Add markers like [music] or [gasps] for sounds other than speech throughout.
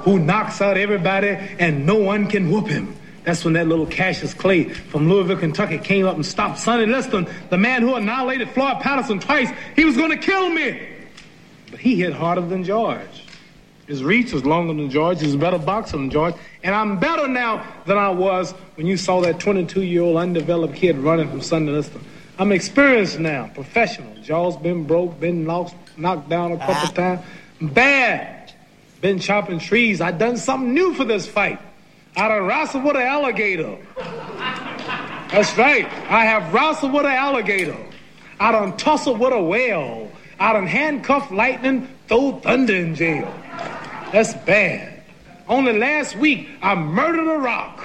who knocks out everybody and no one can whoop him. That's when that little Cassius Clay from Louisville, Kentucky came up and stopped Sonny Liston, the man who annihilated Floyd Patterson twice. He was going to kill me. But he hit harder than George. His reach was longer than George. He's a better boxer than George. And I'm better now than I was when you saw that 22 year old undeveloped kid running from Sunday Liston. I'm experienced now, professional. Jaw's been broke, been knocked, knocked down a couple times. Bad. Been chopping trees. I done something new for this fight. I done wrestled with an alligator. That's right. I have wrestled with an alligator. I done tussled with a whale. I done handcuffed lightning, throw thunder in jail. That's bad. Only last week, I murdered a rock,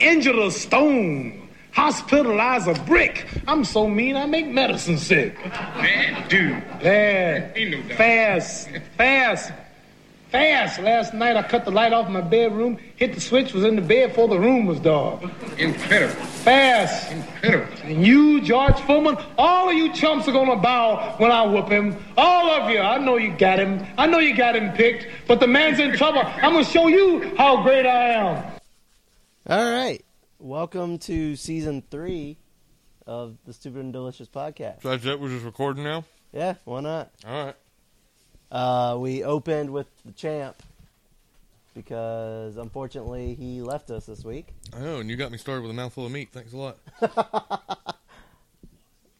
injured a stone, hospitalized a brick. I'm so mean, I make medicine sick. Bad dude. Bad. Ain't no doubt. Fast. Fast. Fast. Last night, I cut the light off my bedroom, hit the switch, was in the bed before the room was dark. Incredible. Fast. Incredible. And you, George Foreman, all of you chumps are gonna bow when I whoop him. All of you. I know you got him. I know you got him picked, but the man's in trouble. I'm gonna show you how great I am. All right. Welcome to season three of the Stupid and Delicious podcast. So that's it. We're just recording now. Yeah, why not? All right. Uh, we opened with the champ because unfortunately he left us this week. Oh, and you got me started with a mouthful of meat. Thanks a lot.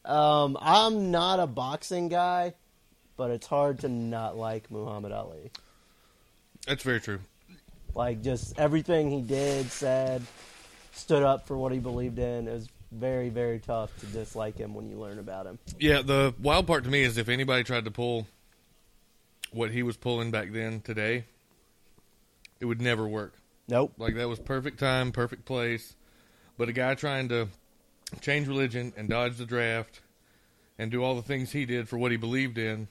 Um, I'm not a boxing guy, but it's hard to not like Muhammad Ali. That's very true. Like just everything he did, said, stood up for what he believed in. It was very, very tough to dislike him when you learn about him. Yeah, the wild part to me is if anybody tried to pull what he was pulling back then today, it would never work. Nope. Like that was perfect time, perfect place. But a guy trying to change religion and dodge the draft and do all the things he did for what he believed in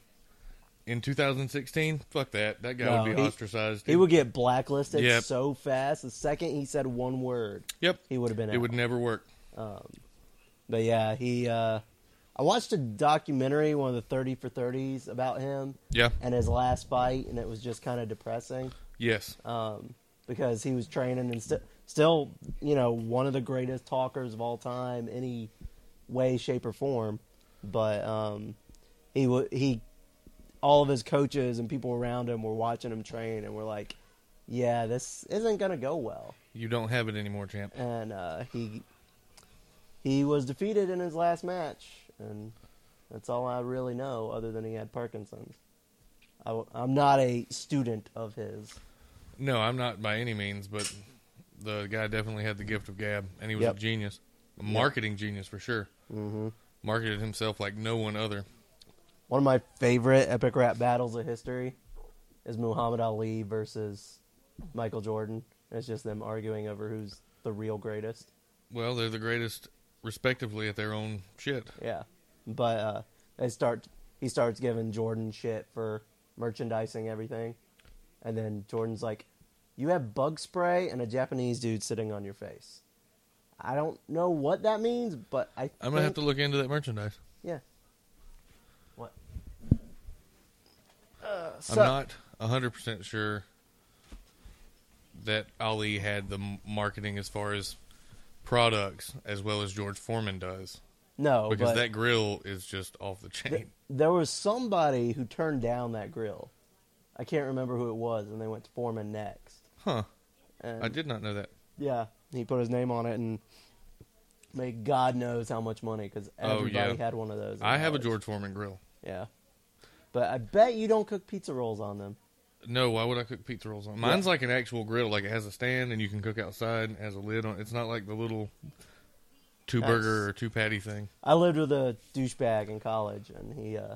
in 2016, fuck that. That guy No, would be he- ostracized. He would get blacklisted Yep. so fast. The second he said one word, Yep. he would have been It out. would never work. But yeah, he. Uh, I watched a documentary, one of the thirty for thirties, about him Yeah. and his last fight, and it was just kind of depressing Yes. Oh. Um, because he was training and st- still, you know, one of the greatest talkers of all time, any way, shape, or form. But um, he w- he, all of his coaches and people around him were watching him train and were like, "Yeah, this isn't gonna go well." you don't have it anymore, champ. and uh, he he was defeated in his last match, and that's all I really know, other than he had Parkinson's. I, am not a student of his. No, I'm not by any means, but the guy definitely had the gift of gab, and he was Yep. a genius, a marketing genius for sure. Mm-hmm. Marketed himself like no one other. One of my favorite epic rap battles of history is Muhammad Ali versus Michael Jordan. It's just them arguing over who's the real greatest. Well, they're the greatest, respectively, at their own shit. Yeah, but uh, they start. He starts giving Jordan shit for merchandising everything, and then Jordan's like, "You have bug spray and a Japanese dude sitting on your face." I don't know what that means, but I. I'm gonna have to look into that merchandise. Yeah. What? Uh, so, I'm not 100 percent sure that Ali had the m- marketing as far as products as well as George Foreman does, no, because Oh, but that grill is just off the chain. there was somebody who turned down that grill. I can't remember who it was, and they went to Foreman next. huh? And I did not know that. Yeah, he put his name on it and made God knows how much money because Oh, everybody yeah. had one of those. in I have a college. George Foreman grill. Yeah, but I bet you don't cook pizza rolls on them. No, why would I cook pizza rolls on? Mine's like an actual grill, like it has a stand and you can cook outside and has a lid on. It's not like the little two Nice. burger or two patty thing. I lived with a douchebag in college, and he uh,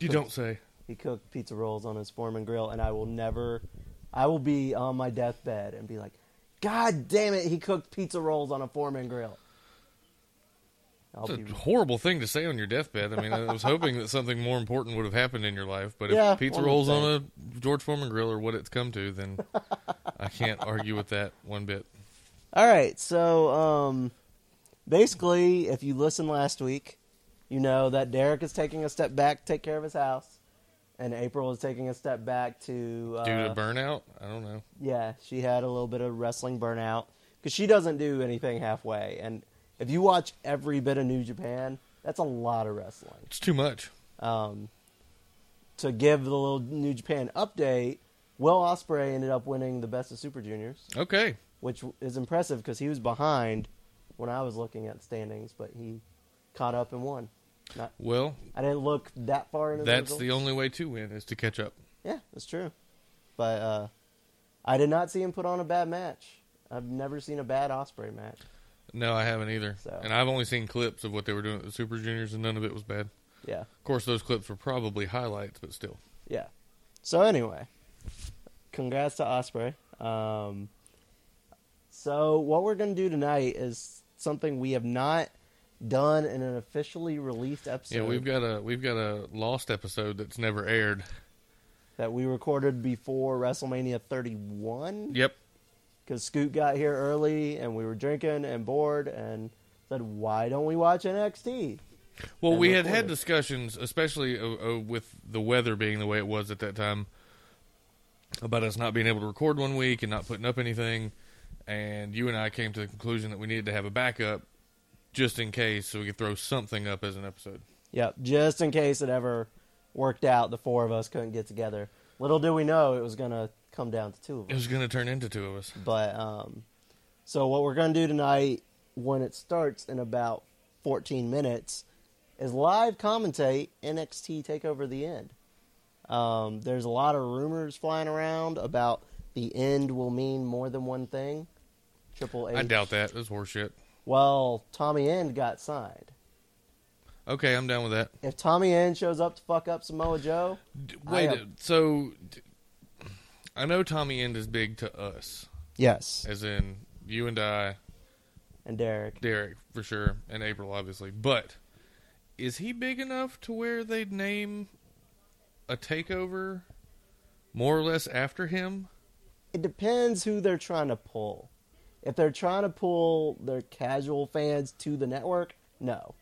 You don't say. he cooked pizza rolls on his Foreman grill, and I will never, I will be on my deathbed and be like, God damn it, he cooked pizza rolls on a Foreman grill. I'll It's [laughs] be, a horrible thing to say on your deathbed. I mean, I was hoping that something more important would have happened in your life, but if Yeah, pizza one would rolls on a George Foreman grill are what it's come to, then I can't argue with that one bit. All right, so um, basically, if you listened last week, you know that Derek is taking a step back to take care of his house, and April is taking a step back to uh, due to burnout. I don't know. yeah, she had a little bit of wrestling burnout because she doesn't do anything halfway. And if you watch every bit of New Japan, that's a lot of wrestling. It's too much. Um, to give the little New Japan update, Will Osprey ended up winning the Best of Super Juniors, Okay. which is impressive because he was behind when I was looking at standings, but he caught up and won. Not, Well, I didn't look that far into that's the the results. only way to win is to catch up. Yeah, that's true. But uh, I did not see him put on a bad match. I've never seen a bad Osprey match. No, I haven't either. So. And I've only seen clips of what they were doing at the Super Juniors, and none of it was bad. Yeah, Of course, those clips were probably highlights, but still. yeah. So anyway, congrats to Osprey. Um, so what we're gonna do tonight is something we have not done in an officially released episode yeah, we've got a we've got a lost episode that's never aired. that we recorded before WrestleMania 31. Yep. because Scoot got here early and we were drinking and bored and said, "Why don't we watch NXT?" Well, and we had recorded. had discussions, especially uh, uh, with the weather being the way it was at that time, about us not being able to record one week and not putting up anything. And you and I came to the conclusion that we needed to have a backup just in case, so we could throw something up as an episode. Yep, just in case it ever worked out, the four of us couldn't get together. Little do we know it was gonna come down to two of It us. was going to turn into two of us. But um, so what we're gonna do tonight, when it starts in about 14 minutes, is live commentate NXT Takeover the End. Um, there's a lot of rumors flying around about the end will mean more than one thing. Triple H. I doubt that. That's horseshit. Well, Tommy End got signed. Okay, I'm down with that. If Tommy End shows up to fuck up Samoa Joe, D- I Wait, am- so d- I know Tommy End is big to us, yes, as in you and I, and Derek, Derek for sure, and April obviously. But is he big enough to where they'd name a takeover more or less after him? it depends who they're trying to pull. If they're trying to pull their casual fans to the network, no.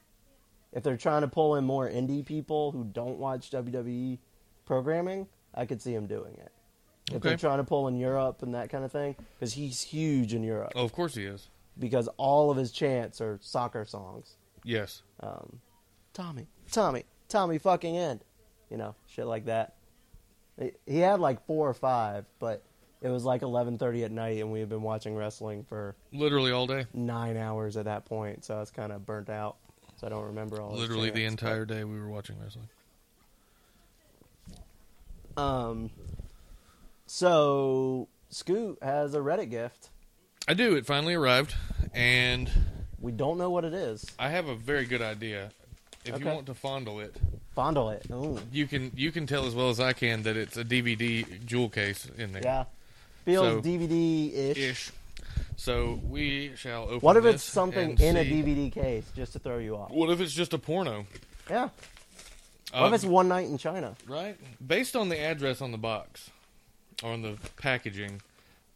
If they're trying to pull in more indie people who don't watch WWE programming, I could see him doing it. If Okay. they're trying to pull in Europe and that kind of thing, because he's huge in Europe, Oh, of course he is. because all of his chants are soccer songs. Yes. Tommy, Tommy, Tommy fucking end. You know, shit like that. He- He had like four or five, but it was like 11:30 at night and we had been watching wrestling for Literally all day. 9 hours at that point, so I was kind of burnt out. So I don't remember all his Literally the chants. entire day we were watching wrestling. Um so Scoot has a Reddit gift. I do. It finally arrived, and We don't know what it is. I have a very good idea. If you Okay. want to fondle it, Fondle it. Ooh. you can you can tell as well as I can that it's a DVD jewel case in there. Yeah. Feels So- DVD-ish. Ish. So we shall open. What if this it's something and in a see- DVD case just to throw you off? What if it's just a porno? Yeah. What Um, if it's one night in China? right? Based on the address on the box, on the packaging,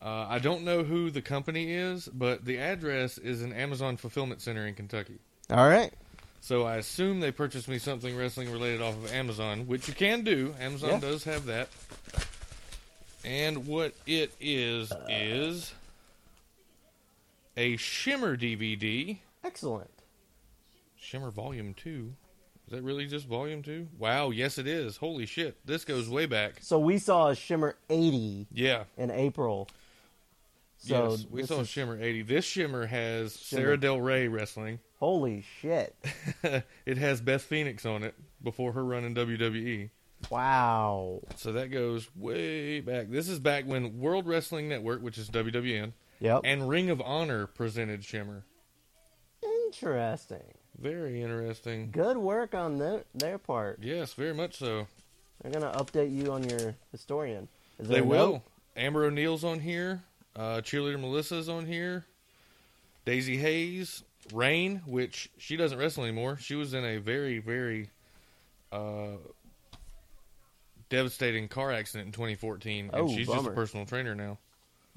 uh, I don't know who the company is, but the address is an Amazon fulfillment center in Kentucky. All right. So I assume they purchased me something wrestling related off of Amazon, which you can do. Amazon Yeah. does have that. And what it is is a Shimmer DVD, Excellent. Shimmer Volume 2. Is that really just Volume 2? Wow, yes it is. Holy shit. This goes way back. So we saw a Shimmer 80 Yeah. in April. So yes, we this saw is- Shimmer 80. This Shimmer has Shimmer. Sarah Del Rey wrestling. [laughs] Holy shit. it has Beth Phoenix on it before her run in E. WWE. Wow. So that goes way back. This is back when World Wrestling Network, which is WWN, Yep. and Ring of Honor presented Shimmer. Interesting. Very interesting. Good work on their, their part. Yes, very much so. They're going to update you on your historian. Is They there a will. note? Amber O'Neill's on here. Uh, cheerleader Melissa's on here. Daisy Hayes, Rain, which she doesn't wrestle anymore. She was in a very, very uh, devastating car accident in 2014, Oh, and she's just bummer. a personal trainer now.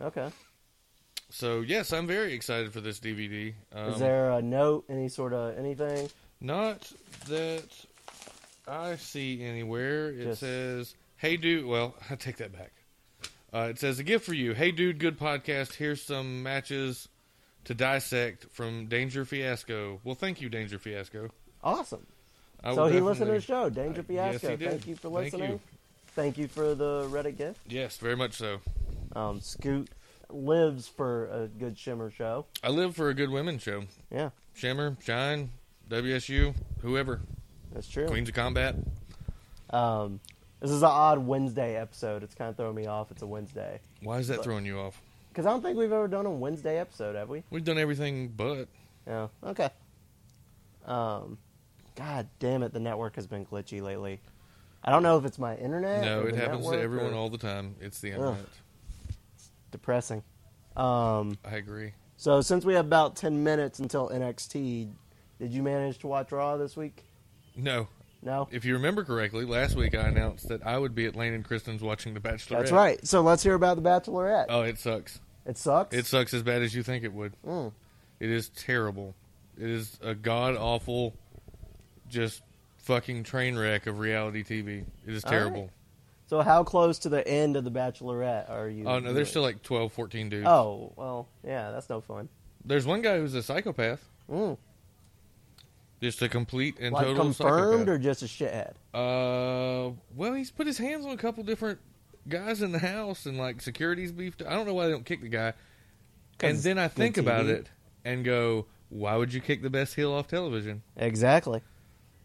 Okay. So yes, I'm very excited for this DVD. Um, Is there a note, any sort of anything? not that I see anywhere. It Just- says, "Hey dude." Well, [laughs] I take that back. Uh, it says a gift for you. Hey dude, good podcast. Here's some matches to dissect from Danger Fiasco. Well, thank you, Danger Fiasco. Awesome. I so will he listened definitely- to the show, Danger I- yes, Fiasco. he did. Thank you for Thank you. listening. Thank you, for the Reddit gift. Yes, very much so. Um, Scoot lives for a good Shimmer show. I live for a good women's show. Yeah, Shimmer, Shine, WSU, whoever, that's true. Queens of Combat. Um, this is an odd Wednesday episode. It's kind of throwing me off. It's a Wednesday Why is that throwing you off? because I don't think we've ever done a Wednesday episode, have we? We've done everything but. Yeah. Okay. Um, God damn it, the network has been glitchy lately. I don't know if it's my internet. No, or it the happens to network everyone or- all the time. It's the internet. Depressing. Um, I agree. so since we have about ten minutes until NXT, did you manage to watch Raw this week? No. No. If you remember correctly, last week I announced that I would be at Lane and Kristen's watching The Bachelorette. That's right. So let's hear about the Bachelorette. Oh, it sucks. it sucks. It sucks as bad as you think it would. Mm. It is terrible. It is a god awful, just fucking train wreck of reality TV. It is All right. terrible. so how close to the end of the Bachelorette are you? Oh, no, there's still like 12, 14 dudes. Oh well, yeah, that's no fun. There's one guy who's a psychopath. Mm. Just a complete and Like total confirmed psychopath. or just a shithead? Uh, well, he's put his hands on a couple different guys in the house, and like security's beefed. I don't know why they don't kick the guy. 'Cause And then I it's good think about TV. it and go, why would you kick the best heel off television? Exactly.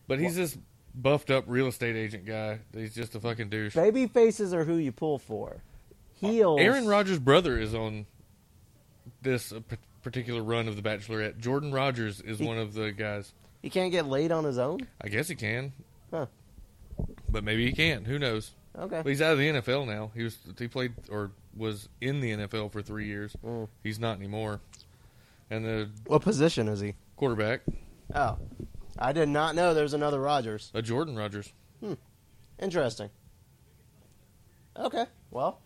But he's this buffed up real estate agent guy. He's just a fucking douche. Baby faces are who you pull for. Heels. Aaron Rodgers' brother is on this uh, p- particular run of The Bachelorette. Jordan Rogers is He- one of the guys. He can't get laid on his own. I guess he can, Huh. but maybe he can't. Who knows? Okay. Well, he's out of the NFL now. He was he played or was in the NFL for three years. Mm. He's not anymore. And the What position is he? quarterback, Oh, I did not know there's another Rogers. a uh, Jordan Rogers. Interesting. Okay. Well,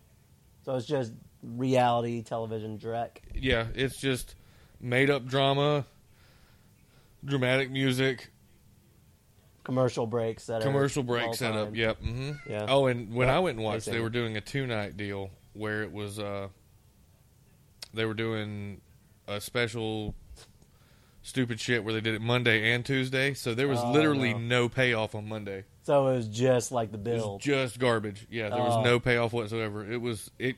so it's just reality television dreck. Yeah, it's just made up drama, dramatic music, Commercial breaks that commercial are break all setup. time. Yep. hmm Yeah. Oh, and when I went and I watched, see. they were doing a two night deal where it was uh, they were doing a special stupid shit where they did it Monday and Tuesday. So there was Oh, literally no. no payoff on Monday. So it was just like the It was build. just garbage. Yeah, there was Oh. no payoff whatsoever. It was it.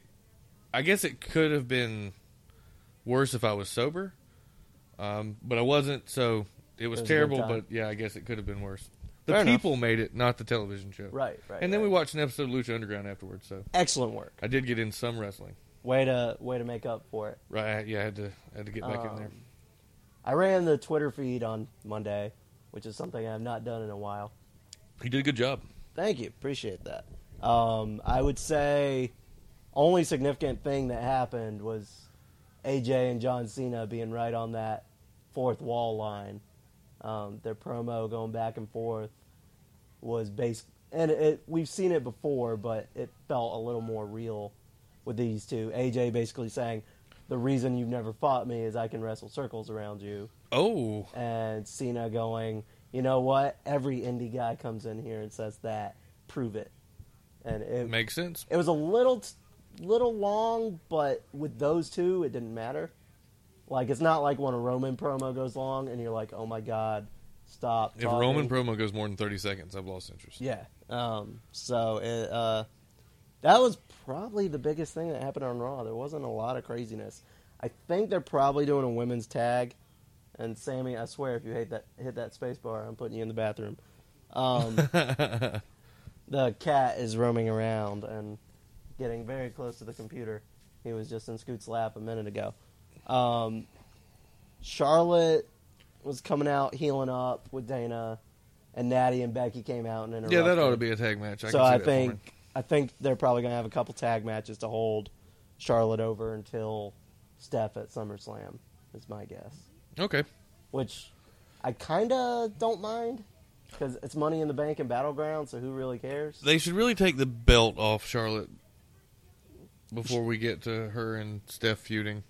I guess it could have been worse if I was sober, um, but I wasn't. So it was, It was a good terrible. time. But yeah, I guess it could have been worse. The Fair enough. people made it, not the television show. Right, right, And then we right. watched an episode of Lucha Underground afterwards. So Excellent work. I did get in some wrestling. Way to way to make up for it. Right? I- Yeah, I had to I had to get back in there. Um, I ran the Twitter feed on Monday, which is something I've not done in a while. You did a good job. Thank you. Appreciate that. Um, I would say only significant thing that happened was AJ and John Cena being right on that fourth wall line. Um, their promo going back and forth was based, and it, we've seen it before, but it felt a little more real with these two. AJ basically saying, "The reason you've never fought me is I can wrestle circles around you." Oh, and Cena going, you know what? Every indie guy comes in here and says that. Prove it. And it makes sense. it was a little t- little long, but with those two, it didn't matter. Like it's not like when a Roman promo goes long and you're like, oh my god, stop. If a Roman talking." promo goes more than thirty seconds, I've lost interest. Yeah. Um, so it, uh, that was probably the biggest thing that happened on Raw. There wasn't a lot of craziness. I think they're probably doing a women's tag. And Sammy, I swear, if you hate that, hit that space bar, I'm putting you in the bathroom. Um, the cat is roaming around and getting very close to the computer. He was just in Scoot's lap a minute ago. Um, Charlotte was coming out healing up with Dana, and Natty and Becky came out and interrupted. Yeah, that ought to be a tag match. I so can see I that forming. think I think they're probably going to have a couple tag matches to hold Charlotte over until Steph at SummerSlam is my guess. okay. Which I kind of don't mind because it's Money in the Bank and Battleground, so who really cares? They should really take the belt off Charlotte before we get to her and Steph feuding.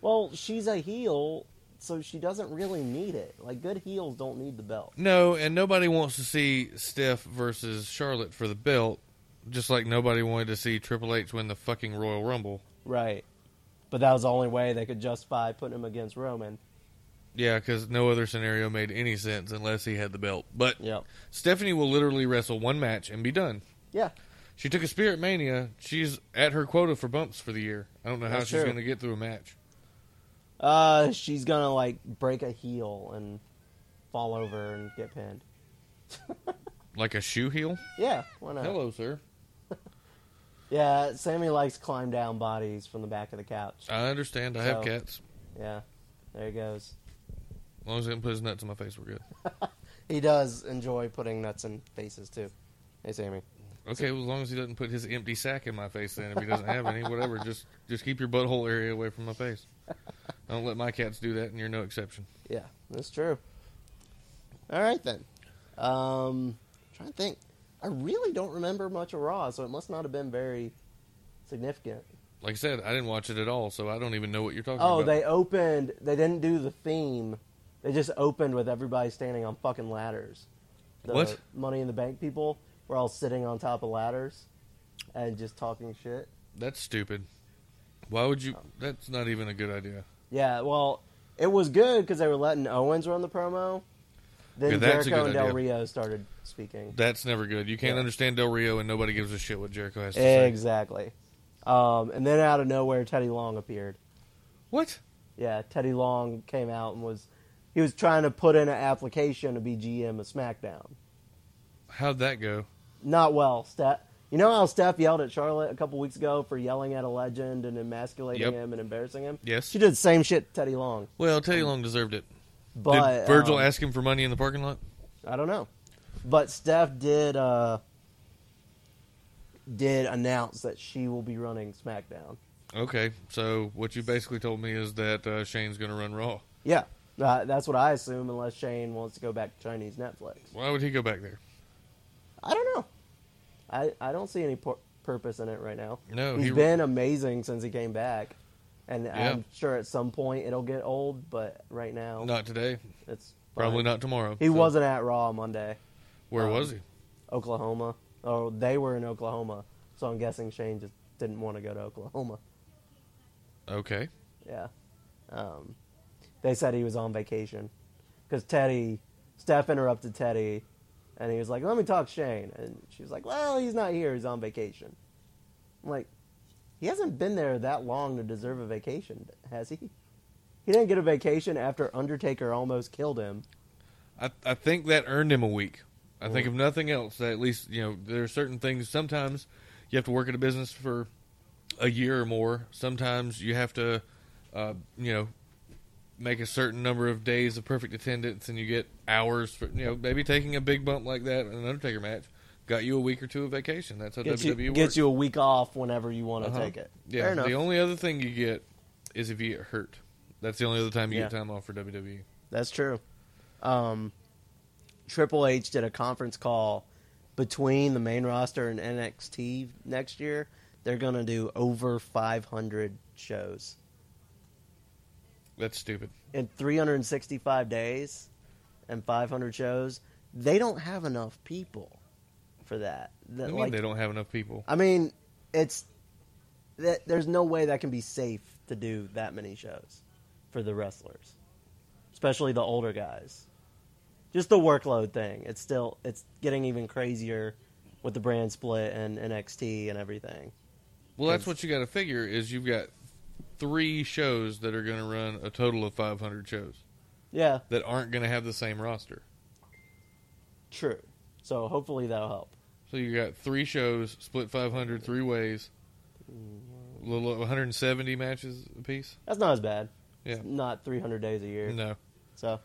Well, she's a heel, so she doesn't really need it. Like good heels don't need the belt. No, and nobody wants to see Steph versus Charlotte for the belt, just like nobody wanted to see Triple H win the fucking Royal Rumble. Right. But that was the only way they could justify putting him against Roman. Yeah, because no other scenario made any sense unless he had the belt. But Yep. Stephanie will literally wrestle one match and be done. Yeah. She took a Spirit Mania. She's at her quota for bumps for the year. I don't know how That's she's true. going to get through a match. Uh, she's gonna like break a heel and fall over and get pinned. Like a shoe heel? Yeah, why not? Hello, sir. Yeah, Sammy likes climb down bodies from the back of the couch. I understand. I have So- cats. Yeah, there he goes. As long as he didn't put his nuts in my face, we're good. He does enjoy putting nuts in faces too. Hey, Sammy. Okay, well, as long as he doesn't put his empty sack in my face, then if he doesn't have any, whatever, just just keep your butthole area away from my face. I don't let my cats do that, and you're no exception. Yeah, that's true. All right then. Um, trying to think. I really don't remember much of Raw, so it must not have been very significant. Like I said, I didn't watch it at all, so I don't even know what you're talking Oh, about. they opened. They didn't do the theme. They just opened with everybody standing on fucking ladders. The What? Money in the Bank people were all sitting on top of ladders and just talking shit. That's stupid. Why would you? That's not even a good idea. Yeah, well, it was good because they were letting Owens run the promo. Then Yeah, that's a Jericho good and Del idea. Rio started speaking. That's never good. You can't Yeah. understand Del Rio, and nobody gives a shit what Jericho has to say. Exactly. Um, and then out of nowhere, Teddy Long appeared. What? Yeah, Teddy Long came out and was he was trying to put in an application to be GM of SmackDown. How'd that go? Not well, Steph. You know how Steph yelled at Charlotte a couple weeks ago for yelling at a legend and emasculating Yep. him and embarrassing him? Yes. She did the same shit to Teddy Long. Well, Teddy Long deserved it. Um, But Did Virgil um, ask him for money in the parking lot? I don't know. But Steph did uh did announce that she will be running SmackDown. Okay, so what you basically told me is that uh, Shane's going to run Raw. Yeah. Uh, that's what I assume unless Shane wants to go back to Chinese Netflix. Why would he go back there? I don't know. I I don't see any pur- purpose in it right now. No, he's he- been amazing since he came back, and Yeah. I'm sure at some point it'll get old. But right now, Not today. it's fine. Probably not tomorrow. He So, wasn't at Raw Monday, Where um, was he? Oklahoma. Oh, they were in Oklahoma, so I'm guessing Shane just didn't want to go to Oklahoma. Okay. Yeah, um, they said he was on vacation because Teddy, Steph interrupted Teddy, and he was like, "Let me talk Shane," and she was like, "Well, he's not here. He's on vacation." I'm like, he hasn't been there that long to deserve a vacation, has he? He didn't get a vacation after Undertaker almost killed him. I, I think that earned him a week. I think if nothing else, that at least you know there are certain things. Sometimes you have to work at a business for a year or more. Sometimes you have to, uh, you know, make a certain number of days of perfect attendance, and you get hours for you know maybe taking a big bump like that in an Undertaker match got you a week or two of vacation. That's how Gets you, WWE gets E works. you a week off whenever you want to Uh-huh. take it. Yeah, Fair enough. the only other thing you get is if you get hurt. That's the only other time you get Yeah. time off for E. WWE. That's true. Um, Triple H did a conference call between the main roster and NXT next year. They're going to do over 500 shows That's stupid. in 365 days and 500 shows. They don't have enough people for that. That, I mean, like, they don't have enough people. I mean, it's that there's no way that can be safe to do that many shows for the wrestlers, especially the older guys. Just the workload thing. It's still it's getting even crazier with the brand split and NXT and everything. Well, that's 'Cause- what you got to figure is you've got three shows that are going to run a total of 500 shows Yeah, that aren't going to have the same roster. true. So hopefully that'll help. So you got three shows split 500 three ways, Mm-hmm. a little over 170 matches apiece. That's not as bad. Yeah, It's not 300 days a year. no, So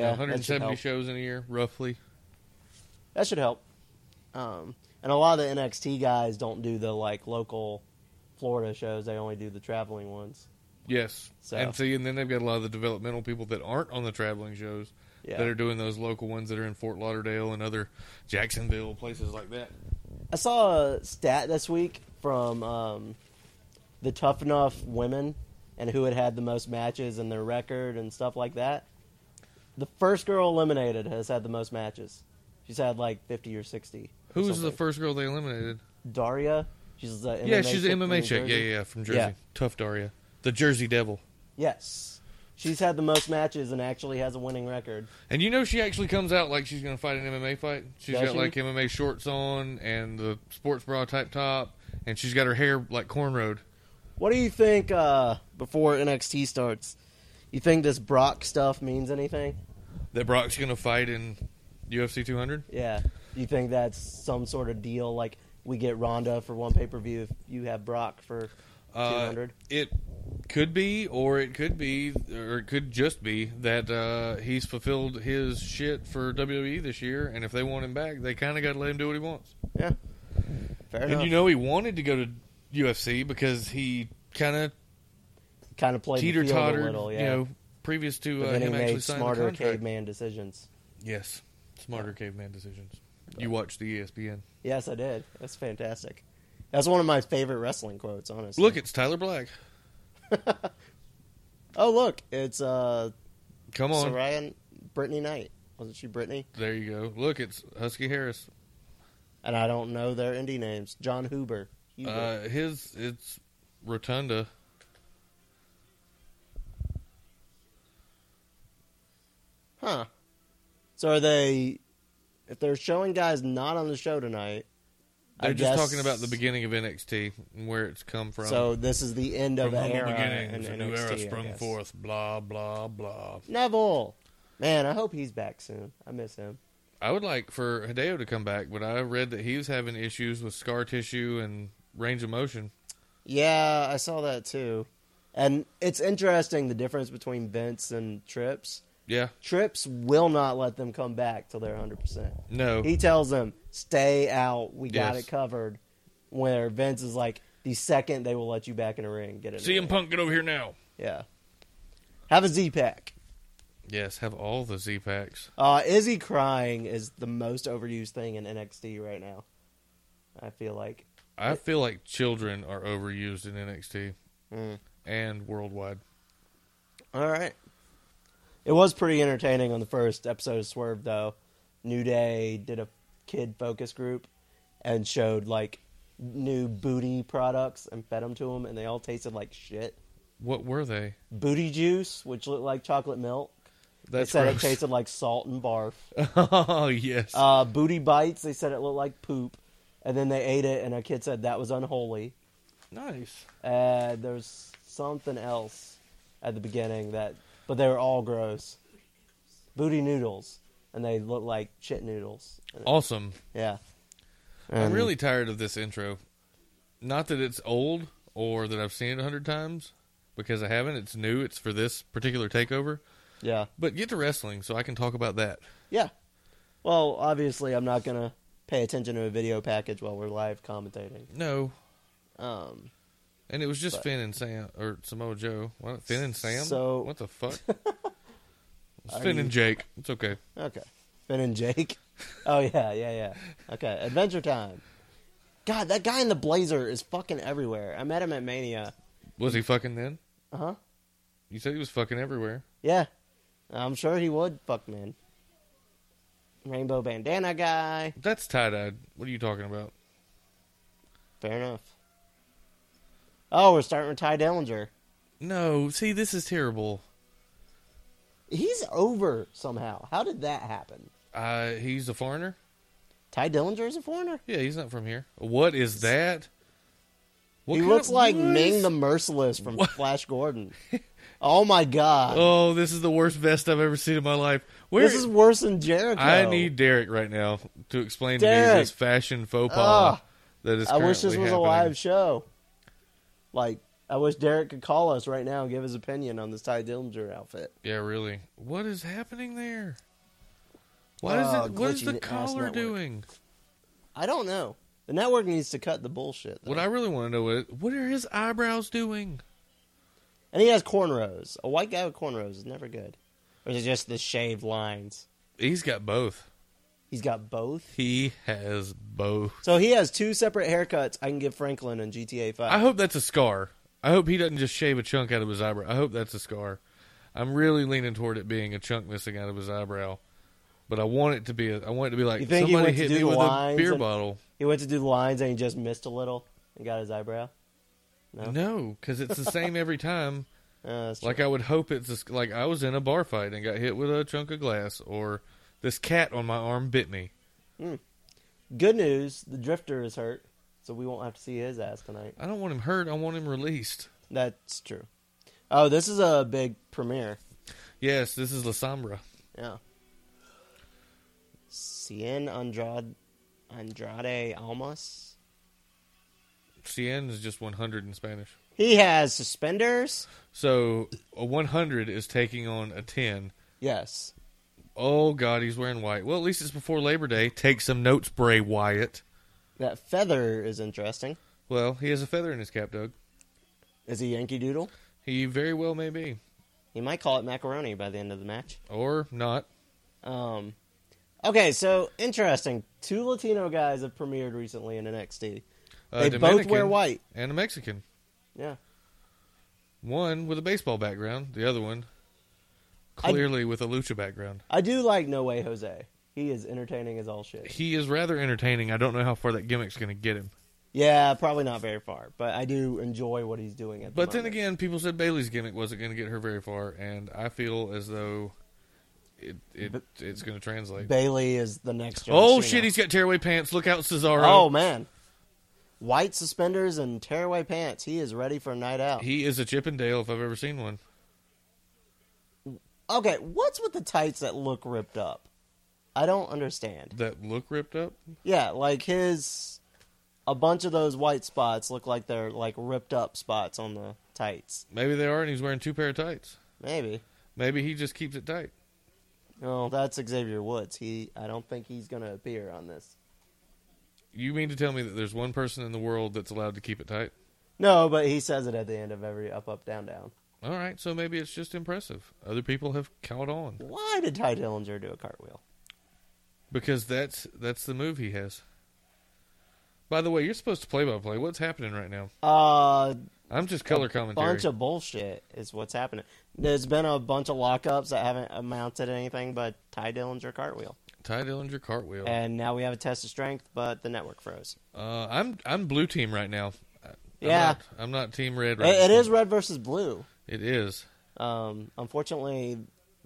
yeah, that should 170 help. shows in a year roughly. That should help. Um, and a lot of the NXT guys don't do the like local Florida shows; they only do the traveling ones. Yes, So- and see, and then they've got a lot of the developmental people that aren't on the traveling shows Yeah. that are doing those local ones that are in Fort Lauderdale and other Jacksonville places like that. I saw a stat this week from um, the Tough Enough Women and who had had the most matches in their record and stuff like that. The first girl eliminated has had the most matches. She's had like 50 or 60. or Who's the something. first girl they eliminated? Daria? She's the MMA yeah, she's chick an from MMA New chick. Yeah, Jersey. yeah, yeah, from Jersey. Yeah. Tough Daria, the Jersey Devil. Yes. She's had the most matches and actually has a winning record. And you know she actually comes out like she's going to fight an MMA fight. She's Does got she? like MMA shorts on and the sports bra type top, and she's got her hair like cornrowed. What do you think uh, before NXT starts? You think this Brock stuff means anything? That Brock's going to fight in UFC 200. Yeah. You think that's some sort of deal? Like we get Ronda for one pay per view if you have Brock for two Uh, hundred. It could be, or it could be, or it could just be that uh, he's fulfilled his shit for WWE this year, and if they want him back, they kind of got to let him do what he wants. Yeah. Fair And enough. you know he wanted to go to UFC because he kind of kind of played the teeter field a tottered, little. Yeah. you know, previous to but uh, then he him actually made signing the smarter contract. caveman decisions. Yes, smarter caveman decisions. You watch the E ESPN. Yes, I did. That's fantastic. That's one of my favorite wrestling quotes, honestly. Look, it's Tyler Black. oh look, it's uh, Come on, Soraya Brittany Knight. Wasn't she Brittany? there you go. Look, it's Husky Harris. And I don't know their indie names. John Huber. Huber. Uh, his it's Rotunda. Huh. So are they? If they're showing guys not on the show tonight, I They're just guess- talking about the beginning of NXT and where it's come from. So this is the end of from an humble era. beginnings, in a new era NXT, I sprung guess. forth. Blah blah blah. Neville, man, I hope he's back soon. I miss him. I would like for Hideo to come back, but I read that he was having issues with scar tissue and range of motion. Yeah, I saw that too. And it's interesting the difference between Vince and Trips. Yeah, Trips will not let them come back till they're hundred percent. no, He tells them, "Stay out. We got Yes. it covered." Where Vince is like, the second they will let you back in the ring, get it. CM Punk, get over here now. Yeah. Have a Z pack. Yes, have all the Z packs. Uh, Izzy crying is the most overused thing in NXT right now. I feel like. I feel like children are overused in NXT Mm. and worldwide. All right. It was pretty entertaining on the first episode of Swerve, though. New Day did a kid focus group and showed like new booty products and fed them to them, and they all tasted like shit. What were they? Booty juice, which looked like chocolate milk. That's they said gross. it tasted like salt and barf. [laughs] oh yes. Uh, booty bites. They said it looked like poop, and then they ate it, and a kid said that was unholy. nice. Uh, there's something else at the beginning that, but they were all gross. Booty noodles, and they looked like shit noodles. Awesome. Yeah, I'm And- really tired of this intro. Not that it's old or that I've seen it a hundred times, because I haven't. It's new. It's for this particular takeover. yeah, But get to wrestling so I can talk about that. yeah. Well, obviously, I'm not gonna pay attention to a video package while we're live commentating. No. Um, And it was just But- Finn and Sam or Samoa Joe. Why not Finn and Sam? So- what the [laughs] fuck? It's Are Finn you- and Jake. It's okay. okay, Finn and [laughs] Jake. Oh yeah, yeah, yeah. Okay, Adventure Time. God, that guy in the blazer is fucking everywhere. I met him at Mania. Was he fucking then? Uh Uh-huh. huh. You said he was fucking everywhere. Yeah. I'm sure he would, fuck man. Rainbow bandana guy. That's tie dyed. What are you talking about? Fair enough. Oh, we're starting with Ty Dellinger. No, see, this is terrible. He's over somehow. How did that happen? Uh, he's a foreigner. Ty Dellinger is a foreigner. Yeah, he's not from here. What is that? What he kind looks of- like what Ming is- the Merciless from Flash Gordon. [laughs] Oh my god. Oh, this is the worst vest I've ever seen in my life. Where this is worse than Jericho. I need Derek right now to explain to me Derek. this fashion faux pas Ugh. that is. I wish this currently was a happening. live show. Like, I wish Derek could call us right now and give his opinion on this Ty Dillinger outfit. Yeah, really. What is happening there? Why is Oh, it? What is glitchy the ass collar network. doing? I don't know. The network needs to cut the bullshit. though. What I really want to know is what are his eyebrows doing? And he has cornrows. A white guy with cornrows is never good. Or is it just the shaved lines? He's got both. He's got both. He has both. So he has two separate haircuts I can give Franklin in GTA 5. I hope that's a scar. I hope he doesn't just shave a chunk out of his eyebrow. I hope that's a scar. I'm really leaning toward it being a chunk missing out of his eyebrow, but I want it to be. A, I want it to be like You think he somebody went to hit do me the with a lines beer and- bottle. He went to do the lines and he just missed a little and got his eyebrow. No, because it's the same every [laughs] time. Uh, that's Like I would hope it's a, sc- like I was in a bar fight and got hit with a chunk of glass, or this cat on my arm bit me. true. good news. The drifter is hurt, so we won't have to see his ass tonight. I don't want him hurt. I want him released. That's true. Oh, this is a big premiere. Yes, this is La Sombra. Yeah. Cien Andrade, Andrade Almas. Cien is just 100 in Spanish. He has suspenders. So a 100 is taking on a 10. Yes. Oh God, he's wearing white. Well, at least it's before Labor Day. Take some notes, Bray Wyatt. That feather is interesting. Well, he has a feather in his cap, Doug. Is he Yankee Doodle? He very well may be, He might call it macaroni by the end of the match. or not. Um, okay, so interesting. Two Latino guys have premiered recently in NXT. A They both Dominican wear white. and a Mexican. Yeah. One with a baseball background, the other one I- clearly with a lucha background. I do like No Way Jose. He is entertaining as all shit. He is rather entertaining. I don't know how far that gimmick's going to get him. Yeah, probably not very far, but I do enjoy what he's doing at the But then moment. again, people said Bailey's gimmick wasn't going to get her very far, and I feel as though it, it But- it's going to translate. Bailey is the next John oh Cena. shit, he's got tearaway pants. Look out, Cesaro. Oh man. White suspenders and tearaway pants. He is ready for a night out. He is a Chippendale if I've ever seen one. okay, what's with the tights that look ripped up? I don't understand. That look ripped up. Yeah, like his a bunch of those white spots look like they're like ripped up spots on the tights. Maybe they are, and he's wearing two pair of tights. Maybe. Maybe he just keeps it tight. No, that's Xavier Woods. He I don't think he's going to appear on this. You mean to tell me that there's one person in the world that's allowed to keep it tight? No, but he says it at the end of every up up down down. All right, so maybe it's just impressive. Other people have caught on Why did Ty Dillinger do a cartwheel? because that's that's the move he has. By the way, you're supposed to play by play. What's happening right now? Uh I'm just color commentary. bunch of bullshit is what's happening. There's been a bunch of lockups that haven't amounted to anything but Ty Dillinger cartwheel, Ty Dillinger cartwheel. and now we have a test of strength, but the network froze. Uh, I'm I'm blue team right now. I'm Yeah. not- I'm not, team red. Right It, it now. is red versus blue. It is. Um, unfortunately,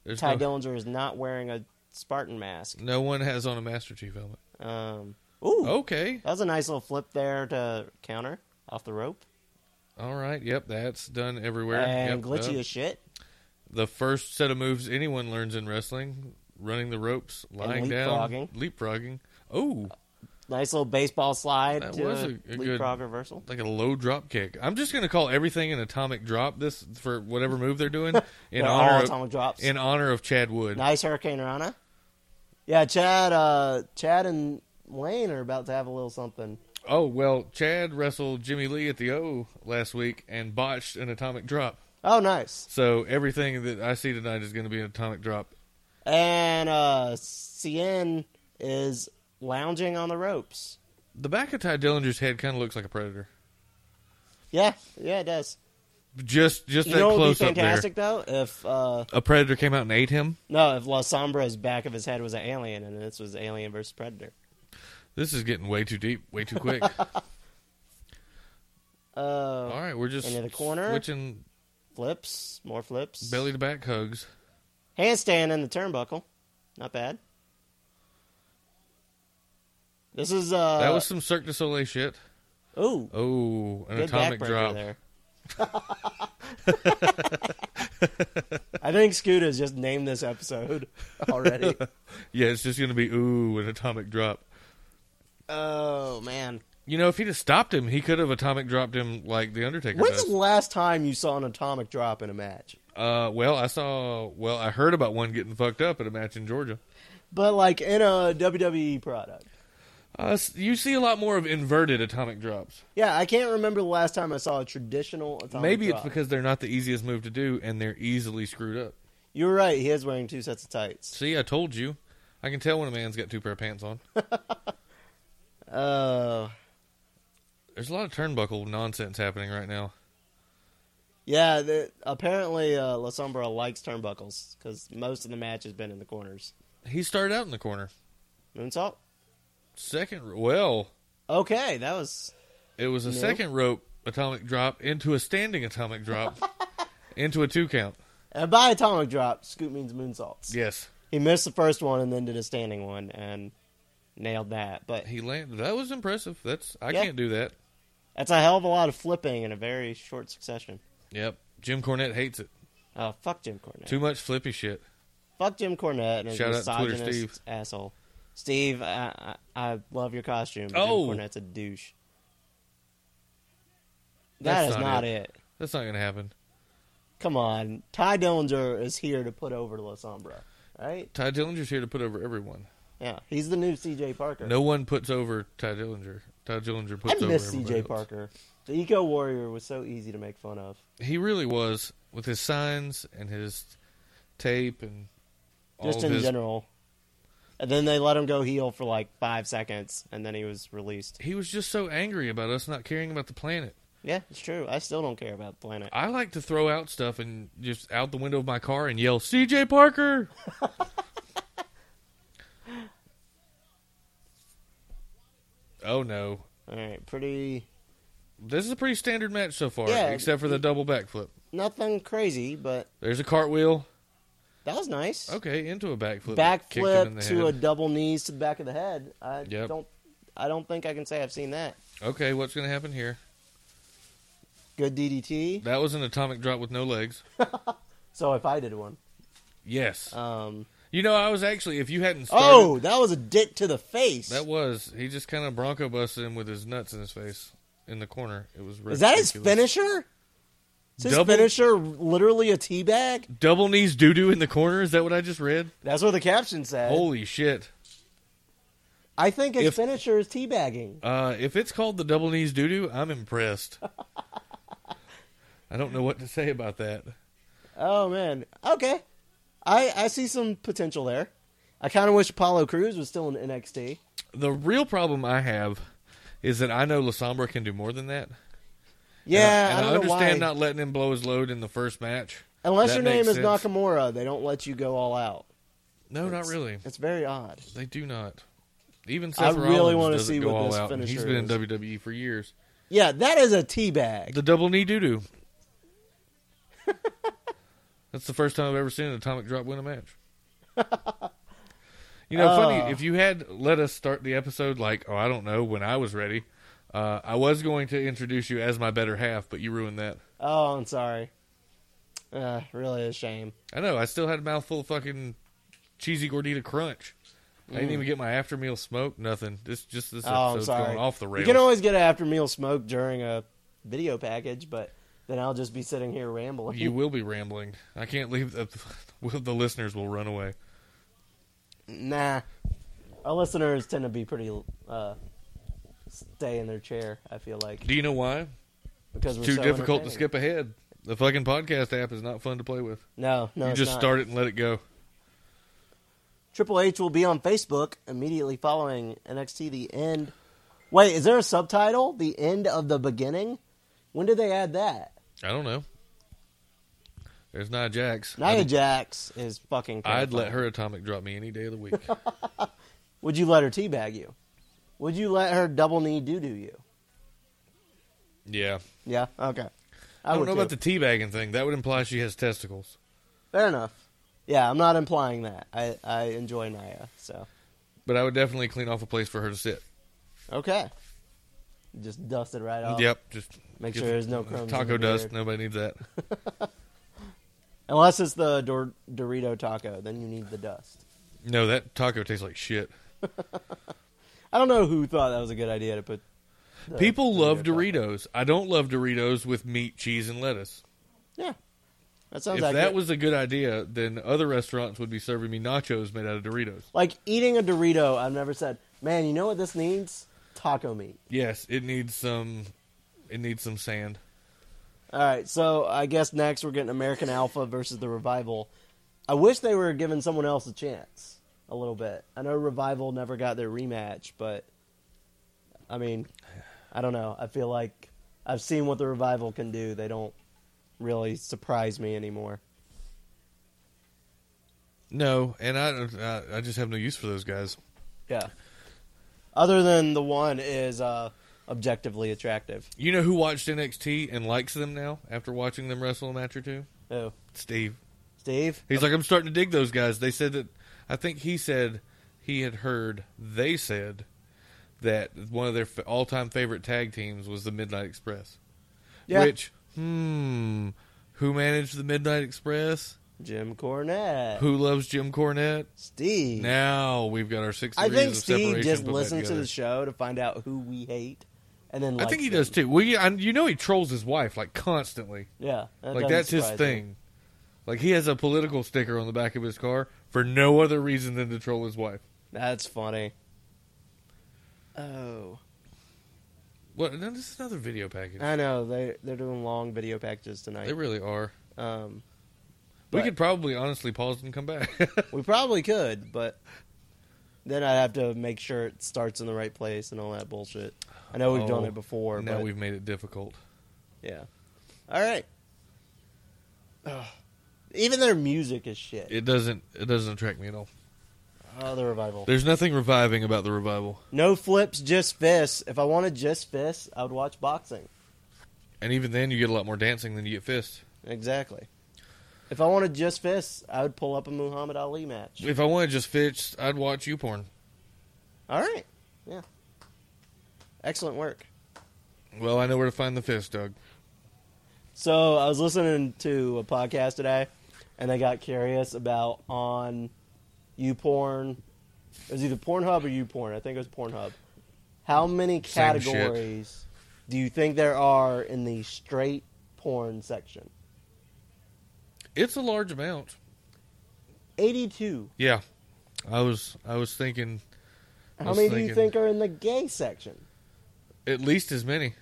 There's Ty no, Dillinger is not wearing a Spartan mask. no one has on a Master Chief helmet. Um, ooh, Oh. Okay. that was a nice little flip there to counter off the rope All right. Yep. That's done everywhere. and Yep, glitchy uh, as shit. the first set of moves anyone learns in wrestling: running the ropes, lying down, leapfrogging. leapfrogging. Oh, Nice little baseball slide That to was a a- a good- leapfrog reversal. like a low drop kick. I'm just gonna call everything an atomic drop. This for whatever move they're [laughs] doing in They're honor all of atomic drops. in honor of Chad Wood. Nice Hurricane Rana. Yeah, Chad. Uh, Chad and Lane are about to have a little something. Oh well, Chad wrestled Jimmy Lee at the O last week and botched an atomic drop. Oh, nice. So everything that I see tonight is going to be an atomic drop. And uh, Cien is lounging on the ropes. The back of Ty Dillinger's head kind of looks like a predator. Yeah, yeah, it does. Just just You that know, what would be close up there. fantastic though if uh, A predator came out and ate him. no, if La Sombra's back of his head was an alien and this was Alien versus Predator. This is getting way too deep, way too [laughs] quick. Uh, All right, we're just Into the corner. switching flips, more flips. belly to back hugs. handstand in the turnbuckle, not bad. This is uh. that was some Cirque du Soleil shit. ooh. Oh, an Good atomic backbreaker drop. there. [laughs] I think Scoot has just named this episode already. Yeah, it's just going to be ooh, an atomic drop. [laughs] oh man, You know, if he'd have stopped him, he could have atomic dropped him like the Undertaker. when's does. the last time you saw an atomic drop in a match? Uh, well, I saw. Well, I heard about one getting fucked up at a match in Georgia. But like in a WWE product. Uh, s- you see a lot more of inverted atomic drops. Yeah, I can't remember the last time I saw a traditional atomic Maybe drop. it's because they're not the easiest move to do, and they're easily screwed up. you're right. He is wearing two sets of tights. See, I told you. I can tell when a man's got two pair of pants on. Uh, There's a lot of turnbuckle nonsense happening right now. Yeah, the, apparently uh, La Sombra likes turnbuckles because most of the match has been in the corners. He started out in the corner. Moonsault. Second, well, Okay, that was it was a No. second rope atomic drop into a standing atomic drop [laughs] into a two count. and Uh, by atomic drop. Scoot means moonsaults. Yes, He missed the first one and then did a standing one and nailed that. But he landed. That was impressive. That's I Yeah. can't do that. that's a hell of a lot of flipping in a very short succession. Yep. Jim Cornette hates it. Oh, fuck Jim Cornette. Too much flippy shit. Fuck Jim Cornette and his Shout out to Twitter, misogynist Steve. asshole. Steve, I, I, I love your costume. but Oh. Jim Cornette's a douche. That's That's not not, it. it. That's not gonna happen. Come on, Ty Dillinger is here to put over La Sombra, right? Ty Dillinger's here to put over everyone. Yeah, he's the new C.J. Parker. No one puts over Ty Dillinger. Ty Dillinger I puts over miss everybody C.J. else. Parker. The Eco Warrior was so easy to make fun of. He really was with his signs and his tape and all just of in his- general. And then they let him go heel for like five seconds, and then he was released. He was just so angry about us not caring about the planet. Yeah, it's true. I still don't care about the planet. I like to throw out stuff and just out the window of my car and yell, "CJ Parker!" [laughs] oh no, All right, pretty this is a pretty standard match so far, Yeah. except for the double backflip. nothing crazy, but There's a cartwheel. that was nice. Okay, into a backflip. Kicked him in Backflip the to a head. double knees to the back of the head. I Yep. don't. I don't think I can say I've seen that. Okay, what's going to happen here? Good DDT. That was an atomic drop with no legs. So if I did one, Yes. um, you know, I was actually, if you hadn't started, oh, that was a dick to the face. that was, he just kind of bronco busted him with his nuts in his face in the corner. It was Is that his ridiculous. finisher? Is his Double- finisher literally a teabag? Double knees doo doo in the corner? Is that what I just read? That's what the caption said. Holy shit. I think his If- finisher is teabagging. Uh, if it's called the double knees doo doo, I'm impressed. I don't know what to say about that. Oh man. Okay. I I see some potential there. I kind of wish Apollo Cruz was still in NXT. The real problem I have is that I know Lasombra can do more than that. Yeah, and I I, don't know why. understand not letting him blow his load in the first match. Unless That your name makes is sense. Nakamura, they don't let you go all out. No, not It's- really. It's very odd. They do not. Even Seth I really want wanna to see go what all this out. and He's finisher been in is. WWE for years. Yeah, that is a teabag. The double knee doo doo. [laughs] That's the first time I've ever seen an atomic drop win a match. You know, Oh. funny if you had let us start the episode like, oh, I don't know when I was ready. Uh, I was going to introduce you as my better half, but you ruined that. Oh, I'm sorry. Uh, really a shame. I know. I still had a mouthful of fucking cheesy gordita crunch. I didn't even get my after meal smoke. Nothing. This just this Mm. Oh, I'm episode's sorry. going off the rails. You can always get an after meal smoke during a video package, but then I'll just be sitting here rambling. You will be rambling. I can't leave. The, will [laughs] the listeners will run away. Nah. Our listeners tend to be pretty uh, stay in their chair. I feel like Do you know why? because we're Too so difficult to entertaining. skip ahead. The fucking podcast app is not fun to play with. No, no, you it's just not. start it and let it go. Triple H will be on Facebook immediately following NXT The End. Wait, is there a subtitle? The End of the Beginning? When did they add that? I don't know. There's Nia Jax. Nia I'd- Jax is fucking I'd let terrifying. her atomic drop me any day of the [laughs] week. Would you let her teabag you? Would you let her double knee doo doo you? yeah. Yeah, okay. I I, don't would know too. about the teabagging thing. That would imply she has testicles. Fair enough. Yeah, I'm not implying that. I, I enjoy Nia, so. But I would definitely clean off a place for her to sit. Okay. Just dust it right off. Yep. Just Oh. Make get sure the- there's no crumbs in Taco the dust. beard. Nobody needs that. [laughs] Unless it's the Dor- Dorito taco, then you need the dust. no, that taco tastes like shit. I don't know who thought that was a good idea to put. the People Dorito love taco. Doritos. I don't love Doritos with meat, cheese, and lettuce. Yeah. That sounds if like that was a good idea, then other restaurants would be serving me nachos made out of Doritos. like eating a Dorito. I've never said, man, you know what this needs? Taco meat. Yes, it needs some. It needs some sand. All right, so I guess next we're getting American Alpha versus the Revival. I wish they were giving someone else a chance a little bit. I know Revival never got their rematch, but I mean, I don't know. I feel like I've seen what the Revival can do. They don't really surprise me anymore. No, and I uh, I just have no use for those guys. Yeah. Other than the one is uh, objectively attractive. You know who watched NXT and likes them now after watching them wrestle a match or two? Oh, Steve. Steve. He's like, I'm starting to dig those guys. They said that, I think he said he had heard, they said that one of their f- all time favorite tag teams was the Midnight Express. Yeah. Which, hmm, who managed the Midnight Express? Jim Cornette. Who loves Jim Cornette? Steve. Now we've got our six I degrees think of Steve separation just put back listens to together. the show to find out who we hate, and then I likes think he them. does too. Well, yeah, and you know he trolls his wife like constantly. Yeah, that like doesn't that's his surprise me. thing. Like he has a political sticker on the back of his car for no other reason than to troll his wife. That's funny. Oh, Well, no, this is another video package. I know they they're doing long video packages tonight. They really are. um, We But- could probably honestly pause and come back. we probably could, but then I'd have to make sure it starts in the right place and all that bullshit. I know we've done Oh, it [laughs] before, now but we've made it difficult. yeah. All right. Ugh. Even their music is shit. It doesn't. It doesn't attract me at all. oh, the revival. There's nothing reviving about the revival, No flips, just fists. If I wanted just fists, I would watch boxing. and even then, you get a lot more dancing than you get fists. Exactly. If I wanted just fists, I would pull up a Muhammad Ali match. If I wanted just fists, I'd watch you porn. All right. Yeah. Excellent work. Well, I know where to find the fist, Doug. So I was listening to a podcast today, and they got curious about on YouPorn. It was either Pornhub or YouPorn. I think it was Pornhub. How many Same shit. categories do you think there are in the straight porn section? It's a large amount. 82. Yeah, I was. I was thinking I How was many do you thinking- think are in the gay section? at least as many.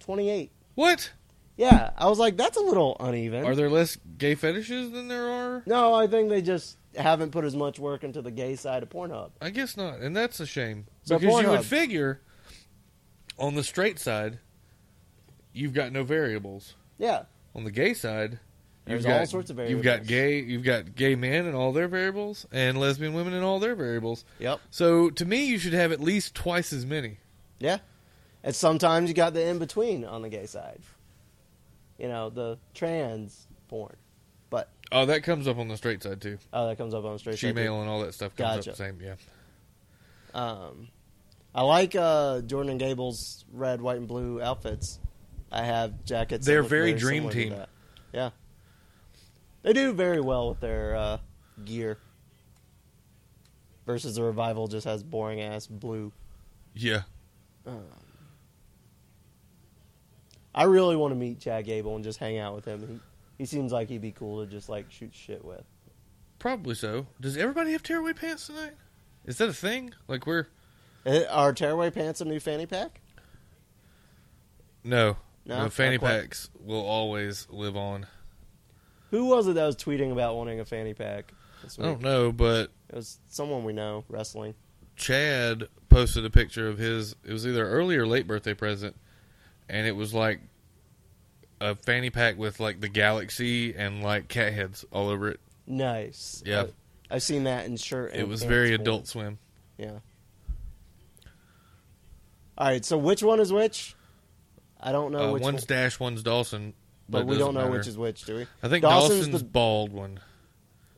28. What? Yeah, I was like, that's a little uneven. Are there less gay fetishes than there are? No, I think they just haven't put as much work into the gay side of Pornhub. I guess not, and that's a shame So because you Pornhub. would figure on the straight side, you've got no variables. Yeah, On the gay side, There's you've got, all sorts of You've got variables. gay, you've got gay men and all their variables, and lesbian women and all their variables. Yep. So to me, you should have at least twice as many. yeah. And sometimes you got the in between on the gay side. You know, the trans porn. But, Oh, that comes up on the straight side too. oh, that comes up on straight She side. too. male and all that stuff comes Gotcha. up the same. Yeah. Um, I like uh, Jordan and Gable's red, white, and blue outfits. I have jackets. that They're look very dream similar to team. that. Yeah, they do very well with their uh, gear. Versus the revival just has boring ass blue. Yeah. I really want to meet Chad Gable and just hang out with him. He he seems like he'd be cool to just like shoot shit with. Probably so. Does everybody have tearaway pants tonight? Is that a thing? Like we're Eh, Are tearaway pants a new fanny pack? no, No, no, fanny not quite. packs will always live on. Who was it that was tweeting about wanting a fanny pack? This I week? don't know, but It was someone we know wrestling. Chad posted a picture of his. It was either early or late birthday present, and it was like a fanny pack with like the galaxy and like cat heads all over it. Nice. Yeah. I- I've seen that in shirt. And It was pants very form. Adult Swim. Yeah. All right. So which one is which? I don't know Uh, which one's one, Dash, one's Dawson, but, but we don't know which is. is which, do we? I think Dawson's Dawson's, the- bald one,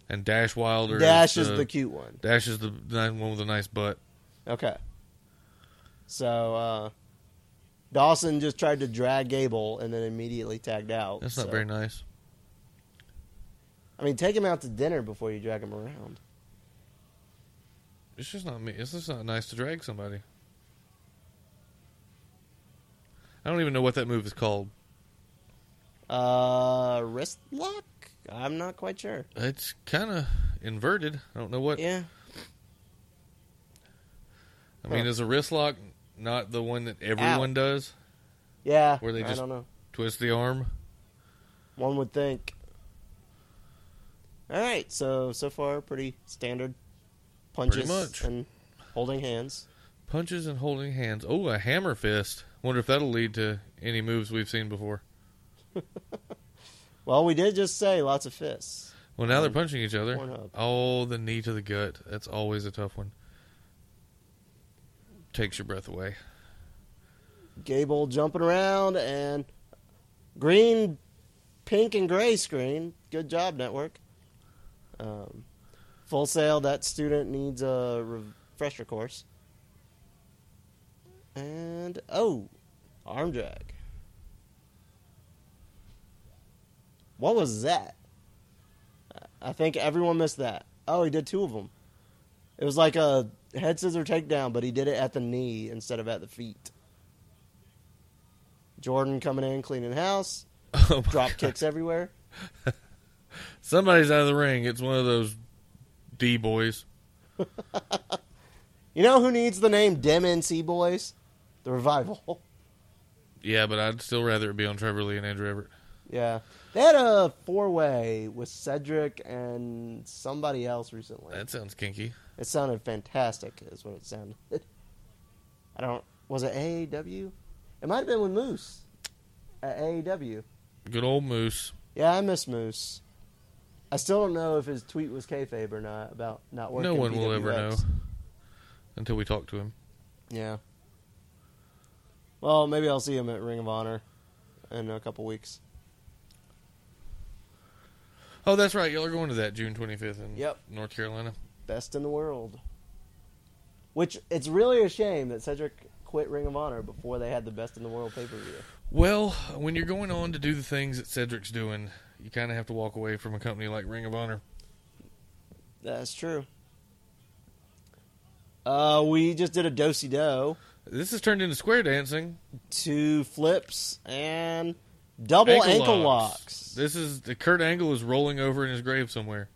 and Dash Wilder. Dash is the cute one. Dash is the ni- one with a nice butt. Okay. So uh, Dawson just tried to drag Gable and then immediately tagged out. That's not so- very nice. I mean, take him out to dinner before you drag him around. It's just not me. It's just not nice to drag somebody. I don't even know what that move is called. Uh, wrist lock? I'm not quite sure. It's kind of inverted. I don't know what. Yeah. I mean, huh. is a wrist lock not the one that everyone does? Yeah. Where they I just- don't know. Twist the arm. One would think. All right, so so far pretty standard punches Pretty much. and holding hands. Punches and holding hands. Oh, a hammer fist. Wonder if that'll lead to any moves we've seen before. Well, we did just say lots of fists. Well, now they're punching each other. Pornhub. Oh, the knee to the gut. That's always a tough one. Takes your breath away. [laughs] Gable jumping around and green, pink, and gray screen. Good job, network. Um, full sale. That student needs a refresher course. And oh, arm drag. What was that? I- I think everyone missed that. Oh, he did two of them. It was like a head scissor takedown, but he did it at the knee instead of at the feet. Jordan coming in, cleaning house, Oh my [laughs] drop God. kicks everywhere. Somebody's out of the ring. It's one of those D boys. You know who needs the name Dem NC Boys? The Revival. [laughs] Yeah, but I'd still rather it be on Trevor Lee and Andrew Everett. yeah. They had a four way with Cedric and somebody else recently. That sounds kinky. It sounded fantastic, is what it sounded. [laughs] I don't. Was it AAW? It might have been with Moose at AAW. Good old Moose. Yeah, I miss Moose. I still don't know if his tweet was kayfabe or not about not working. no one will ever know BWX. until we talk to him. Yeah. Well, maybe I'll see him at Ring of Honor in a couple weeks. Oh, that's right. Y'all are going to that June 25th in Yep. North Carolina. Best in the world. Which it's really a shame that Cedric quit Ring of Honor before they had the Best in the World pay per view. Well, when you're going on to do the things that Cedric's doing, you kind of have to walk away from a company like Ring of Honor. That's true. Uh, we just did a dosey do, This has turned into square dancing. two flips, and double ankle, locks. This is the Kurt Angle is rolling over in his grave somewhere.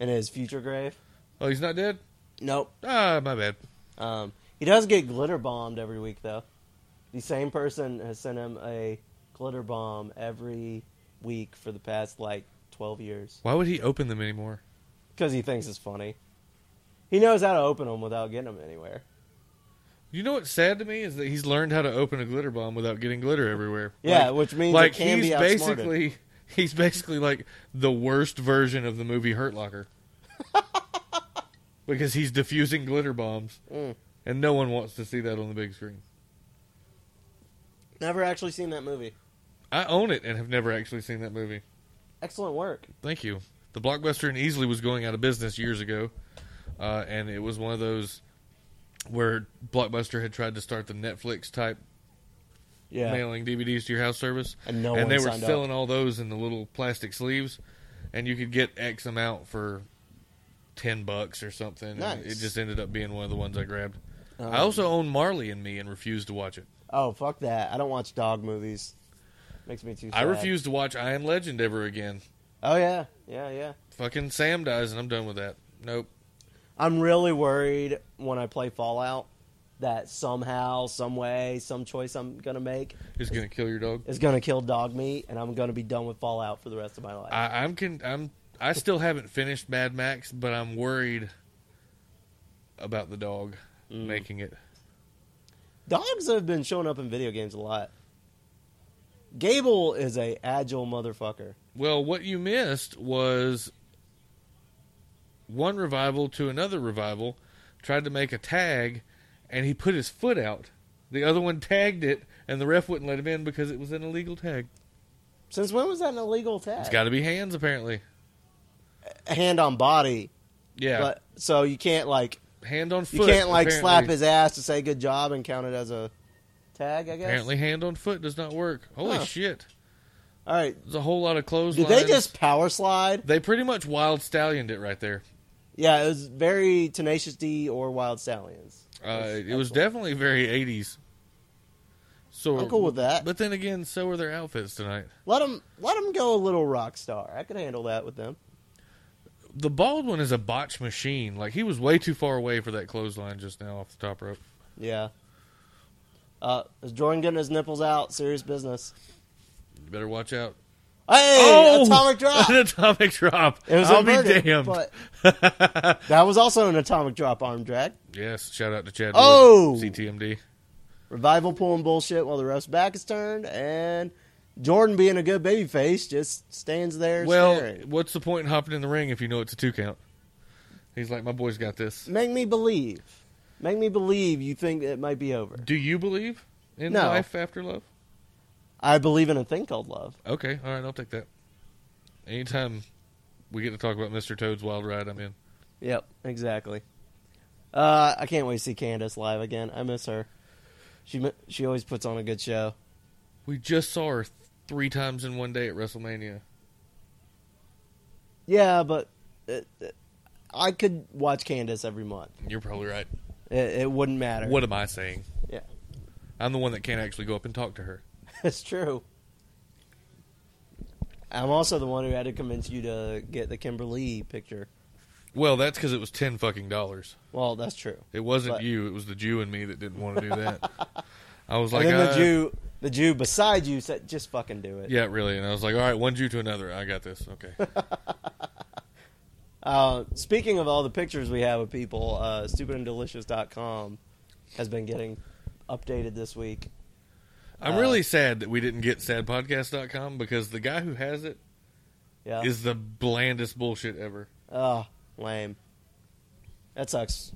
in his future grave. Oh, he's not dead. Nope. Ah, my bad. Um, he does get glitter bombed every week, though. The same person has sent him a glitter bomb every week for the past like twelve years Why would he open them anymore? because he thinks it's funny. He knows how to open them without getting them anywhere. You know what's sad to me is that he's learned how to open a glitter bomb without getting glitter everywhere. [laughs] Yeah, Like- which means like it can he's be outsmarted. basically [laughs] he's basically like the worst version of the movie Hurt [laughs] Locker because he's diffusing glitter bombs, Mm. and no one wants to see that on the big screen. Never actually seen that movie. I own it and have never actually seen that movie. Excellent work. Thank you. The blockbuster in Easley was going out of business years ago, uh, and it was one of those where blockbuster had tried to start the Netflix type Yeah, mailing DVDs to your house service, And no one they were signed up. selling all those in the little plastic sleeves, and you could get X amount for ten bucks or something. and Nice. Um, It just ended up being one of the ones I grabbed. I also own Marley and Me and refused to watch it. Oh fuck that! I don't watch dog movies. Makes me too. Sad. I refuse to watch I Am Legend ever again. Oh yeah, yeah, yeah. Fucking Sam dies, and I'm done with that. Nope. I'm really worried when I play Fallout that somehow, some way, some choice I'm gonna make He's gonna kill your dog. is gonna kill dog meat, and I'm gonna be done with Fallout for the rest of my life. I, I'm con- I'm I still haven't finished Mad Max, but I'm worried about the dog making it. Dogs have been showing up in video games a lot. Gable is a agile motherfucker. Well, what you missed was one revival to another revival tried to make a tag, and he put his foot out. The other one tagged it, and the ref wouldn't let him in because it was an illegal tag. Since when was that an illegal It's tag? got to be hands, apparently. hand on body, Yeah, but so you can't like hand on you foot. can't like apparently. slap his ass to say good job and count it as a tag. I guess. Apparently, hand on foot does not work. Holy Huh. shit! All right. There's a whole lot of Did clotheslines. they just power slide? They pretty much wild stallioned it right there. Yeah, it was very Tenacious D or Wild Stallions. Uh, That's it was excellent. definitely very 80s. So I'm cool with that. But then again, so are their outfits tonight. Let them let them go a little rock star. I could handle that with them. The bald one is a botch machine. Like he was way too far away for that clothesline just now off the top rope. Yeah. Uh, is Jordan getting his nipples out? Serious business. You better watch out. Oh! [laughs] Hey, atomic drop. An atomic drop. It was I'll inverted, be damned. [laughs] but- that was also an atomic drop arm drag. Yes, shout out to Chad. Oh! Wood, CTMD. Revival pulling bullshit while the ref's back is turned, and Jordan being a good babyface just stands there well, staring. what's the point in hopping in the ring if you know it's a two count? He's like, my boy's got this. Make me believe. Make me believe you think it might be over. Do you believe in No. life after love? I believe in a thing called love. Okay, all right, I'll take that. Anytime we get to talk about Mr. Toad's Wild Ride, I'm in. Yep, exactly. Uh, I can't wait to see Candace live again. I miss her. She mi- she always puts on a good show. We just saw her th- three times in one day at WrestleMania. Yeah, but it, it- I could watch Candace every month. You're probably right. It, it wouldn't matter. What am I saying? Yeah, [laughs] I'm the one that can't actually go up and talk to her. it's true. I'm also the one who had to convince you to get the Kimberly picture. Well, that's because it was ten fucking dollars. Well, that's true. It wasn't But- you. It was the Jew and me that didn't want to do that. [laughs] I was like, And then uh, the Jew, the Jew beside you said, "Just fucking do it." Yeah, really. And I was like, all right, one Jew to another. I got this. [laughs] Okay. Uh, speaking of all the pictures we have of people, uh, stupidanddelicious.com has been getting updated this week. I'm really sad that we didn't get sadpodcast.com because the guy who has it Yeah. is the blandest bullshit ever. Oh, lame. That sucks.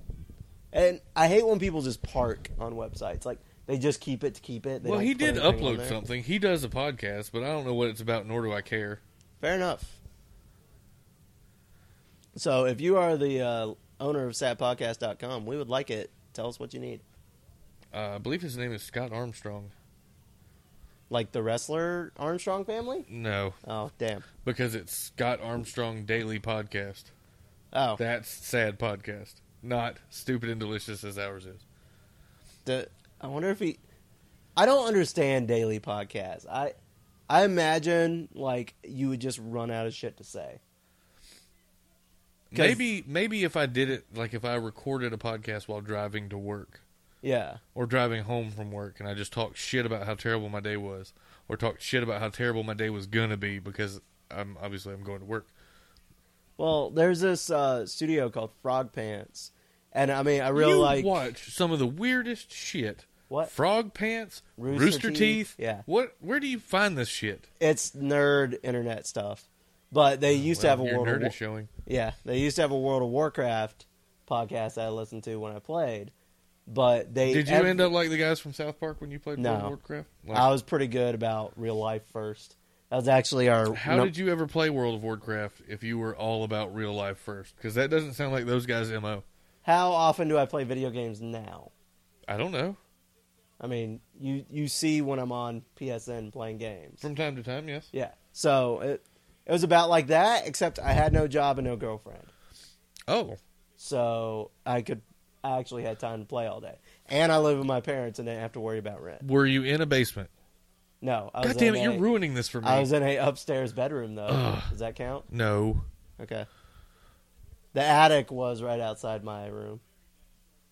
And I hate when people just park on websites. Like they just keep it to keep it. They well, don't he put did anything on upload there. something. He does a podcast, but I don't know what it's about, nor do I care. Fair enough. So if you are the uh, owner of satpodcast.com, we would like it. Tell us what you need. Uh, I believe his name is Scott Armstrong. Like the wrestler Armstrong family? No, Oh, damn. because it's Scott Armstrong Daily Podcast. Oh, That's sad podcast, not stupid and delicious as ours is. The, I wonder if he. I don't understand daily podcasts. I, I imagine like you would just run out of shit to say. 'Cause- Maybe, maybe if I did it, like if I recorded a podcast while driving to work Yeah, or driving home from work, and I just talked shit about how terrible my day was, or talked shit about how terrible my day was gonna be because I'm obviously I'm going to work. Well, there's this uh, studio called Frog Pants, and I mean, I really you like. watch some of the weirdest shit. What? Frog pants, Rooster rooster, teeth, teeth. yeah. What? Where do you find this shit? It's nerd internet stuff, but they used to have a Oh, Well, your World. nerd Of War- is showing. yeah, they used to have a World of Warcraft podcast that I listened to when I played, but they Did you ev- end up like the guys from South Park when you played No. World of Warcraft? Like, I was pretty good about real life first. That was actually our. how num- did you ever play World of Warcraft if you were all about real life first? Because that doesn't sound like those guys' mo. How often do I play video games now? I don't know. I mean, you you see when I'm on PSN playing games. From time to time, yes. Yeah. So it it was about like that, except I had no job and no girlfriend, Oh, so I could I actually had time to play all day, and I live with my parents and didn't have to worry about rent. were you in a basement? No, I was God damn in it! a- You're ruining this for me. I was in a upstairs bedroom though. Does that count? no. Okay. The attic was right outside my room.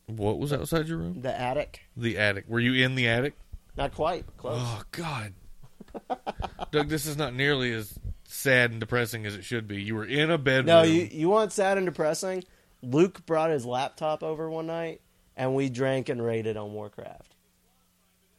What was outside your room? The attic, The attic. Were you in the attic? not quite close. Oh God, Doug, this is not nearly as sad and depressing as it should be. You were in a bedroom. No, you you want sad and depressing? Luke brought his laptop over one night, and we drank and raided on Warcraft.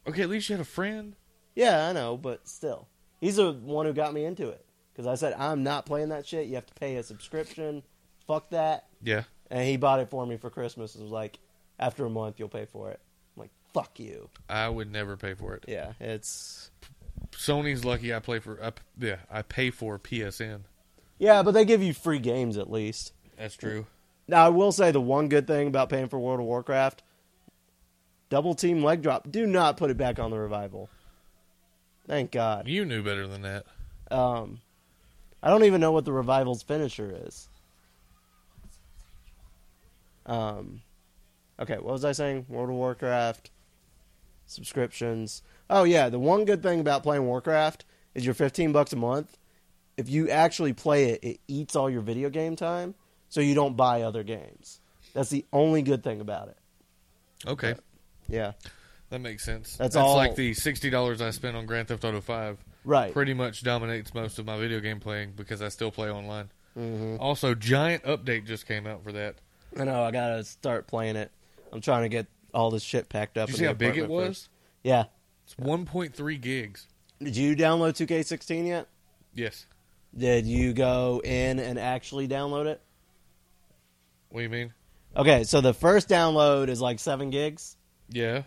okay? At least you had a friend. Yeah, I know, but still, he's the one who got me into it because I said I'm not playing that shit. You have to pay a subscription. Fuck that. Yeah, And he bought it for me for Christmas. and was like, after a month, you'll pay for it. I'm like, fuck you. I would never pay for it. Yeah, it's Sony's lucky I play for. I, p- yeah, I pay for PSN. yeah, but they give you free games at least. That's true. Now, I will say the one good thing about paying for World of Warcraft, double team leg drop. Do not put it back on the revival. Thank God. You knew better than that. Um, I don't even know what the revival's finisher is. Um, okay, what was I saying? World of Warcraft subscriptions. Oh yeah, the one good thing about playing Warcraft is your fifteen bucks a month. If you actually play it, it eats all your video game time, so you don't buy other games. That's the only good thing about it. Okay, Yeah, that makes sense. That's That's, all- like the sixty dollars I spent on Grand Theft Auto Five. right. Pretty much dominates most of my video game playing because I still play online. Mm-hmm. Also, giant update just came out for that. I know. I gotta start playing it. I'm trying to get all this shit packed up. Did you in see the how big it apartment was? first. Yeah, It's 1.3 gigs. Did you download 2K16 yet? Yes. Did you go in and actually download it? What do you mean? Okay, so the first download is like seven gigs. Yeah.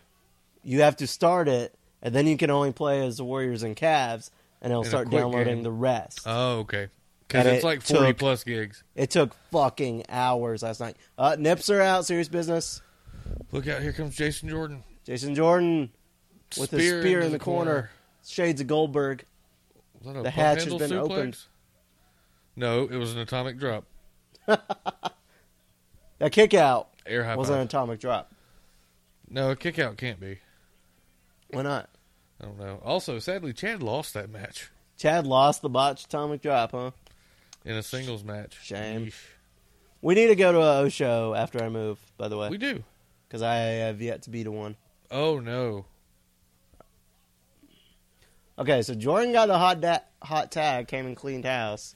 You have to start it, and then you can only play as the Warriors and Cavs, and it'll a start quick downloading game. the rest. Oh, okay. Because And it's it like forty took- plus gigs. it took fucking hours last night. Uh, Nips are out. Serious business. Look out! Here comes Jason Jordan Jason Jordan with his into spear in the, corner. Shades of Goldberg. Was that a The pump hatch has handle been opened. No, it was an atomic drop. That kick out Air high was five. an atomic drop. No, a kick out can't be. Why not? I don't know. Also, sadly, Chad lost that match Chad lost the botched atomic drop, huh? in a singles match. Shame. Yeesh. We need to go to a O show after I move, by the We way, do. because I have yet to be to one. Oh no. Okay, so Jordan got a hot da- hot tag, came and cleaned house.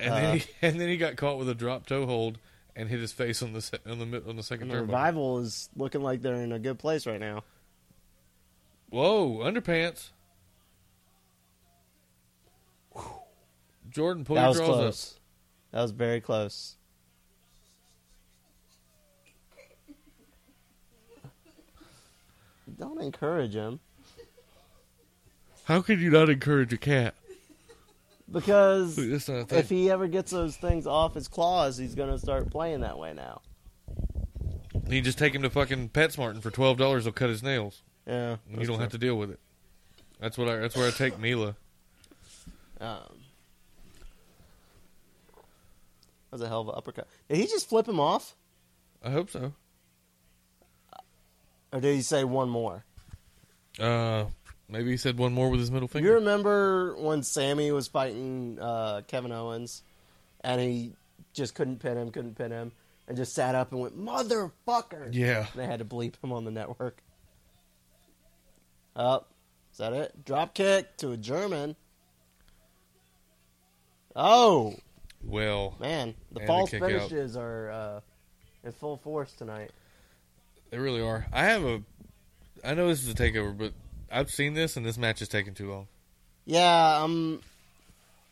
And Uh. then he [laughs] and then he got caught with a drop toe hold and hit his face on the se- on the mid- on the second And the turnbuckle. revival is looking like they're in a good place right now. Whoa, underpants. Jordan, pull that your was draws close. That was very close. Don't encourage him up. How could you not encourage a cat? because Look, this is not a thing. if he ever gets those things off his claws, he's gonna start playing that way now. You just take him to fucking PetSmart and for twelve dollars they'll cut his nails. Yeah, And you don't have to deal with it. That's what I that's where I take Mila. Um, that was a hell of an uppercut. Did he just flip him off, I hope so. or did he say one more? Uh maybe he said one more with his middle finger. You remember when Sammy was fighting uh, Kevin Owens, and he just couldn't pin him, couldn't pin him, and just sat up and went motherfucker. yeah. And they had to bleep him on the network. Up, is that it? Drop kick to a German. Oh Well, man, the And a false kick out. finishes are uh, in full force tonight. they really are. I have a I know this is a takeover, but I've seen this and this match is taking too long. Yeah, I'm.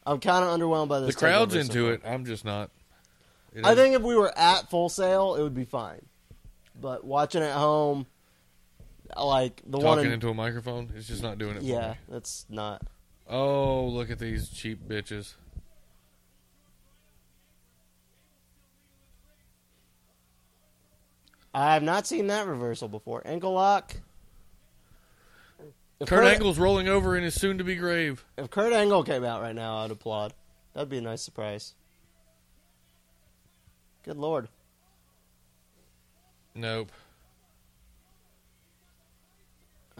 I'm kind of underwhelmed by this. the crowd's takeover so into far. it. I'm just not. It I is- think if we were at full sale, it would be fine. But watching at home, I like the one talking in, into a microphone is just not doing it. yeah, For me. that's not. Oh, look at these cheap bitches. I have not seen that reversal before. Ankle lock. If Kurt Angle's rolling over in his soon-to-be grave. If Kurt Angle came out right now, I'd applaud. That'd be a nice surprise. Good lord. Nope.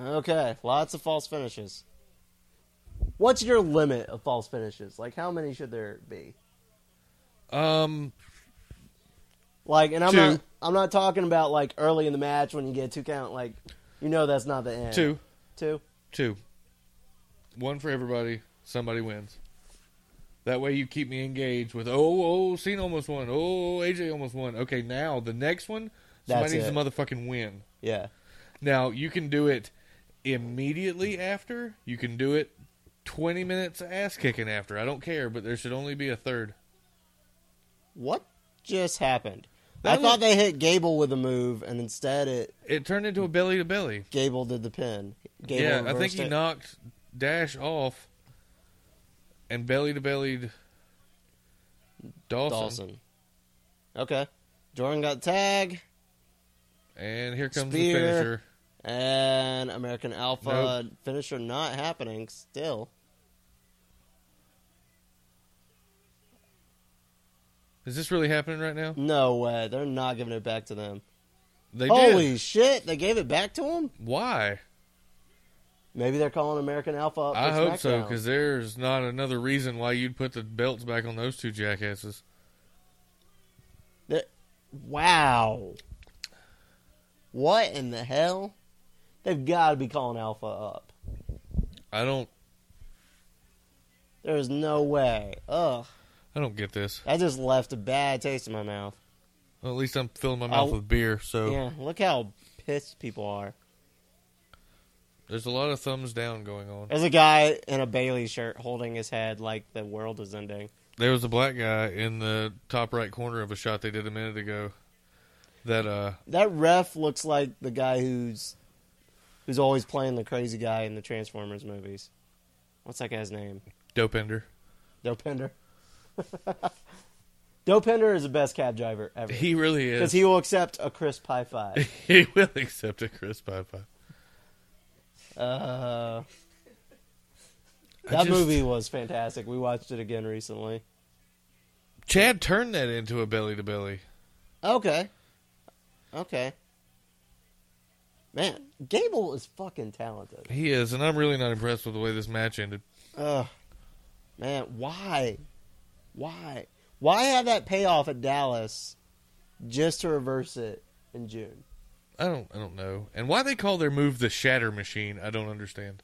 Okay, lots of false finishes. What's your limit of false finishes? Like, how many should there be? Um, Like, and I'm Two. not I'm not talking about like early in the match when you get two count. Like, you know that's not the end. two, two. two, one for everybody. Somebody wins. That way you keep me engaged with. Oh, oh, Cena almost won. Oh, AJ almost won. Okay, now the next one. Somebody That's needs to motherfucking win. Yeah, Now you can do it immediately after. You can do it twenty minutes ass kicking after. I don't care, but there should only be a third. what just happened? I That was- thought they hit Gable with a move, and instead it It turned into a belly to belly. Gable did the pin. Gable Yeah, I think reversed he it. knocked Dash off and belly to bellied Dawson. Dawson. Okay, Jordan got tag, And here comes Spear. the finisher. and American Alpha finisher not happening still. Is this really happening right now? No way, they're not giving it back to them. They Holy did. shit, they gave it back to him. Why? Maybe they're calling American Alpha. Up for I hope so, SmackDown. because there's not another reason why you'd put the belts back on those two jackasses. That- wow. What in the hell? They've got to be calling Alpha up. I don't. There's no way. Ugh. I don't get this. That just left a bad taste in my mouth. Well, at least I'm filling my mouth I'll- with beer, so Yeah, look how pissed people are. There's a lot of thumbs down going on. There's a guy in a Bailey shirt holding his head like the world is ending. There was a black guy in the top right corner of a shot they did a minute ago. That uh, That ref looks like the guy who's who's always playing the crazy guy in the Transformers movies. What's that guy's name? dope ender. Dopender. [laughs] Dopender is the best cab driver ever. He really is. Because he will accept a crisp high [laughs] five. [laughs] he will accept a crisp high five. Uh, I that just- movie was fantastic. We watched it again recently. Chad turned that into a belly to belly. Okay. Okay. Man, Gable is fucking talented. He is, and I'm really not impressed with the way this match ended. Ugh. Man, why? Why? Why have that payoff at Dallas just to reverse it in June? I don't, I don't know. And why they call their move the Shatter Machine, I don't understand.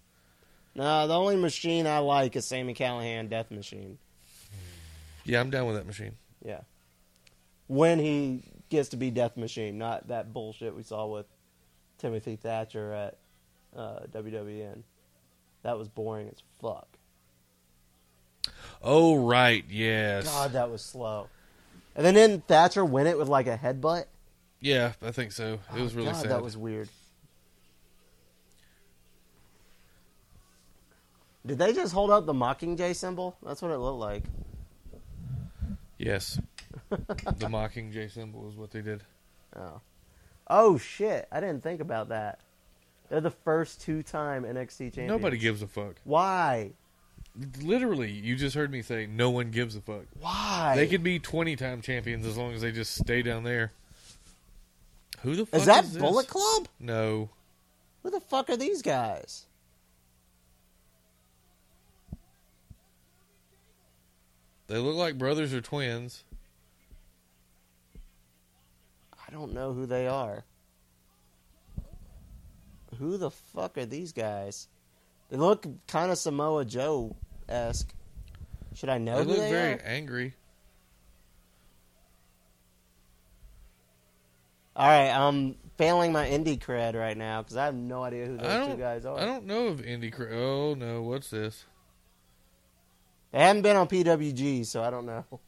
No, the only machine I like is Sammy Callahan Death Machine. Yeah, I'm down with that machine. Yeah. When he gets to be Death Machine, not that bullshit we saw with Timothy Thatcher at uh, WWN. That was boring as fuck. Oh right, yes. God, that was slow. And then didn't Thatcher win it with like a headbutt? Yeah, I think so. It was Oh, really God, sad. That was weird. Did they just hold up the Mockingjay symbol? That's what it looked like. [laughs] Yes. the Mockingjay symbol is what they did. Oh. Oh shit! I didn't think about that. They're the first two-time NXT champions. Nobody gives a fuck. Why? Literally, you just heard me say no one gives a fuck. Why? They could be 20-time champions as long as they just stay down there. Who the fuck Is that this? Bullet Club? No. Who the fuck are these guys? They look like brothers or twins. I don't know who they are. Who the fuck are these guys? They look kind of Samoa Joe esque. Should I know They who look Oh, they very are? angry. All right, I'm failing my indie cred right now because I have no idea who I those don't two guys are. I don't know of Indy Cra- Oh no, what's this? They haven't been on PWG, so I don't know. [laughs]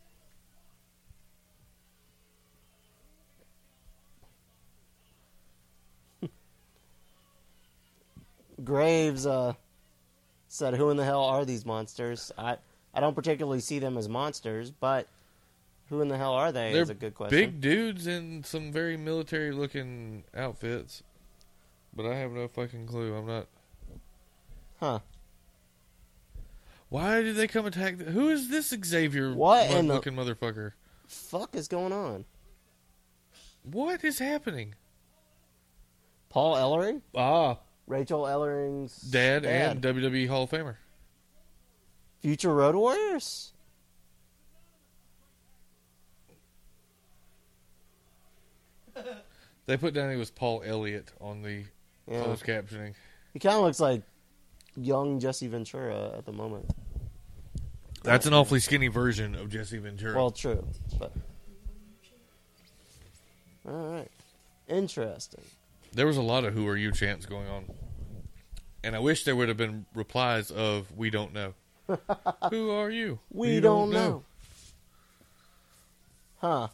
Graves uh, said, "Who in the hell are these monsters?" I I don't particularly see them as monsters, but who in the hell are they? They're is a good question. Big dudes in some very military looking outfits. But I have no fucking clue. I'm not. Huh. Why did they come attack? The... Who is this Xavier What in the- looking motherfucker? Fuck is going on? What is happening? Paul Ellering, Ah, Rachel Ellering's Dad, and WWE Hall of Famer. future Road Warriors. They put down he was Paul Elliott on the Yeah. closed captioning. He kind of looks like young Jesse Ventura at the moment. That's an awfully skinny version of Jesse Ventura. Well, true, but all right, interesting. there was a lot of "Who are you?" chants going on, and I wish there would have been replies of "We don't [laughs] know." Who are you? We don't, know. huh?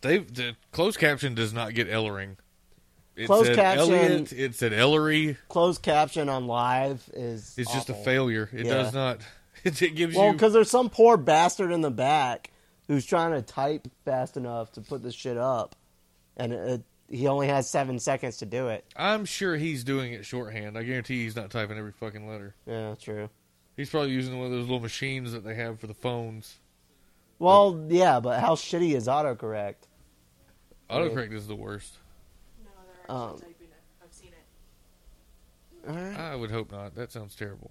They the closed caption does not get Ellering. It Closed said caption- Elliot, it said Ellery. Closed caption on live is It's just a awful. failure. It Yeah. does not. [laughs] It, it gives Well, you. because there's some poor bastard in the back who's trying to type fast enough to put this shit up, and it, he only has seven seconds to do it. I'm sure he's doing it shorthand. I guarantee he's not typing every fucking letter. Yeah, true. He's probably using one of those little machines that they have for the phones. Well, yeah, but how shitty is autocorrect? Autocorrect is the worst. No, they're actually Um, typing it. I've seen it. All right. I would hope not. That sounds terrible.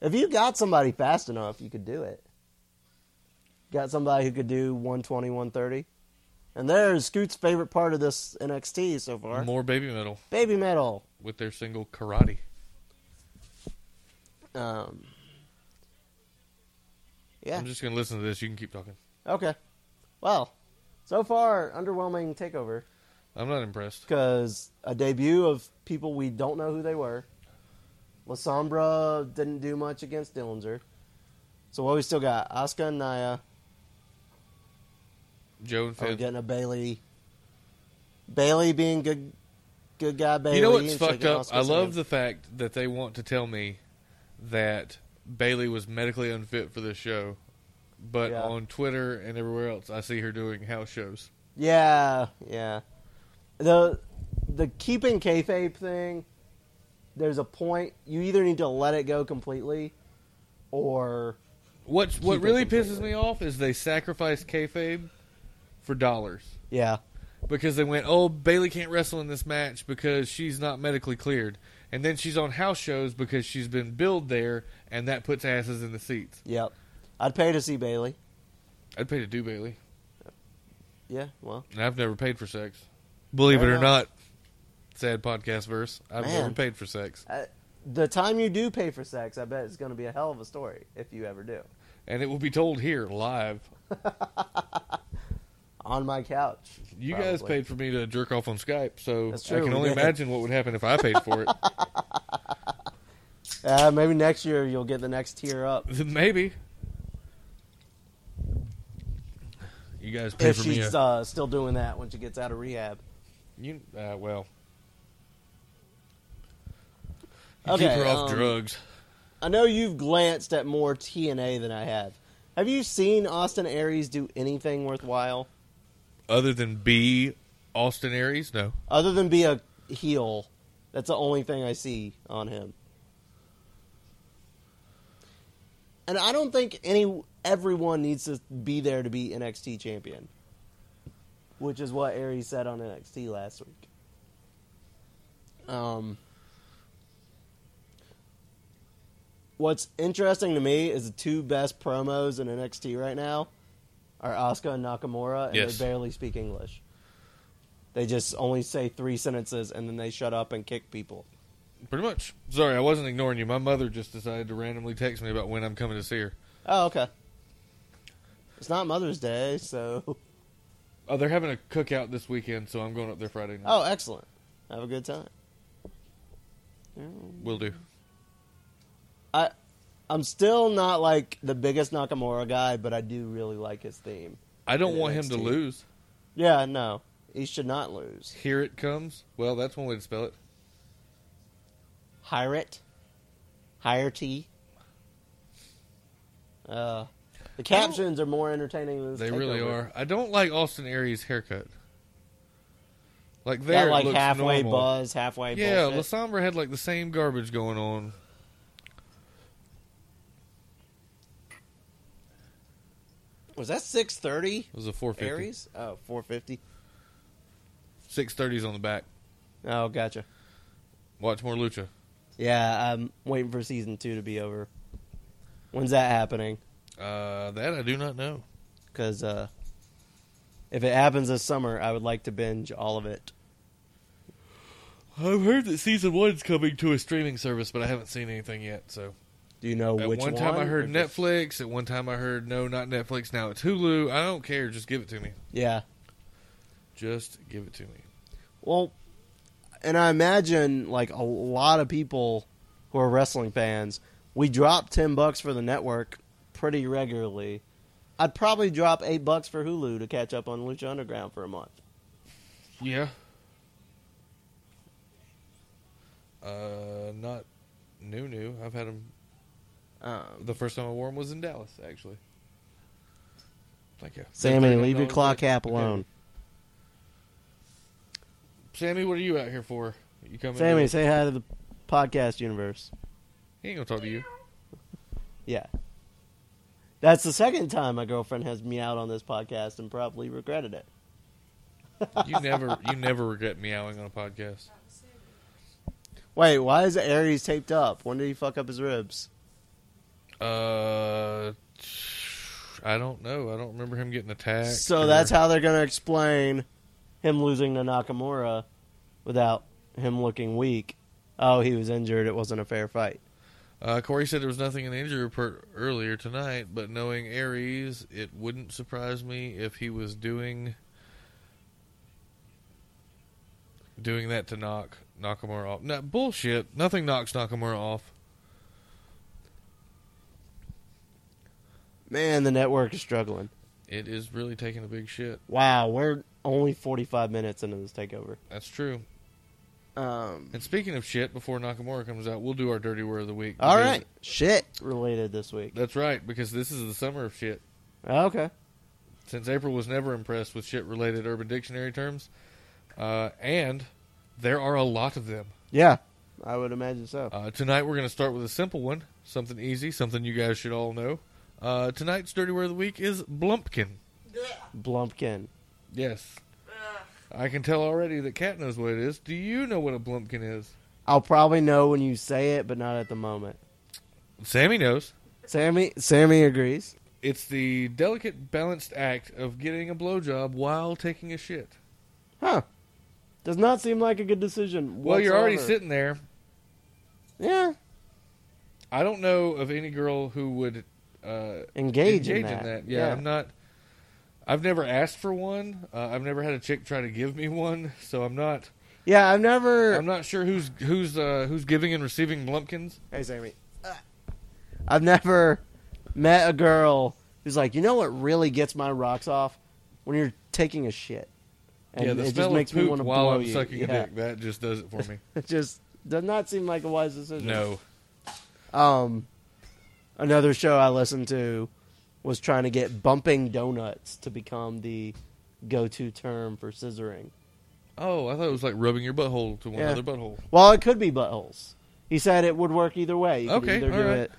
If you got somebody fast enough, you could do it. Got somebody who could do 120, 130. And there's Scoot's favorite part of this NXT so far. More baby metal Baby metal. with their single karate. Um, yeah. I'm just gonna listen to this. You can keep talking. Okay. Well, so far, underwhelming takeover. I'm not impressed. because a debut of people we don't know who they were. Lasombra didn't do much against Dillinger. So what we still got? Asuka and Naya Joe and are Finn. getting a Bailey. Bailey being good, good guy Bailey. you know what's and fucked shaking up? Asuka's I love hand. the fact that they want to tell me that Bailey was medically unfit for this show, but Yeah. on Twitter and everywhere else, I see her doing house shows. Yeah, yeah. The the keeping kayfabe thing. There's a point. You either need to let it go completely, or What's, what Keep it really completely. pisses me off is they sacrificed kayfabe for dollars yeah, because they went, oh, Bailey can't wrestle in this match because she's not medically cleared. And then she's on house shows because she's been billed there, and that puts asses in the seats. yep. I'd pay to see Bailey. I'd pay to do Bailey. Yeah, well, And I've never paid for sex. Believe Fair it or enough. not, sad podcast verse. I've Man. never paid for sex. I, the time you do pay for sex, I bet it's going to be a hell of a story if you ever do. And it will be told here live. On my couch. You guys probably. paid for me to jerk off on Skype, so That's I true, can we only did. imagine what would happen if I paid [laughs] for it. Uh, maybe next year you'll get the next tier up. Maybe. You guys paid If for me. she's A, uh, still doing that when she gets out of rehab. you, uh, well, you Okay, keep her off um, drugs. I know you've glanced at more TNA than I have. Have you seen Austin Aries do anything worthwhile Other than B. Austin Aries, no. other than be a heel? That's the only thing I see on him. And I don't think any everyone needs to be there to be NXT champion, which is what Aries said on NXT last week. Um, what's interesting to me is the two best promos in NXT right now are Asuka and Nakamura, and Yes. they barely speak English. They just only say three sentences and then they shut up and kick people. Pretty much. Sorry, I wasn't ignoring you. My mother just decided to randomly text me about when I'm coming to see her. Oh, okay. It's not Mother's Day, so. [laughs] Oh, they're having a cookout this weekend, so I'm going up there Friday night. Oh, excellent. Have a good time. Will do. I, I'm still not like the biggest Nakamura guy, but I do really like his theme. I don't In want him to NXT. lose. Yeah, no, he should not lose. Here it comes. Well, that's one way to spell it. Hire it, hire T. Uh, the captions are more entertaining than this They really takeover. are. I don't like Austin Aries' haircut. Like there, That it like looks halfway normal. buzz, halfway Yeah, bullshit. Lasombra had like the same garbage going on. Was that six thirty? It was a 450. Aries? Oh, 450. 630s on the back. Oh, gotcha. Watch more lucha. Yeah, I'm waiting for season two to be over. When's that happening? Uh, that I do not know. Because uh, if it happens this summer, I would like to binge all of it. I've heard that season one's coming to a streaming service, but I haven't seen anything yet. So Do you know At which one time I heard Or just- Netflix. At one time I heard no, not Netflix. Now it's Hulu. I don't care. Just give it to me. Yeah. Just give it to me. Well, and I imagine like a lot of people who are wrestling fans, we drop ten bucks for the network pretty regularly. I'd probably drop eight bucks for Hulu to catch up on Lucha Underground for a month. Yeah. Uh, not new, new. I've had them. Um, The first time I wore them was in Dallas, actually. Thank you, Sammy, $39 leave your clock good. app Okay. alone. Sammy, what are you out here for? You coming? Sammy, to- say hi to the podcast universe. he ain't gonna talk to you. Yeah. That's the second time my girlfriend has meowed on this podcast and probably regretted it. You never, you never regret meowing on a podcast. Wait, why is Aries taped up? When did he fuck up his ribs? Uh, I don't know. I don't remember him getting attacked. So or- that's how they're going to explain him losing to Nakamura without him looking weak. Oh, he was injured. It wasn't a fair fight. Uh, Corey said there was nothing in the injury report earlier tonight, but knowing Aries, it wouldn't surprise me if he was doing doing that to knock Nakamura off. No bullshit. Nothing knocks Nakamura off. Man, the network is struggling. It is really taking a big shit. Wow, we're only 45 minutes into this takeover. That's true. Um, And speaking of shit, before Nakamura comes out, we'll do our dirty word of the week. all because- right. Shit. Related this week. That's right, because this is the summer of shit. Okay. Since April was never impressed with shit related Urban Dictionary terms, uh, and there are a lot of them. Yeah. I would imagine so. Uh, tonight we're going to start with a simple one, something easy, something you guys should all know. Uh, tonight's dirty word of the week is blumpkin. Blumpkin. Yes. I can tell already that Kat knows what it is. Do you know what a blumpkin is? I'll probably know when you say it, but not at the moment. Sammy knows. Sammy Sammy agrees. It's the delicate, balanced act of getting a blowjob while taking a shit. Huh. Does not seem like a good decision. Well, you're already whatsoever. sitting there. Yeah. I don't know of any girl who would uh, Engage, engage in that. Yeah, I'm not. I've never asked for one. Uh, I've never had a chick try to give me one, so I'm not. Yeah, I've never I'm not sure who's who's uh, who's giving and receiving blumpkins. Hey Sammy. I've never met a girl who's like, you know what really gets my rocks off when you're taking a shit. And yeah, the it smell just makes of me poop want to while blow I'm you. sucking yeah. a dick that just does it for me. [laughs] It just does not seem like a wise decision. no, Um, another show I listened to was trying to get bumping donuts to become the go-to term for scissoring. Oh, I thought it was like rubbing your butthole to one Yeah. other butthole. Well, it could be buttholes. He said it would work either way. You could Okay, either all do right. it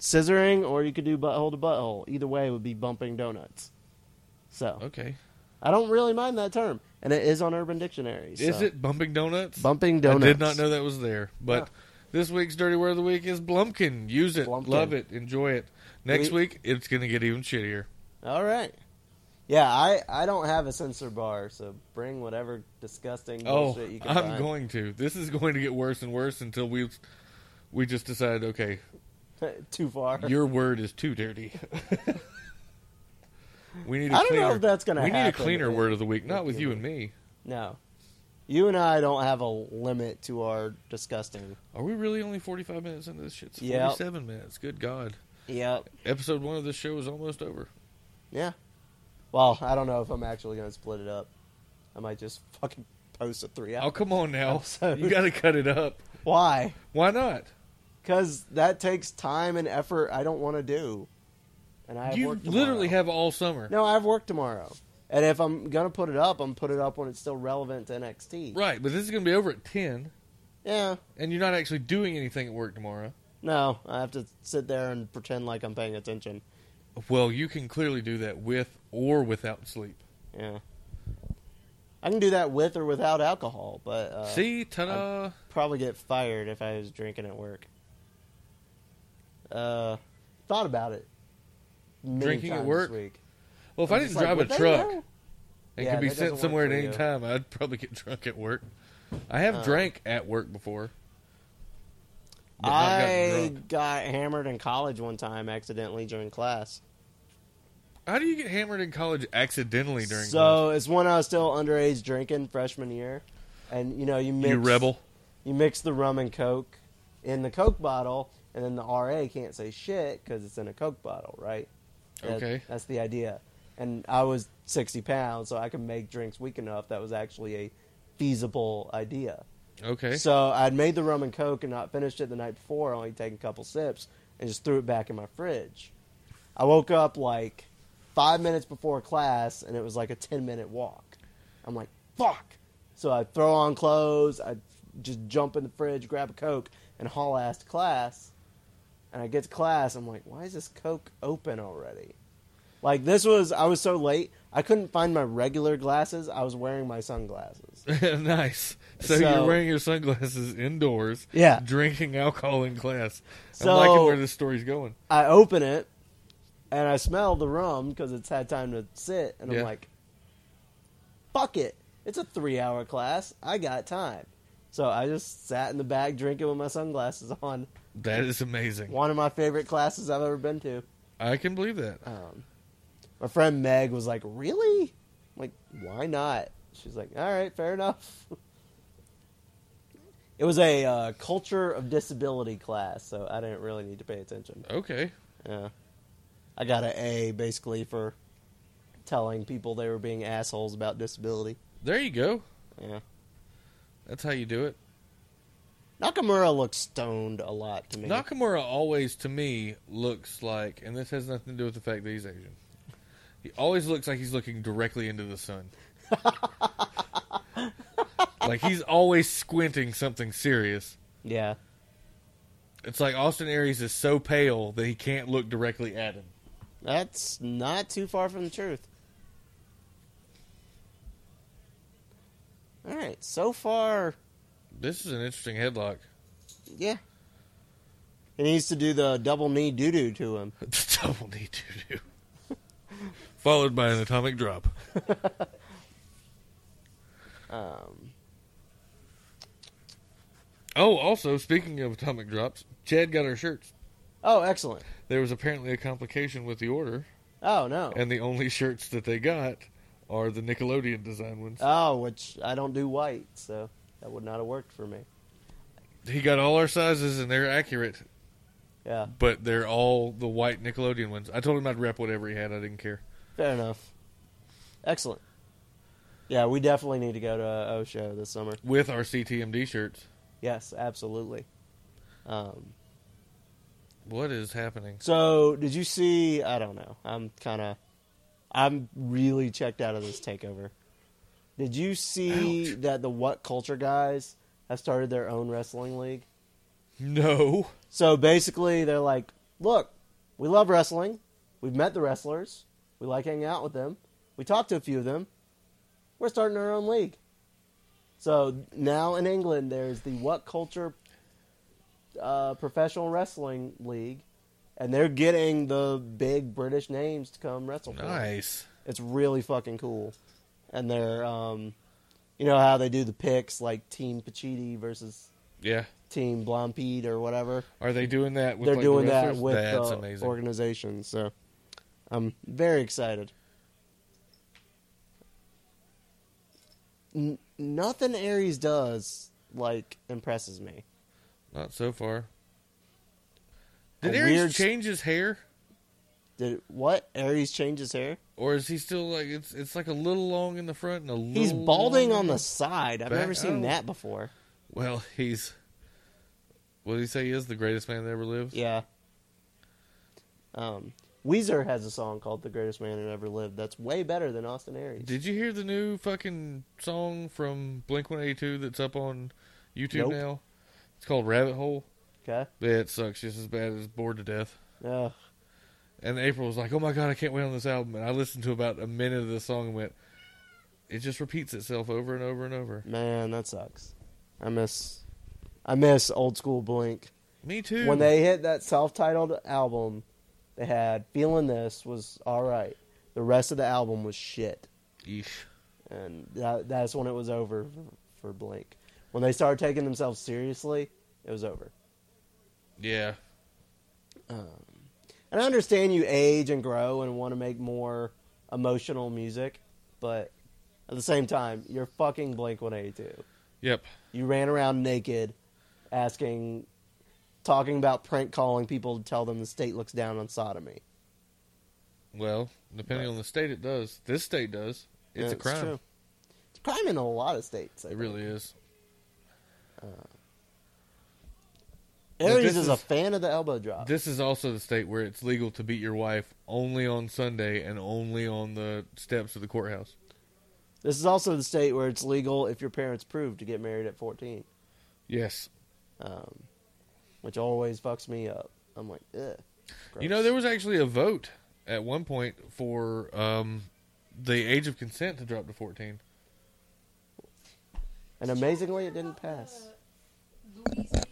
scissoring or you could do butthole to butthole. Either way would be bumping donuts. So Okay. I don't really mind that term, and it is on Urban Dictionary. So. Is it bumping donuts? bumping donuts? I did not know that was there. But this week's dirty word of the week is blumpkin. Use it, Blumpkin. love it, enjoy it. Next We- week it's gonna get even shittier. All right. Yeah, I, I don't have a censor bar, so bring whatever disgusting Oh, bullshit you can I'm find. going to. This is going to get worse and worse until we we just decide. Okay, [laughs] too far. your word is too dirty. [laughs] we need. A I don't know cleaner- if that's gonna We need a happen cleaner if it- word of the week, if not with it- you and me. No, you and I don't have a limit to our disgusting. Are we really only 45 minutes into this shit? It's Yep. 47 minutes. Good God. Yep. Episode one of this show is almost over. Yeah. Well, I don't know if I'm actually going to split it up. I might just fucking post a three Oh, out. come on now. Episode. You got to cut it up. Why? Why not? Because that takes time and effort. I don't want to do. And I have you work tomorrow. literally have all summer. No, I have work tomorrow. And if I'm gonna put it up, I'm put it up when it's still relevant to NXT. Right, but this is going to be over at 10, Yeah. and you're not actually doing anything at work tomorrow. No, I have to sit there and pretend like I'm paying attention. Well, you can clearly do that with or without sleep. Yeah. I can do that with or without alcohol, but uh, See? Ta da! probably get fired if I was drinking at work. Uh, thought about it. many Drinking at times work? This week. well, if I was didn't just like, drive would a they truck know? and Yeah, could be that doesn't sent work somewhere at for any you. Uh. time, I'd probably get [laughs] drunk at work. I have drank at work before. but not gotten I drunk. got hammered in college one time accidentally during class. How do you get hammered in college accidentally during so class? it's when I was still underage drinking freshman year, and you know you mix You rebel. you mix the rum and coke in the coke bottle, and then the RA can't say shit because it's in a coke bottle, right? That- Okay. that's the idea. And I was sixty pounds, so I could make drinks weak enough. That was actually a feasible idea. Okay. So I'd made the rum and coke and not finished it the night before, only taking a couple sips, and just threw it back in my fridge. I woke up like five minutes before class, and it was like a ten minute walk. I'm like, fuck. So I throw on clothes, I just jump in the fridge, grab a coke, and haul ass to class. And I get to class, I'm like, why is this coke open already? Like this was, I was so late, I couldn't find my regular glasses. I was wearing my sunglasses. [laughs] nice. So, So- you're wearing your sunglasses indoors. Yeah. Drinking alcohol in class. So- I'm liking where this story's going. I open it and I smell the rum because it's had time to sit, and Yeah. I'm like, fuck it. It's a three hour class. I got time. So I just sat in the back drinking with my sunglasses on. That is amazing. One of my favorite classes I've ever been to. I can believe that. Um, my friend Meg was like, really? I'm like, why not? She's like, all right, fair enough. [laughs] It was a uh, culture of disability class, so I didn't really need to pay attention. Okay. Yeah. I got an A basically for telling people they were being assholes about disability. There you go. Yeah. That's how you do it. Nakamura looks stoned a lot to me. Nakamura always, to me, looks like, and this has nothing to do with the fact that he's Asian. He always looks like he's looking directly into the sun. like he's always squinting something serious. yeah. It's like Austin Aries is so pale that he can't look directly at him. That's not too far from the truth. All right, so far, This is an interesting headlock. yeah. He needs to do the double knee doo doo [laughs] to him. Double knee doo doo. [laughs] Followed by an atomic drop. Um, Oh, also, speaking of atomic drops, Chad got our shirts. oh, excellent. There was apparently a complication with the order, Oh, no. and the only shirts that they got are the Nickelodeon design ones. Oh, which I don't do white, so that would not have worked for me. He got all our sizes, and they're accurate, Yeah, but they're all the white Nickelodeon ones. I told him I'd rep whatever he had. I didn't care. fair enough. Excellent. Yeah, we definitely need to go to a O show this summer. With our CTMD shirts. Yes, absolutely. Um, What is happening? So, did you see? I don't know. I'm kind of, I'm really checked out of this takeover. Did you see that the What Culture guys have started their own wrestling league? No. So basically, they're like, look, we love wrestling. We've met the wrestlers. We like hanging out with them. We talked to a few of them. We're starting our own league. So now in England, there's the What Culture uh, Professional Wrestling League, and they're getting the big British names to come wrestle. for them. Nice. It's really fucking cool. And they're, um, you know how they do the picks like Team Pacitti versus Yeah. Team Blampede or whatever Are they doing that with they're like, the doing that wrestlers? with uh, That's the amazing. organization. So I'm very excited. N- nothing Aries does like impresses me. Not so far. Did A Aries weird- change his hair, Did what Aries change his hair? or is he still like it's? It's like a little long in the front and a little. He's balding long- on the side. I've Back never seen out. that before. Well, he's. What did he say? He is the greatest man that ever lived. Yeah. Um, Weezer has a song called "The Greatest Man Who Ever Lived." That's way better than Austin Aries. Did you hear the new fucking song from Blink One Eighty Two that's up on YouTube Nope. now? It's called Rabbit Hole. okay. That sucks just as bad as Bored to Death. Ugh. And April was like, "Oh my god, I can't wait on this album." And I listened to about a minute of the song and went, "It just repeats itself over and over and over." Man, that sucks. I miss I miss old school Blink. Me too. When they hit that self-titled album, they had Feeling This was all right. The rest of the album was shit. Yeesh. And that, that's when it was over for Blink. When they started taking themselves seriously, it was over. Yeah. And I understand you age and grow and want to make more emotional music, but at the same time, you're fucking Blink 182. Yep. You ran around naked, asking, talking about prank calling people to tell them the state looks down on sodomy. Well, depending on the state, it does. This state does. It's Yeah, a crime. true. It's a crime in a lot of states. It I think. really is. But Aries this is, a is- fan of the elbow drop. This is also the state where it's legal to beat your wife only on Sunday and only on the steps of the courthouse. This is also the state where it's legal if your parents prove to get married at 14, Yes. um, which always fucks me up. I'm like, ugh. You know, there was actually a vote at one point for um, the age of consent to drop to 14. and amazingly, it didn't pass. uh, Louisiana.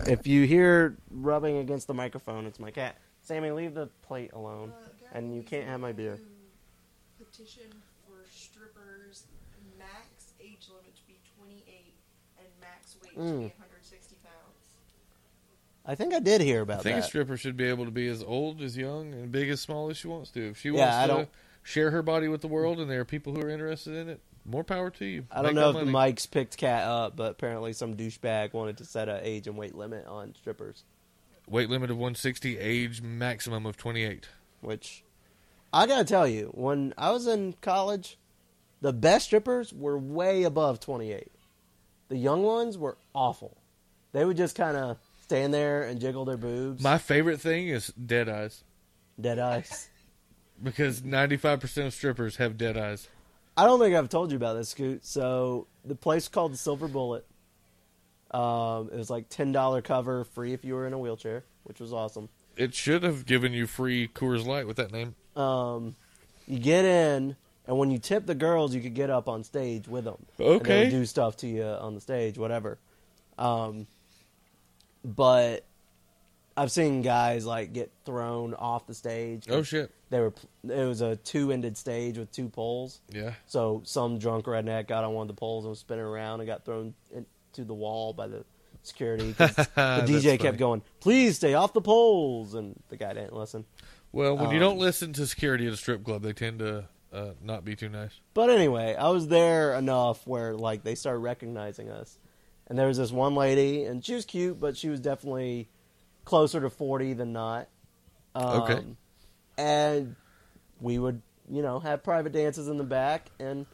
uh, If you hear rubbing against the microphone, it's my cat. Sammy, leave the plate alone, and you can't have my beer. Petition for strippers max age limit to be 28 and max weight to be Mm. 160 pounds. I think I did hear about I think that. a stripper should be able to be as old, as young, and big, as small as she wants to. If she Yeah, wants I to don't- share her body with the world and there are people who are interested in it, More power to you. I Make don't know that if the money. mics picked Cat up, but apparently some douchebag wanted to set a age and weight limit on strippers, weight limit of 160, age maximum of 28. which I gotta tell you, when I was in college, the best strippers were way above 28. The young ones were awful. They would just kind of stand there and jiggle their boobs, My favorite thing is dead eyes dead eyes. because 95% of strippers have dead eyes. I don't think I've told you about this, Scoot. So the place called the Silver Bullet. Um, it was like ten dollar cover, free if you were in a wheelchair, which was awesome. It should have given you free Coors Light with that name. um, You get in, and when you tip the girls, you could get up on stage with them. And they Okay. would do stuff to you on the stage, whatever. Um, but I've seen guys like get thrown off the stage. Oh, shit. They were. It was a two-ended stage with two poles. Yeah. So some drunk redneck got on one of the poles and was spinning around and got thrown into the wall by the security. [laughs] 'cause the DJ funny. kept going, "Please stay off the poles," and the guy didn't listen. Well, when you Um, don't listen to security at a strip club, they tend to uh, not be too nice. But anyway, I was there enough where like they started recognizing us, and there was this one lady, and she was cute, but she was definitely closer to forty than not. Um, Okay. And we would, you know, have private dances in the back, and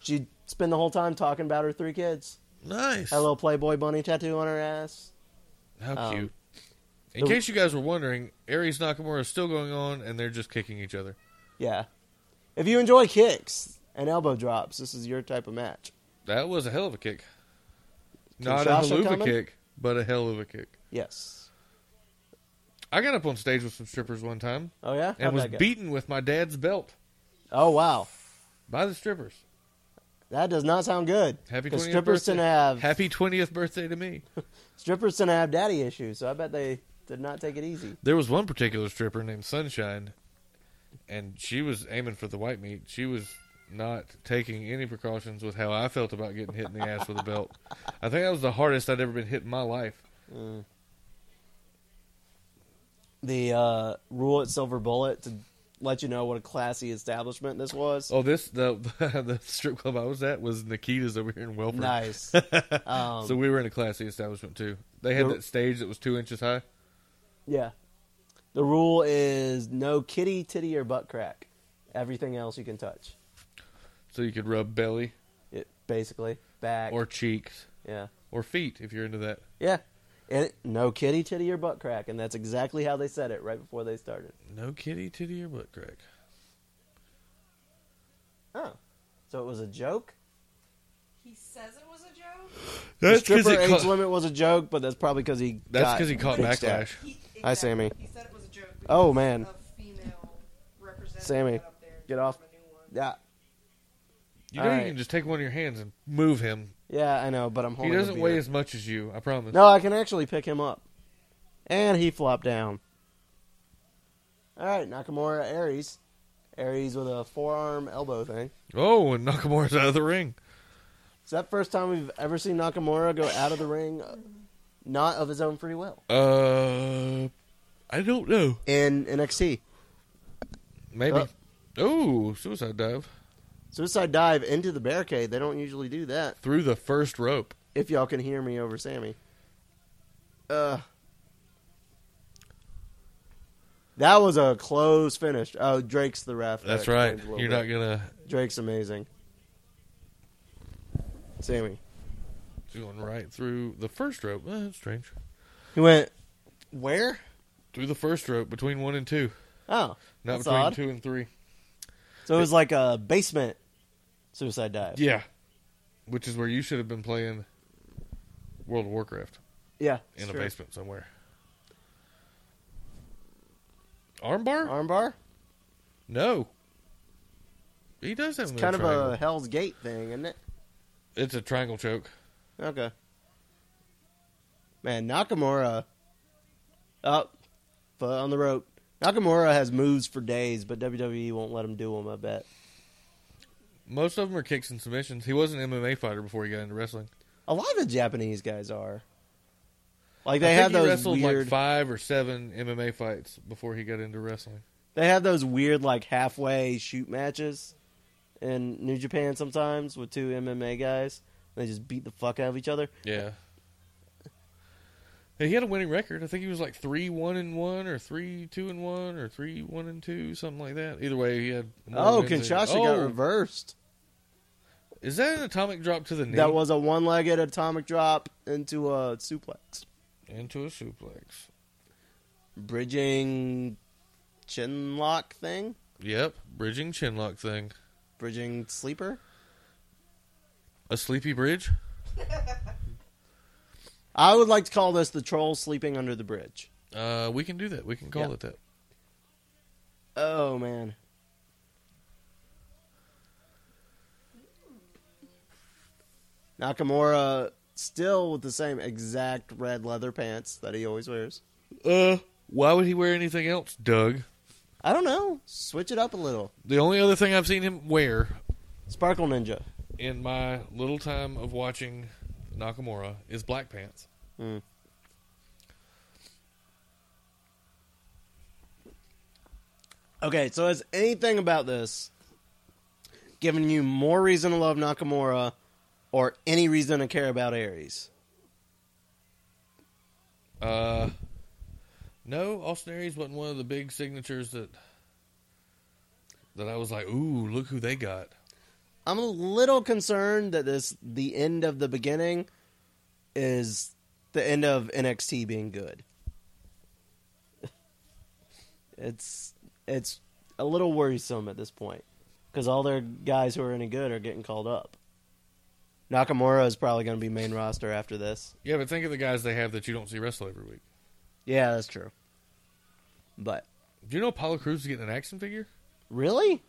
she'd spend the whole time talking about her three kids. Nice. Had a little Playboy bunny tattoo on her ass. How um, cute. In the- case you guys were wondering, Aries Nakamura is still going on, and they're just kicking each other. Yeah. If you enjoy kicks and elbow drops, this is your type of match. That was a hell of a kick. Not a Kinshasa haluva coming? kick, but a hell of a kick. Yes. I got up on stage with some strippers one time Oh yeah. How'd and was that go? beaten with my dad's belt Oh wow. by the strippers. That does not sound good. Happy 'Cause 20th strippers birthday. tend to have Happy 20th birthday to me. strippers tend to have daddy issues, so I bet they did not take it easy. There was one particular stripper named Sunshine, and she was aiming for the white meat. She was not taking any precautions with how I felt about getting hit in the ass with a belt. I think that was the hardest I'd ever been hit in my life. The uh, rule at Silver Bullet to let you know what a classy establishment this was. Oh, this the [laughs] the strip club I was at was Nikita's over here in Welford. [laughs] nice. Um, So we were in a classy establishment too. They had The- that stage that was two inches high. yeah. The rule is no kitty, titty, or butt crack. Everything else you can touch. so you could rub belly It basically back. or cheeks yeah. or feet if you're into that. Yeah. And it- no kitty, titty, or butt crack. And that's exactly how they said it right before they started. No kitty titty or butt crack. Oh. So it was a joke? He says it was a joke. The stripper age limit was a joke, but that's probably because he that's got because he caught bitched at. backlash. He, Hi, Sammy. He said it was a joke. Oh, because man. a female representative Sammy, got up there and get gave off. him a new one. Yeah, You know Alright. you can just take one of your hands and move him. yeah, I know, but I'm He holding. a doesn't weigh beer. as much as you. I promise. No, I can actually pick him up, and he flopped down. All right, Nakamura Aries, Aries with a forearm elbow thing. Oh, and Nakamura's out of the ring. Is that first time we've ever seen Nakamura go out of the ring, uh, not of his own free will Uh, I don't know. in NXT? Maybe. Uh. oh, suicide dive Suicide dive into the barricade. They don't usually do that. through the first rope. If y'all can hear me over Sammy. Uh. That was a close finish. Oh, Drake's the ref. That That's right. explains a little You're bit. not gonna Drake's amazing. Sammy. going right through the first rope. Uh, that's strange. He went where? Through the first rope between one and two, Oh, not that's between odd. two and three. So it was like a basement suicide dive. Yeah. Which is where you should have been playing World of Warcraft yeah in it's a true. basement somewhere. Armbar? Armbar. no. He does have It's a kind of triangle. a Hell's Gate thing, isn't it? It's a triangle choke. Okay. Man, Nakamura. Up, foot on the rope. Nakamura has moves for days, but WWE won't let him do them. I bet. Most of them are kicks and submissions. He was an MMA fighter before he got into wrestling. A lot of the Japanese guys are. Like they I think have he those wrestled weird. like five or seven MMA fights before he got into wrestling. They have those weird like halfway shoot matches in New Japan sometimes with two MMA guys. They just beat the fuck out of each other. Yeah. And he had a winning record. I think he was like three one and one, or three two and one, or three one and two, something like that. Either way, he had. more Oh, wins than- Kinshasa got Oh, reversed. Is that an atomic drop to the knee? That was a one-legged atomic drop into a suplex, into a suplex. bridging chin lock thing, Yep, bridging chinlock thing. bridging sleeper. A sleepy bridge. I would like to call this the troll sleeping under the bridge. Uh, we can do that. We can call Yeah. it that. Oh man, Nakamura still with the same exact red leather pants that he always wears. Uh, why would he wear anything else, Doug? I don't know. Switch it up a little. The only other thing I've seen him wear Sparkle Ninja. in my little time of watching Nakamura is black pants. Mm. Okay, so has anything about this given you more reason to love Nakamura or any reason to care about Aries? Uh, no, Austin Aries wasn't one of the big signatures that that I was like, ooh, look who they got. I'm a little concerned that this the end of the beginning is the end of NXT being good. [laughs] It's it's a little worrisome at this point because all their guys who are any good are getting called up. Nakamura is probably going to be main roster after this. Yeah, but think of the guys they have that you don't see wrestle every week. Yeah, that's true. But Do you know Apollo Cruz is getting an action figure? really,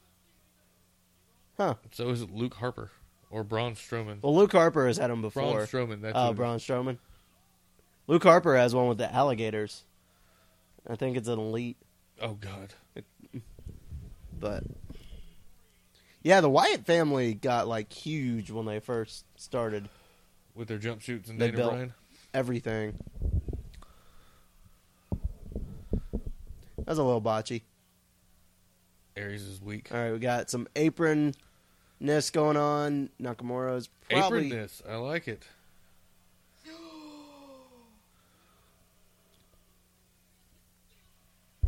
huh? So is it Luke Harper or Braun Strowman? Well, Luke Harper has had him Braun before. Strowman. That's Oh, who it is. Braun Strowman. Luke Harper has one with the alligators. I think it's an elite, Oh God. but yeah, the Wyatt family got like huge when they first started With their jumpsuits and They Dana built- Bryan. everything. That's a little botchy. Aries is weak. All right, we got some apronness going on. Nakamura's probably Apronness. I like it.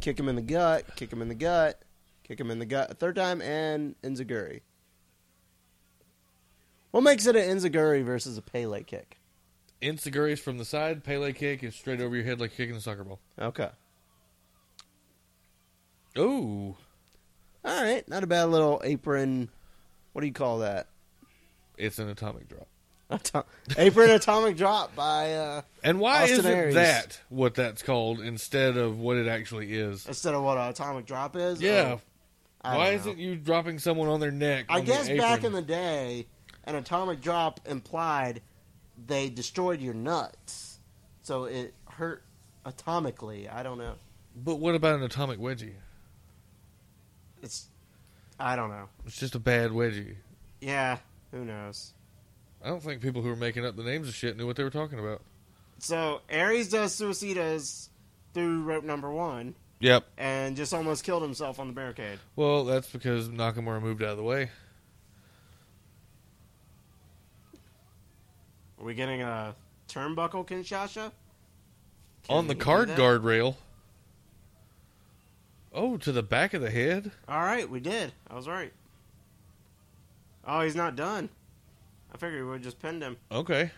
kick him in the gut, kick him in the gut, kick him in the gut a third time, and Enziguri. What makes it an Enziguri versus a Pele kick? Insiguri is from the side. Pele kick is straight over your head like kicking a soccer ball. Okay. Ooh. All right. Not a bad little apron. What do you [laughs] call that? It's an atomic drop. Atom- apron atomic drop by, uh, And why Austin is Aries. that what that's called instead of what it actually is? instead of what an atomic drop is? Yeah. Oh, uh, I Why don't know. isn't you dropping someone on their neck? I on the guess back apron? in the day, an atomic drop implied they destroyed your nuts. So it hurt atomically. I don't know. But what about an atomic wedgie? It's. I don't know. It's just a bad wedgie. Yeah, who knows? I don't think people who were making up the names of shit knew what they were talking about. So Aries does suicidas through rope number one Yep. and just almost killed himself on the barricade. Well, that's because Nakamura moved out of the way. Are we getting a turnbuckle Kinshasa? Can on the we do card that? guardrail. Oh, to the back of the head? All right, we did. I was right. Oh, he's not done. I figured we would just pinned him. Okay.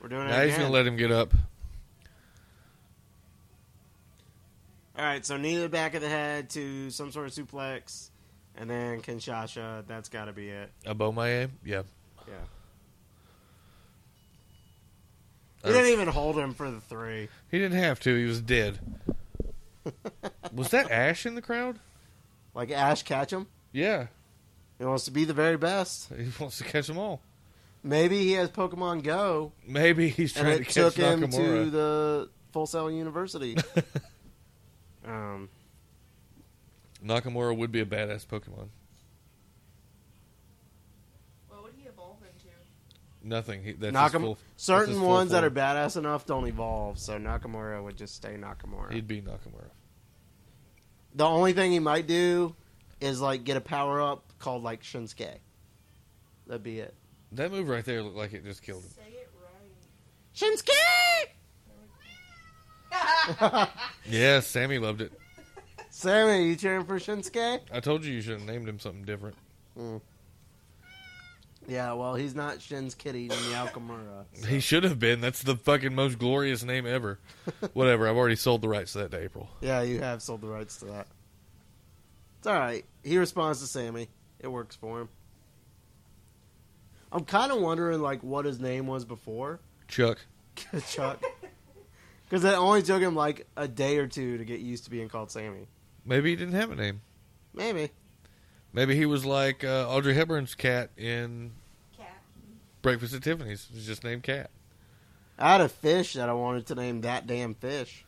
We're doing it Now he's again. going to let him get up. All right, so knee to the back of the head to some sort of suplex, and then Kinshasa. That's got to be it. A Bomaye? Yeah. Yeah. Uh, He didn't even hold him for the three. He didn't have to. He was [laughs] dead. was that Ash in the crowd? Like Ash Ketchum, Yeah. he wants to be the very best. He wants to catch them all. Maybe he has Pokemon Go, Maybe he's and trying to it catch took him Nakamura. to the Full Sail [laughs] University. um, Nakamura would be a badass Pokemon. [gasps] What would he evolve into? Nothing. He, that's his Nakam- full, certain ones that are bad. badass enough don't evolve, so Nakamura would just stay Nakamura. He'd be Nakamura. the only thing he might do is like get a power up called like Shinsuke. That'd be it. That move right there looked like it just killed him. Say it right. Shinsuke. Yes, Sammy loved it. Sammy, you cheering for Shinsuke? I told you you should have named him something different. [laughs] Yeah, well, he's not Shin's [laughs] Kitty Naokamura. He should have been. That's the fucking most glorious name [laughs] ever. Whatever. I've already sold the rights to that to April. Yeah, you have sold the rights to that. It's all right. He responds to Sammy. It works for him. I'm kind of wondering like what his name was before [laughs] Chuck. Chuck, because it only took him like a day or two to get used to being called Sammy. Maybe he didn't have a name. Maybe. Maybe he was like uh, Audrey Hepburn's cat in Cat. Breakfast at Tiffany's. It was just named Cat. I had a fish that I wanted to name that damn fish.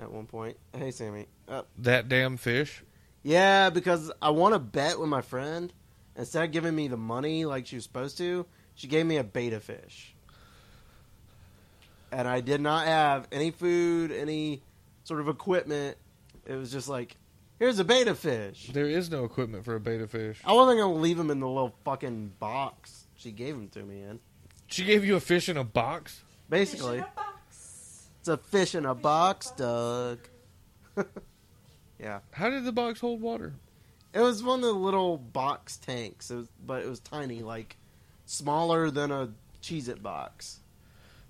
At one point, hey Sammy, uh, That damn fish. Yeah, because I want to bet with my friend. Instead of giving me the money like she was supposed to, she gave me a beta fish. And I did not have any food, any sort of equipment. It was just like, here's a beta fish. There is no equipment for a beta fish. I wasn't going to leave him in the little fucking box she gave him to me in. She gave you a fish in a box? Basically, Fish in a box. it's a fish in a box, Doug. [laughs] yeah. How did the box hold water? It was one of the little box tanks, it was, but it was tiny, like smaller than a Cheez It box.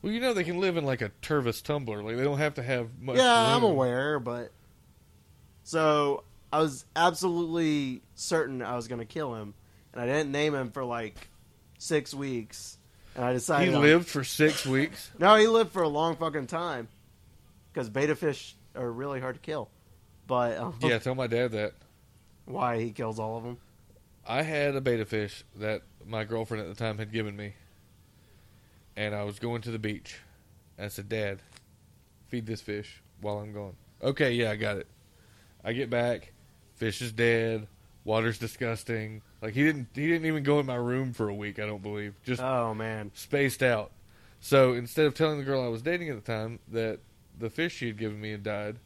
Well, you know they can live in like a Tervis tumbler. Like they don't have to have much. yeah, I'm room. aware, but. So I was absolutely certain I was going to kill him, and I didn't name him for like six weeks, and I He decided. on- lived for six [laughs] weeks. No, he lived for a long fucking time, because beta fish are really hard to kill. But um, Yeah, tell my dad that. [laughs] why he kills all of them? I had a beta fish that my girlfriend at the time had given me, and I was going to the beach. I said, "Dad, feed this fish while I'm gone." Okay, yeah, I got it. I get back, fish is dead, water's disgusting. Like he didn't, he didn't even go in my room for a week. I don't believe, just Oh man, spaced out. So instead of telling the girl I was dating at the time that the fish she had given me had died,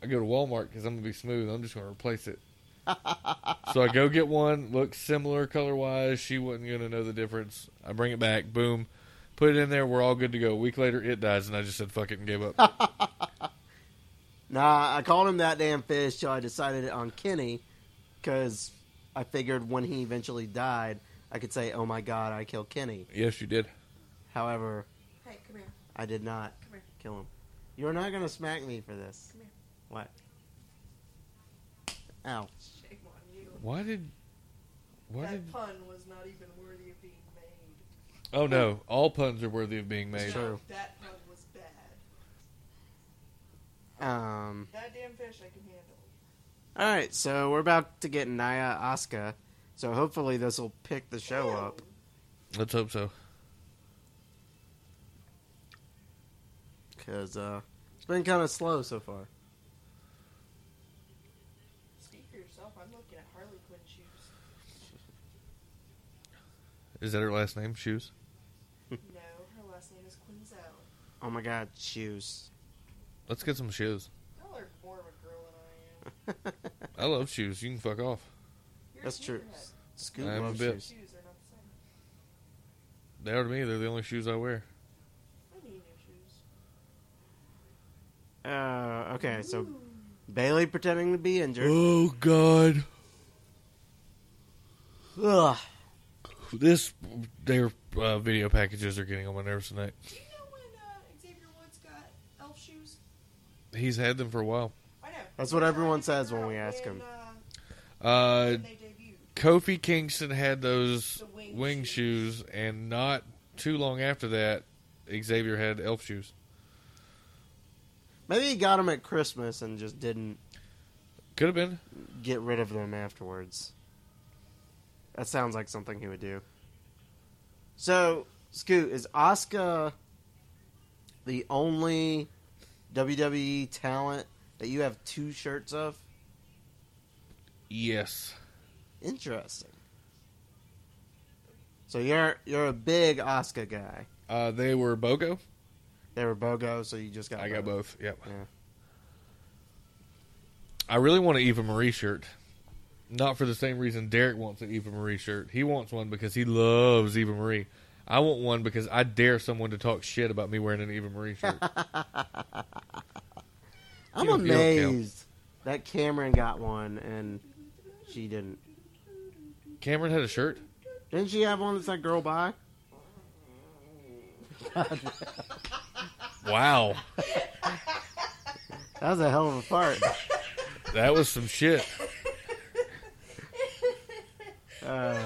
I go to Walmart because I'm gonna be smooth. I'm just gonna replace it. so I go get one, looks similar color wise. She wasn't gonna know the difference. I bring it back, boom, put it in there. We're all good to go. A week later, it dies, and I just said fuck it and gave up. Nah, I called him that damn fish till I decided it on Kenny, because I figured when he eventually died, I could say, "Oh my God, I killed Kenny." yes, you did. However, Hey, come here. I did not Come here. kill him. You're not gonna smack me for this. Come here. What? Ow! Shame on you. Why did? Why that did? pun was not even worthy of being made. Oh no! All puns are worthy of being No, made. True. That pun was bad. Um. That damn fish I can handle. All right, so we're about to get Naya Asuka, so hopefully this will pick the show Ew. up. Let's hope so. Cause uh, it's been kind of slow so far. Speak for yourself. I'm looking at Harley Quinn [laughs] shoes. Is that her last name? Shoes. no, her last name is Quinzel. Oh my God, shoes. [laughs] Let's get some shoes. Y'all are more of a girl than [laughs] I am. I love shoes. You can fuck off. You're a That's [laughs] true. sneakerhead. Scoot I'm a loves bit- shoes. Shoes are not the same. They are to me. They're the only shoes I wear. I need new shoes. Uh, okay, so Bailey pretending to be injured. Oh God! Ugh. This their uh, video packages are getting on my nerves tonight. Do you know when uh, Xavier Woods got elf shoes? He's had them for a while. I know. That's what everyone I'm trying to says figure when we out ask when, him. uh, Uh, when they debuted. Kofi Kingston had those The wing wing, shoes. and not too long after that, Xavier had elf shoes. Maybe he got them at Christmas and just didn't Could have been. get rid of them afterwards. That sounds like something he would do. So, Scoot, is Asuka the only WWE talent that you have two shirts of? Yes. Interesting. So you're you're a big Asuka guy. Uh, they were Bogo. They were BOGO, so you just got I got both. Yep. Yeah. I really want an Eva Marie shirt. Not for the same reason Derek wants an Eva Marie shirt. He wants one because he loves Eva Marie. I want one because I dare someone to talk shit about me wearing an Eva Marie shirt. I'm You don't- you don't count. amazed that Cameron got one and she didn't. Cameron had a shirt. Didn't she have one that said "Girl Bye"? Wow, That was a hell of a fart. [laughs] that was some shit. Uh,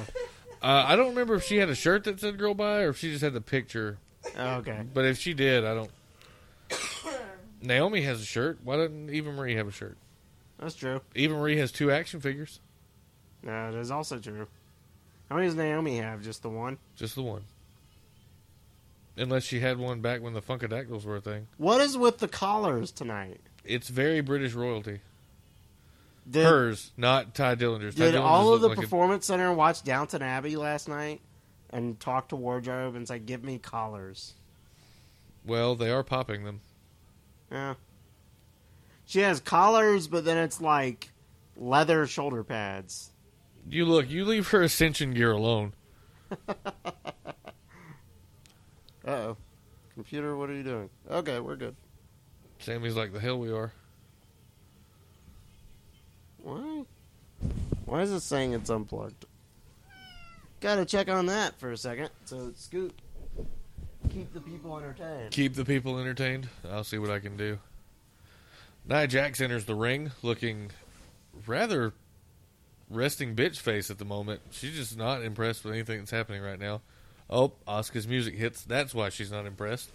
Uh, I don't remember if she had a shirt that said "Girl Bye" or if she just had the picture. oh, okay. But if she did, I don't. Naomi has a shirt. Why doesn't Eva Marie have a shirt? That's true. Eva Marie has two action figures, No, that is also true. How many does Naomi have? Just the one? just the one. Unless she had one back when the Funkadactyls were a thing. What is with the collars tonight? It's very British royalty. Did, Hers, not Ty Dillinger's. Ty did Dillinger's all of the look like a- Performance Center watch Downton Abbey last night and talk to Wardrobe and say, give me collars? well, they are popping them. Yeah. She has collars, but then it's like leather shoulder pads. You look. You leave her [laughs] ascension gear alone. Uh oh. Computer, what are you doing? Okay, we're good. Sammy's like the hell we are. Why? Why is it saying it's unplugged? Gotta check on that for a second. So, Scoot, keep the people entertained. Keep the people entertained. I'll see what I can do. Nia Jax enters the ring looking rather resting bitch face at the moment. She's just not impressed with anything that's happening right now. Oh, Oscar's music hits. That's why she's not impressed.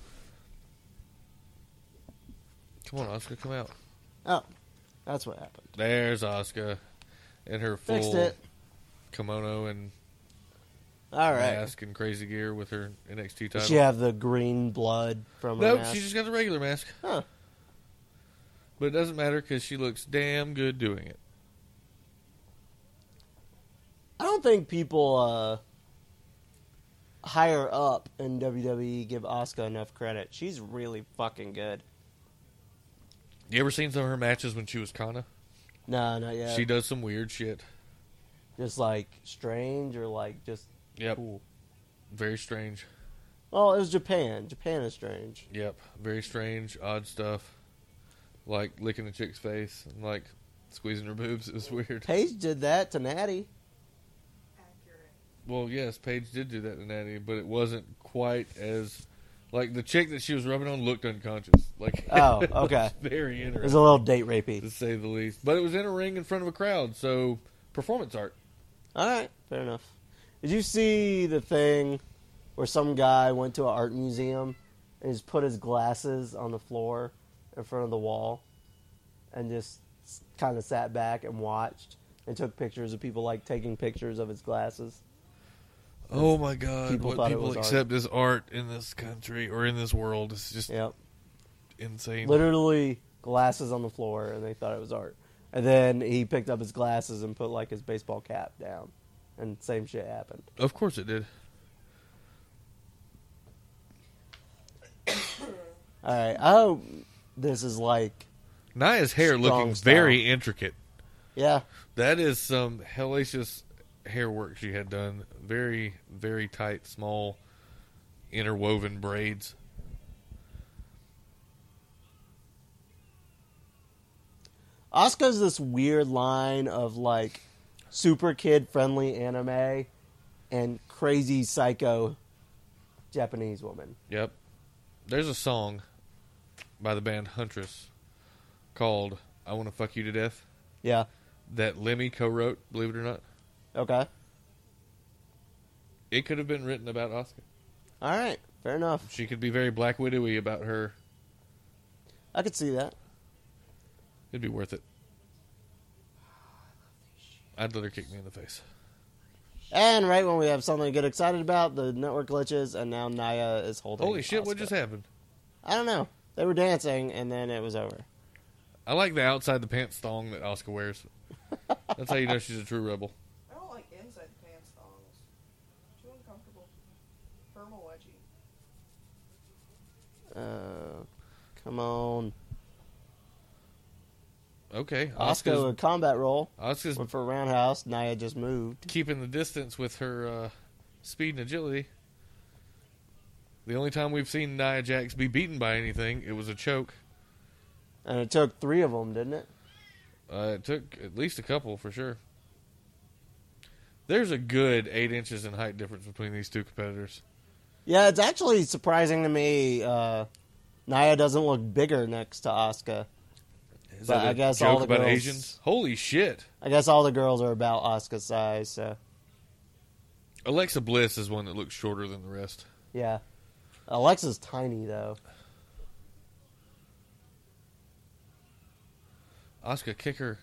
Come on, Oscar, come out. Oh, that's what happened. There's Oscar in her Fixed full it. kimono and All right. mask and crazy gear with her NXT title. Does she have the green blood from her No, mask? she just got the regular mask. Huh. But it doesn't matter because she looks damn good doing it. I don't think people uh, higher up in WWE give Asuka enough credit. She's really fucking good. You ever seen some of her matches when she was Kana? No, not yet. She does some weird shit. just like strange or like just Yep. cool. Very strange. Well, Oh, it was Japan. Japan is strange. Yep. Very strange, odd stuff. Like licking a chick's face and like squeezing her [laughs] boobs. It was weird. Paige did that to Natty. [coughs] Accurate. Well, yes, Paige did do that to Natty, but it wasn't quite as. Like the chick that she was rubbing on looked unconscious. Like [laughs] Oh, it was okay. very It interesting. was a little date to rapey. say the least. But it was in a ring in front of a crowd, so performance art. All right, fair enough. Did you see the thing where some guy went to an art museum and just put his glasses on the floor in front of the wall and just kind of sat back and watched and took pictures of people like taking pictures of his glasses? Oh my God! People what thought it people was art. accept as art in this country or in this world is just Yep. insane. Literally glasses on the floor and they thought it was art. And then he picked up his glasses and put like his baseball cap down and same shit happened. Of course it did. All right. I hope this is like, Naya's hair Strong looking style. very intricate. yeah, That is some hellacious hair work she had done. Very, very tight, small, interwoven braids. Asuka's this weird line of like super kid friendly anime and crazy psycho Japanese woman. Yep. There's a song by the band Huntress called "I Want to Fuck You to Death" Yeah. that Lemmy co-wrote. Believe it or not, Okay. it could have been written about Oscar. All right. Fair enough. She could be very black widowy about her. I could see that. It'd be worth it. I'd let her kick me in the face. And right when we have something to get excited about, the network glitches, and now Naya is holding. Holy shit! What Asuka. just happened? I don't know. They were dancing, and then it was over. I like the outside the pants thong that Oscar wears. That's how you know she's a true rebel. I don't like inside the pants thongs. Too uncomfortable. Thermal wedgie. Uh, come on. Okay. Oscar Oscar's, with combat roll Oscar's went for a roundhouse. Naya just moved. keeping the distance with her uh, speed and agility. The only time we've seen Nia Jax be beaten by anything, it was a choke. And it took three of them, didn't it? Uh, it took at least a couple for sure. There's a good eight inches in height difference between these two competitors. Yeah, it's actually surprising to me. Uh, Naya doesn't look bigger next to Oscar. Is But that I a guess joke all the about girls- Asians? Holy shit! I guess all the girls are about Oscar's size, so Alexa Bliss is one that looks shorter than the rest. yeah. Alexa's tiny though. Oscar kicker.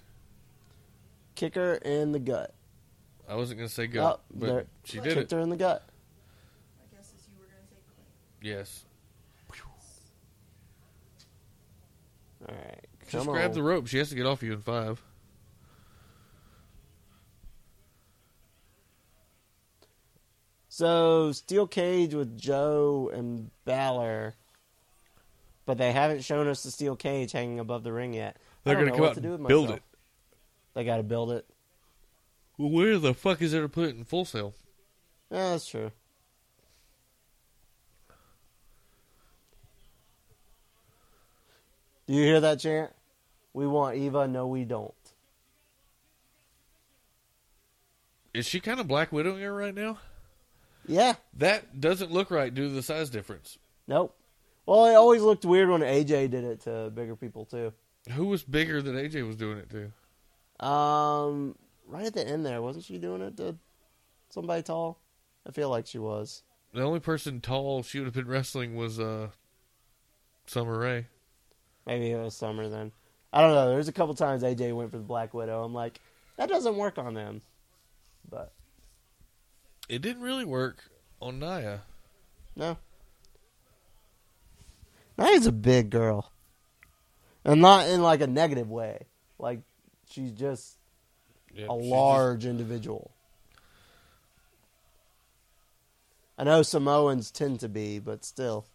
Kicker in the gut. I wasn't gonna say go, Oh, but there- she did Kicked it. her in the gut. My guess is you were going to say Clay. Yes. All right, come Just on. grab the rope. She has to get off you in five. So steel cage with Joe and Balor, but they haven't shown us the steel cage hanging above the ring yet. I They're don't gonna know come what out to do and with build myself. it. They got to build it. Well, where the fuck is there to put it in full sale? Yeah, that's true. Do you hear that chant? We want Eva. No, we don't. Is she kind of black widowing her right now? Yeah. That doesn't look right due to the size difference. Nope. Well, it always looked weird when AJ did it to bigger people too. Who was bigger that AJ was doing it to? Um, right at the end there, wasn't she doing it to somebody tall? I feel like she was. The only person tall she would have been wrestling was uh, Summer Rae. Maybe it was Summer then. I don't know. There's a couple times AJ went for the Black Widow. I'm like, that doesn't work on them. But It didn't really work on Naya. No. Naya's a big girl. And not in like a negative way. Like she's just Yeah, a she large individual. I know Samoans tend to be, but still.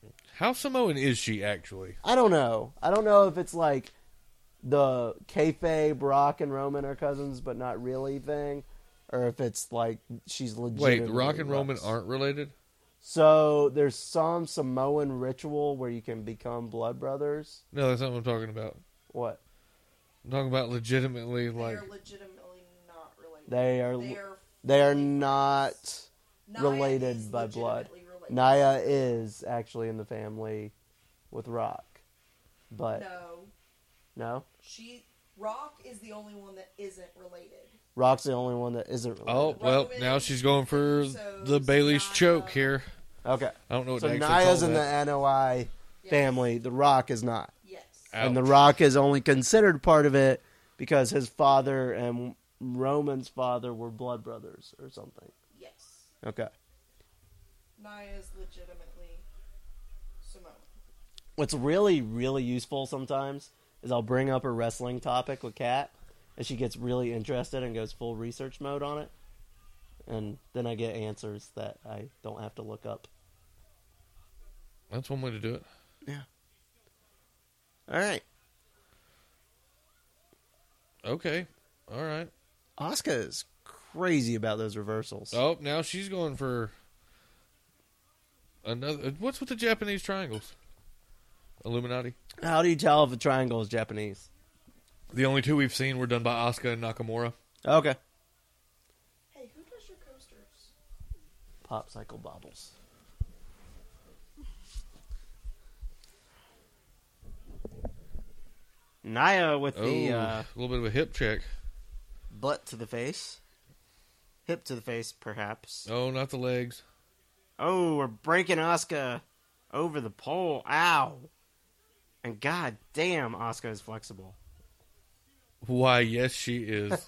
just- How Samoan is she actually? I don't know. I don't know if it's like the kayfabe, Brock and Roman are cousins, but not really thing, or if it's like she's legit. Wait, Rock and Roman aren't related. So there's some Samoan ritual where you can become blood brothers. No, that's not what I'm talking about. What? I'm talking about legitimately, like they are legitimately not related. They are- They are, They are not. Naya related is by blood. legitimately Related. Naya is actually in the family with Rock, but no. No, she. Rock is the only one that isn't related. Rock's the only one that isn't. Related. oh well, Roman, now she's going for so the Bailey's Naya. choke here. okay. I don't know what So to actually Naya's call in that. the NOI family. The Rock is not. Yes. and The Ouch. Rock is only considered part of it because his father and Roman's father were blood brothers or something. Yes. Okay. Naya is legitimately Samoan. What's really, really useful sometimes is I'll bring up a wrestling topic with Kat, and she gets really interested and goes full research mode on it. And then I get answers that I don't have to look up. That's one way to do it. All right. Okay. All right. Oscar is crazy about those reversals. Oh, now she's going for another. uh, What's with the Japanese triangles? Illuminati. How do you tell if a triangle is Japanese? The only two we've seen were done by Asuka and Nakamura. Okay. Hey, who does your coasters? Pop cycle bobbles. Naya with Oh, the uh, a little bit of a hip check. butt to the face, hip to the face, perhaps. Oh, not the legs. Oh, we're breaking Oscar over the pole. Ow! And god damn, Oscar is flexible. Why? Yes, she is.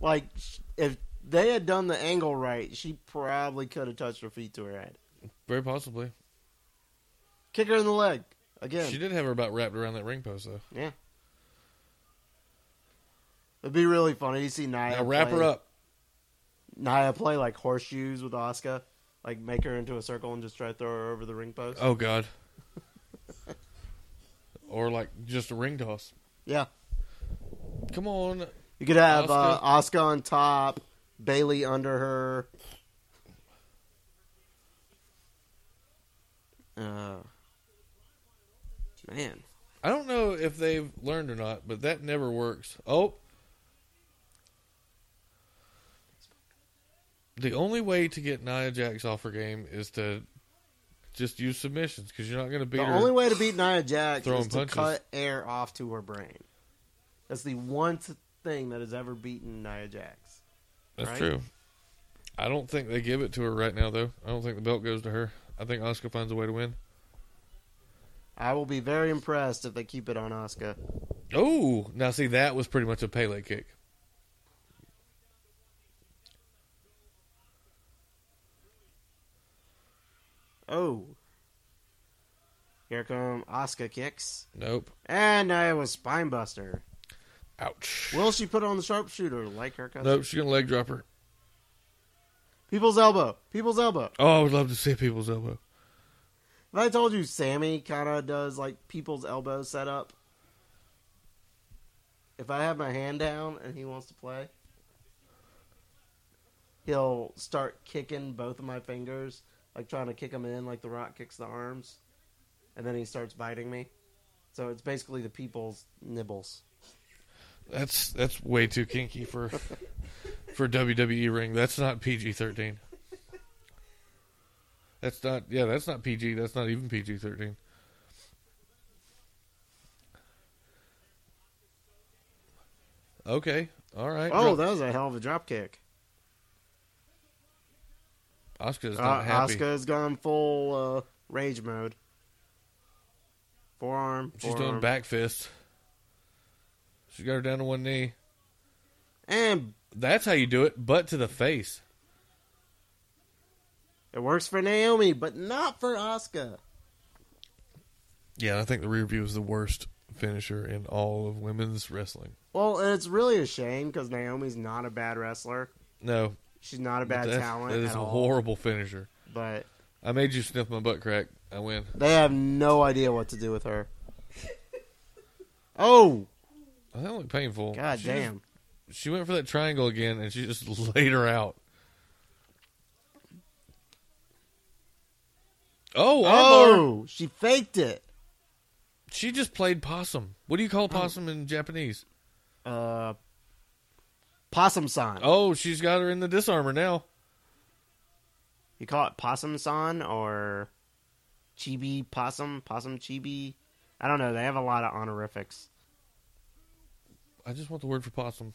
Like sh- if they had done the angle right, she probably could have touched her feet to her head. Very possibly. Kick her in the leg again. She did have her about wrapped around that ring post though. Yeah. It'd be really funny to see Naya Now wrap her play- up. Naya play like horseshoes with Oscar, like make her into a circle and just try to throw [laughs] her over the ring post. Oh God. or like just a ring toss. Yeah. Come on. You could have Asuka. uh, Oscar on top, Bailey under her. Uh, man, I don't know if they've learned or not, but that never works. Oh. The only way to get Nia Jax off her game is to just use submissions because you're not going to beat the her. only way to beat Nia Jax Throwing is to punches. cut air off to her brain. That's the one t- thing that has ever beaten Nia Jax. That's right? true. I don't think they give it to her right now, though. I don't think the belt goes to her. I think Oscar finds a way to win. I will be very impressed if they keep it on Oscar. Oh, now see that was pretty much a Pele kick. Oh, here come Oscar kicks, Nope. and Nia was spinebuster. Ouch. Will she put on the sharpshooter like her cousin? Nope. She's gonna leg drop her. People's elbow. People's elbow. Oh, I would love to see people's elbow. If I told you Sammy kind of does like people's elbow setup, if I have my hand down and he wants to play, he'll start kicking both of my fingers, like trying to kick them in, like the rock kicks the arms, and then he starts biting me. So it's basically the people's nibbles. That's that's way too kinky [laughs] for for a WWE ring. That's not PG thirteen. That's not yeah. That's not PG. That's not even PG thirteen. Okay. All right. Oh, that was a hell of a drop kick. Oscar's not Uh, happy. Asuka's gone full uh, rage mode. Forearm. She's doing forearm. back fists. She got her down to one knee. And That's how you do it, butt to the face. It works for Naomi, but not for Asuka. Yeah, I think the rear view is the worst finisher in all of women's wrestling. Well, and it's really a shame because Naomi's not a bad wrestler. No, She's not a but bad that's- talent That is at a all. horrible finisher. But I made you sniff my butt crack. I win. they have no idea what to do with her. Oh Oh, That looked painful. god she damn! Just, she went for that triangle again, and she just [laughs] laid her out. Oh, oh! Oh, she faked it. She just played possum. What do you call possum in Japanese? Uh, possum son. Oh, she's got her in the disarmor now. You call it possum son or chibi possum possum chibi? I don't know. They have a lot of honorifics. I just want the word for possum.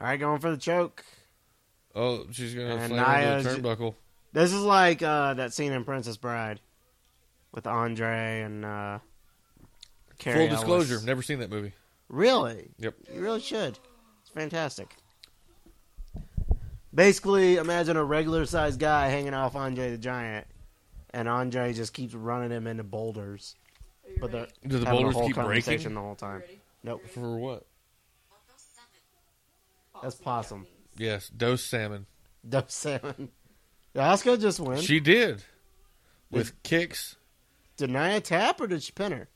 All right, going for the choke. Oh, she's gonna And slam her into the Nia's- turnbuckle. This is like uh, that scene in Princess Bride with Andre and uh, Carrie Full disclosure, Ellis. never seen that movie. Really? Yep. You really should. It's fantastic. Basically, imagine a regular sized guy hanging off Andre the Giant, and Andre just keeps running him into boulders. Are you But the ready? Do the having a boulders whole keep conversation breaking? the whole You time. ready? Nope. [laughs] For what? Possum possum. Japanese. Yes, dose salmon. Dub salmon. Did Asuka just win? She did. With kicks. Did Nia tap or did she pin her?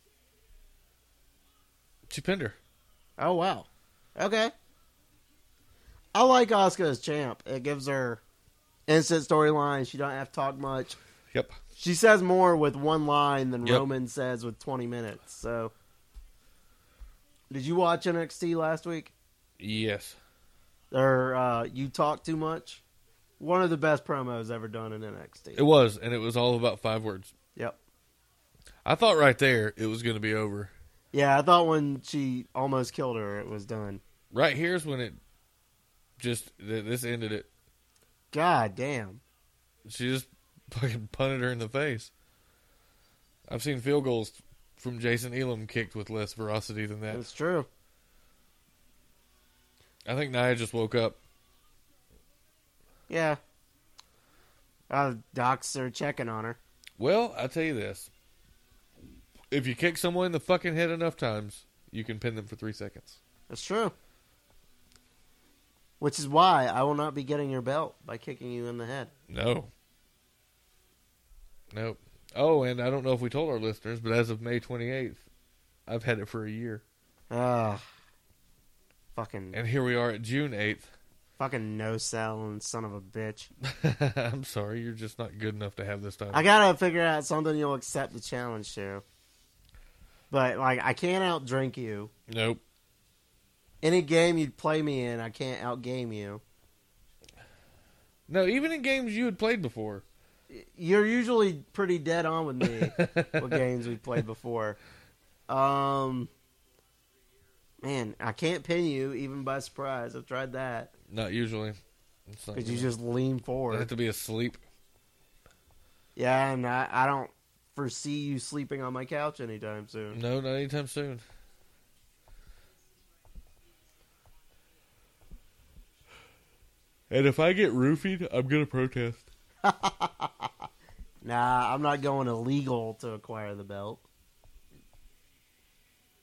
She pinned her. Oh wow. Okay. I like Asuka as champ. It gives her instant storyline. She don't have to talk much. Yep. She says more with one line than Yep. Roman says with twenty minutes. So did you watch NXT last week? Yes. Or uh, you talk too much? One of the best promos ever done in NXT. It was, and it was all about five words. yep. I thought right there it was gonna be over. Yeah, I thought when she almost killed her, it was done. Right here's when it just th- this ended it. God damn. She just [laughs] fucking punted her in the face. I've seen field goals from Jason Elam kicked with less ferocity than that. It's true. I think Nia just woke up. Yeah. Uh, docs are checking on her. Well, I'll tell you this. If you kick someone in the fucking head enough times, you can pin them for three seconds. That's true. Which is why I will not be getting your belt by kicking you in the head. No. Nope. Oh, and I don't know if we told our listeners, but as of May 28th, I've had it for a year. Ah, fucking, And here we are at June 8th. fucking no cell and son of a bitch. [laughs] I'm sorry, you're just not good enough to have this title. I gotta figure out something you'll accept the challenge to. But like, I can't outdrink you. nope. Any game you'd play me in, I can't outgame you. No, even in games you had played before. You're usually pretty dead on with me with games we played before. Um, man, I can't pin you even by surprise. I've tried that Not usually. It's not because you gonna- just lean I have forward. to be asleep. Yeah, and I, I don't foresee you sleeping on my couch anytime soon. No, not anytime soon. And if I get roofied, I'm gonna protest. Nah, I'm not going illegal to acquire the belt.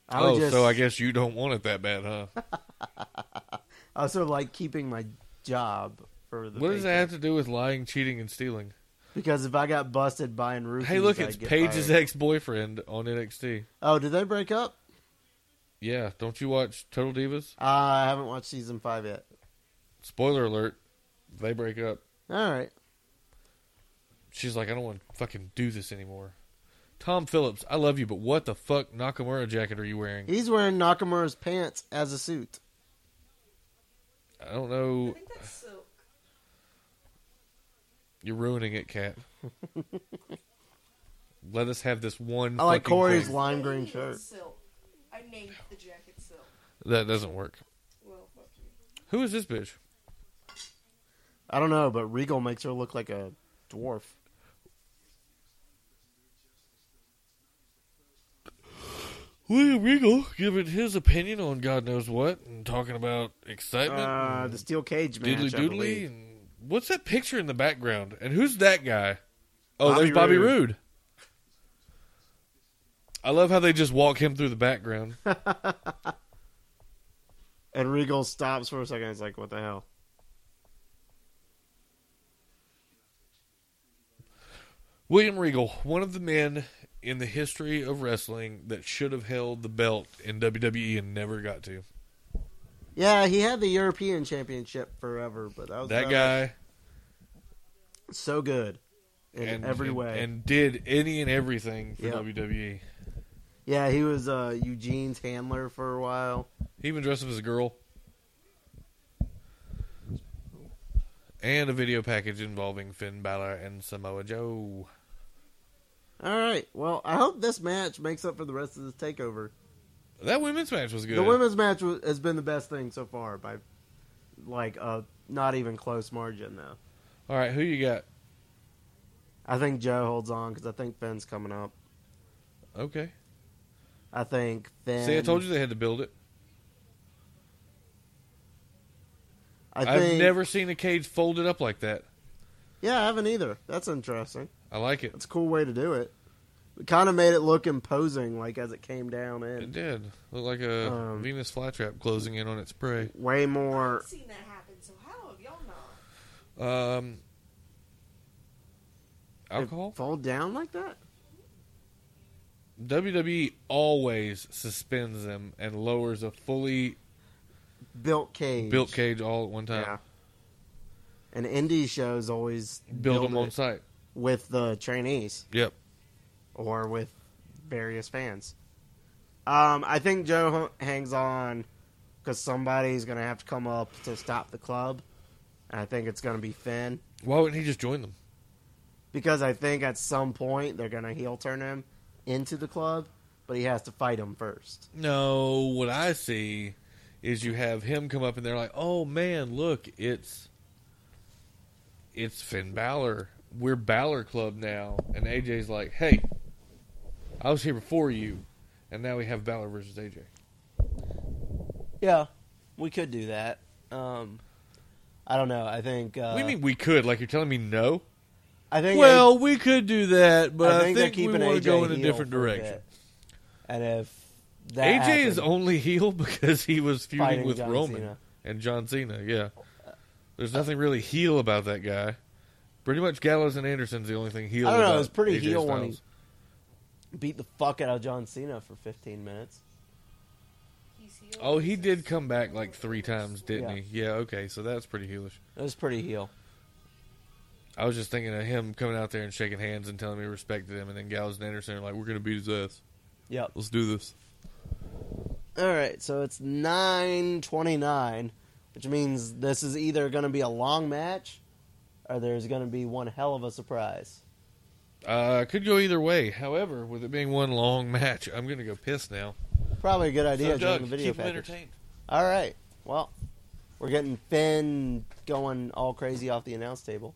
I would oh, just, so I guess you don't want it that bad, [laughs] huh? also like keeping my job for the. what does that have paycheck. to do with lying, cheating, and stealing? Because if I got busted buying roofies, Hey, look, I'd it's get Paige's fired. ex-boyfriend on NXT. Oh, did they break up? Yeah, don't you watch Total Divas? Uh, I haven't watched season five yet. Spoiler alert: they break up. All right. She's like, I don't want to fucking do this anymore. Tom Phillips, I love you, but what the fuck Nakamura jacket are you wearing? He's wearing Nakamura's pants as a suit. I don't I know. think that's silk. You're ruining it, [laughs] Cat. Let us have this one. I like fucking Corey's thing. lime green Named it shirt. Silk. I named the jacket silk. That doesn't work. Well, fuck you. Who is this bitch? I don't know, but Regal makes her look like a dwarf. William Regal giving his opinion on God knows what and talking about excitement, Uh, the steel cage match. diddly I doodly, believe. and what's that picture in the background? And who's that guy? Oh, Bobby there's Bobby Roode. Roode. I love how they just walk him through the [laughs] background. And Regal stops for a second. It's like, what the hell? William Regal, one of the men in the history of wrestling that should have held the belt in WWE and never got to. Yeah, he had the European Championship forever, but that was That about guy it. so good in and every and- way. and did any and everything for E. Yep. WWE. yeah, he was uh, Eugene's handler for a while. He even dressed up as a girl. And a video package involving Finn Balor and Samoa Joe. All right. Well, I hope this match makes up for the rest of this takeover. That women's match was good. The women's match wa- has been the best thing so far by like a not even close margin though. All right, who you got? I think Joe holds on because I think Finn's coming up. Okay. I think Finn. See, I told you they had to build it. I think, I've never seen a cage folded up like that. Yeah, I haven't either. That's interesting. I like it. That's a cool way to do it. It kind of made it look imposing, like as it came down It in. did. Looked like a Um, Venus flytrap closing in on its prey. Way more. I've seen that happen, so how have y'all not? Um, alcohol? It fall down like that? WWE E always suspends them and lowers a fully Built cage. built cage all at one time. Yeah. And indie shows always Build, them it on site. with the trainees. Yep. or with various fans. Um, I think Joe h- hangs on because somebody's going to have to come up to stop the club. And I think it's going to be Finn Why wouldn't he just join them? because I think at some point they're going to heel turn him into the club, but he has to fight him first. No, what I see is you have him come up and they're like, "Oh man, look, it's it's Finn Balor. We're Balor Club now." And AJ's like, "Hey, I was here before you." And now we have Balor versus AJ. Yeah, we could do that. Um, I don't know. I think. Uh, we mean we could, like you're telling me no? I think. Well, we could do that, but I I think think, they're we keeping want to AJ go in a heel different for a direction. bit. And if that AJ is happened- only heel because he was feuding Fighting with John Roman Cena. and John Cena. Yeah, there's nothing really heel about that guy. Pretty much Gallows and Anderson's the only thing heel. I don't know, about it was pretty AJ heel when he- Styles. Beat the fuck out of John Cena for 15 minutes. He's healed. Oh, he did come back like three times, didn't Yeah. he? Yeah. Okay, so that's pretty heelish. It was pretty heel. I was just thinking of him coming out there and shaking hands and telling me he respected him, and then Gallows and Anderson are like, "We're gonna beat his ass. Yep. Let's do this." All right, so it's 9:29, which means this is either going to be a long match or there's going to be one hell of a surprise. Uh, could go either way. However, with it being one long [laughs] match, I'm gonna go piss now. Probably a good idea so, during Doug, the video keep him package. entertained. All right. Well, we're getting Finn going all crazy off the announce table.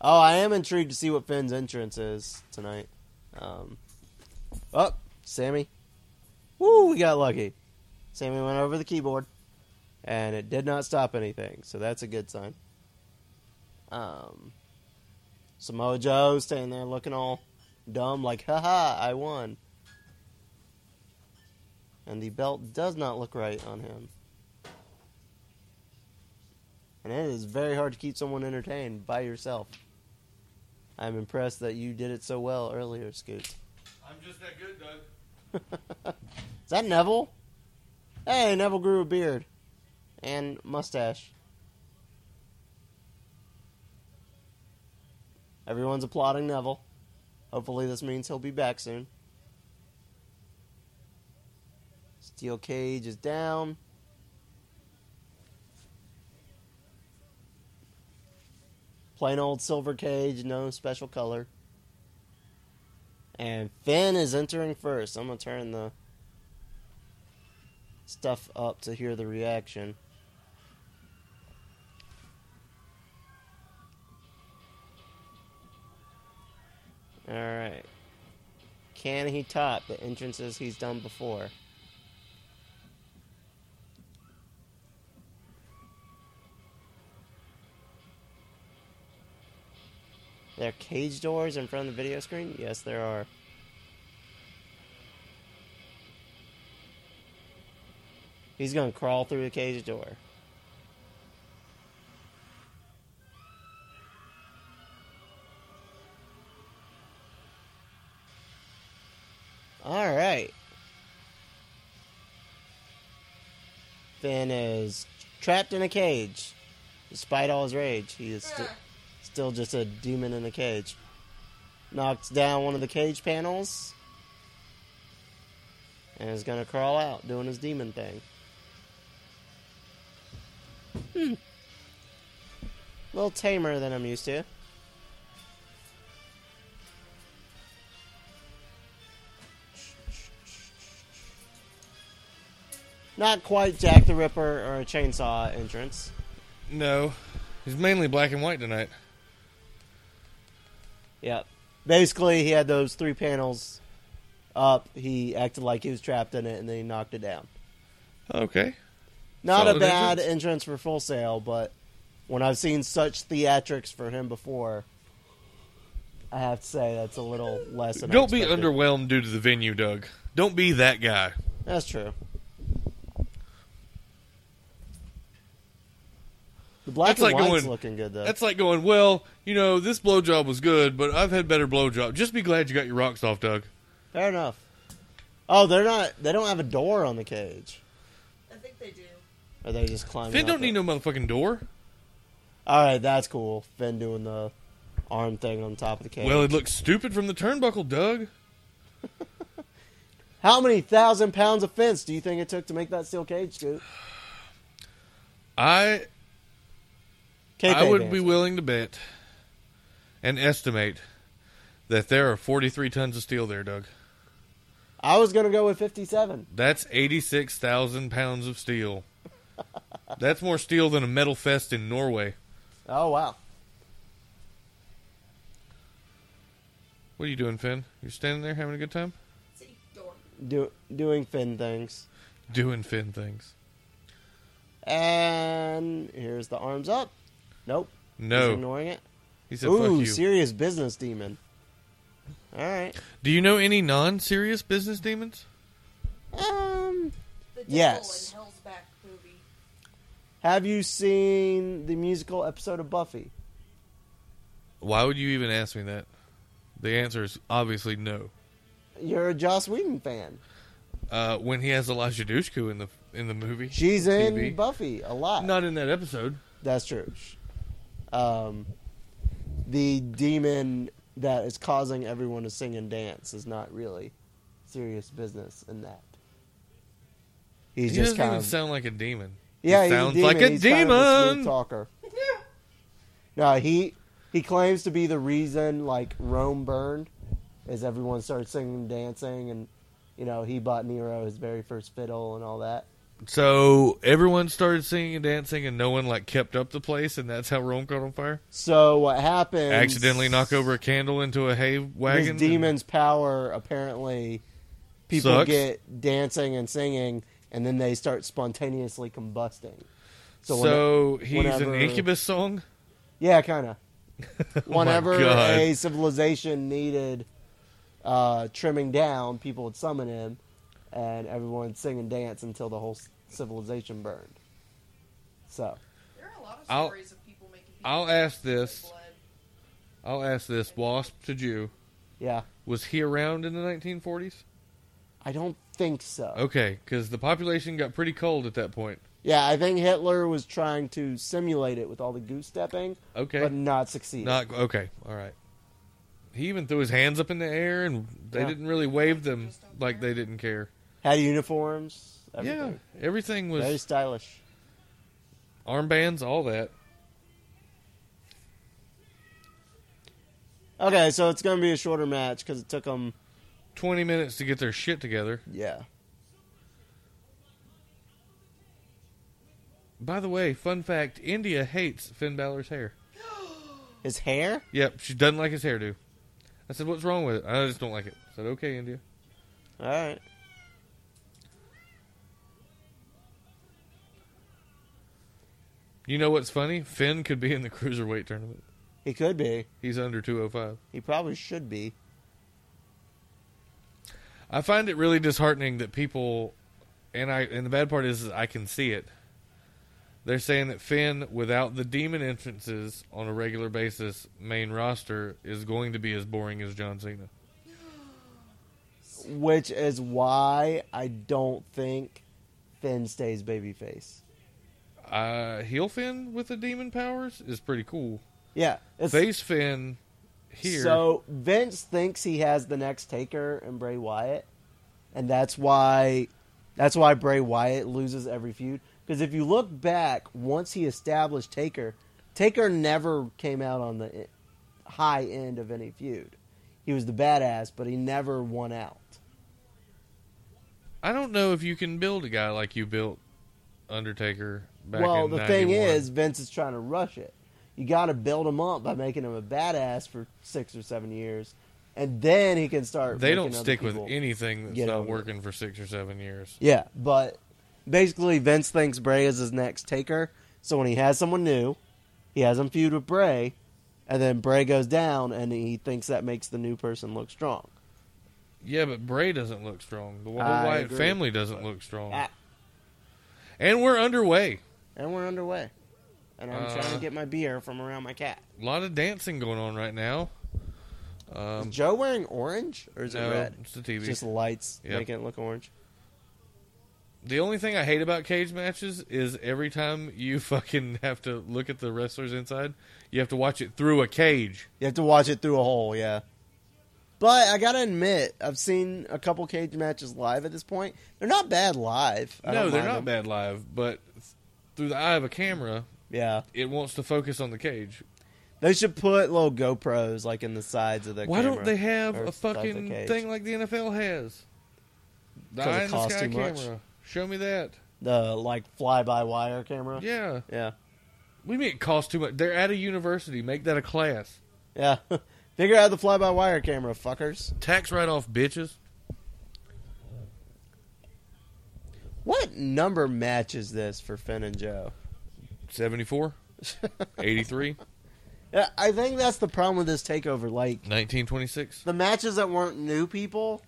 Oh, I am intrigued to see what Finn's entrance is tonight. Um, oh, Sammy. Woo, we got lucky. Sammy went over the keyboard, and it did not stop anything, so that's a good sign. Um, Samoa Joe standing there looking all dumb, like, haha, I won and the belt does not look right on him. And it is very hard to keep someone entertained by yourself. I'm impressed that you did it so well earlier, Scoot. I'm just that good, Doug. Is that Neville? Hey, Neville grew a beard and mustache. Everyone's applauding Neville. Hopefully, this means he'll be back soon. Steel cage is down. Plain old silver cage, no special color. And Finn is entering first. I'm going to turn the stuff up to hear the reaction. All right. Can he top the entrances he's done before? There are cage doors in front of the video screen? Yes, there are. He's gonna crawl through the cage door. All right. Finn is trapped in a cage. Despite all his rage, he is sti- still just a demon in a cage. Knocks down one of the cage panels and is gonna crawl out doing his demon thing. Hmm. A little tamer than I'm used to. Not quite Jack the Ripper or a chainsaw entrance. No, he's mainly black and white tonight. Yep. Basically, he had those three panels up. He acted like he was trapped in it, and then he knocked it down. Okay. Not a Solid bad entrance. entrance for Full Sail, but when I've seen such theatrics for him before, I have to say that's a little less. Than I Don't be expected. underwhelmed due to the venue, Doug. Don't be that guy. That's true. The black That's and like white's going- looking good though. That's like going, well, you know, this blowjob was good, but I've had better blowjob. Just be glad you got your rocks off, Doug. Fair enough. Oh, they're not. They don't have a door on the cage. I think they do. Are they just climbing? Finn up don't it? need no motherfucking door. All right, that's cool. Finn doing the arm thing on top of the cage. Well, it looks stupid from the turnbuckle, Doug. How many thousand pounds of fence do you think it took to make that steel cage, Scoot? I Kayfabe I would answer. be willing to bet and estimate that there are 43 tons of steel there, Doug. I was gonna go with fifty-seven. That's 86,000 pounds of [laughs] steel. That's more steel than a metal fest in Norway. Oh wow. What are you doing, Finn? You're standing there having a good time? See, door. Do, doing Finn things. Doing Finn things. And here's the arms up. Nope. He's No. ignoring it. He said, fuck Ooh, you. serious business demon. All right. Do you know any non serious business demons? Um, The devil Yes. in Hell's Back movie. [laughs] have you seen the musical episode of Buffy? Why would you even ask me that? The answer is obviously no. You're a Joss Whedon fan. Uh, when he has Elijah Dushku in the in the movie, She's in TV. Buffy a lot. Not in that episode. That's true. Um, the demon that is causing everyone to sing and dance is not really serious business in that. He's He just doesn't kind even of sound like a demon. yeah, he he's sounds a demon. like a he's kind of a smooth demon. talker. No, he he claims to be the reason like Rome burned, is everyone started singing and dancing, and you know he bought Nero his very first fiddle and all that. So everyone started singing and dancing, and no one like kept up the place, and that's how Rome caught on fire. So what happened? Accidentally knock over a candle into a hay wagon. This and- demon's power apparently people Sucks. get dancing and singing, and then they start spontaneously combusting. So, when- So he's whenever- an incubus song. yeah, [laughs] kind of. Whenever Oh God. a civilization needed uh, trimming down, people would summon him, and everyone would sing and dance until the whole civilization burned. So There are a lot of I'll- stories of people making. people I'll ask this. blood. I'll ask this. Wasp to Jew. yeah, Was he around in the 1940s? I don't think so. Okay, because the population got pretty cold at that point. Yeah, I think Hitler was trying to simulate it with all the goose stepping, Okay. but not succeed. Not okay. All right. He even threw his hands up in the air, and they Yeah. didn't really wave them like they didn't care. had uniforms. Everything. Yeah, everything was very stylish. armbands, all that. Okay, so it's gonna be a shorter match because it took them. Twenty minutes to get their shit together. Yeah. By the way, fun fact: India hates Finn Balor's hair. His hair. Yep, she doesn't like his hairdo. I said, "What's wrong with it?" I just don't like it. I said, "Okay, India." All right. You know what's funny? Finn could be in the [laughs] cruiserweight tournament. He could be. He's under two hundred five. He probably should be. I find it really disheartening that people, and I, and the bad part is, is I can see it. They're saying that Finn, without the demon entrances on a regular basis, main roster is going to be as boring as John Cena. Which is why I don't think Finn stays babyface. Uh, heel Finn with the demon powers is pretty cool. Yeah. It's, Face Finn here. So Vince thinks he has the next taker and Bray Wyatt, and that's why that's why Bray Wyatt loses every feud. Because if you look back, once he established Taker, Taker never came out on the i- high end of any feud. He was the badass, but he never won out. I don't know if you can build a guy like you built Undertaker back well, in the thing 91. is, Vince is trying to rush it. You got to build him up by making him a badass for six or seven years, and then he can start. they making don't other stick with people- anything that's get not over it. working for six or seven years. Yeah, but basically, Vince thinks Bray is his next taker. So when he has someone new, he has him feud with Bray, and then Bray goes down, and he thinks that makes the new person look strong. Yeah, but Bray doesn't look strong. The whole I Wyatt agree. family doesn't look strong. Ah, And we're underway. and we're underway. And I'm trying Uh. to get my beer from around my cat. A lot of dancing going on right now. Is Um, Joe wearing orange or is no, it red? it's the TV. It's just lights Yep. making it look orange. the only thing I hate about cage matches is every time you [laughs] fucking have to look at the wrestlers inside, you have to watch it through a cage. You have to watch it through a hole, yeah. But I gotta admit, I've seen a couple cage matches live at this point. They're not bad live. I no, don't they're mind not them. bad live, but th- through the eye of a camera, Yeah. it wants to focus on the cage. They should put little GoPros like in the sides of the. Why camera, don't they have or a sides of the fucking cage. thing like the NFL has? The 'Cause it eye in the costs sky too much. camera. Show me that. The like fly by wire camera. Yeah. yeah, We mean it costs too much. They're at a university. Make that a class. yeah. [laughs] Figure out the fly by wire camera, fuckers. Tax write off, bitches. What number match is this for Finn and Joe? [laughs] 74, 83, Yeah, I think that's the problem with this takeover. Like 1926. the matches that weren't new people,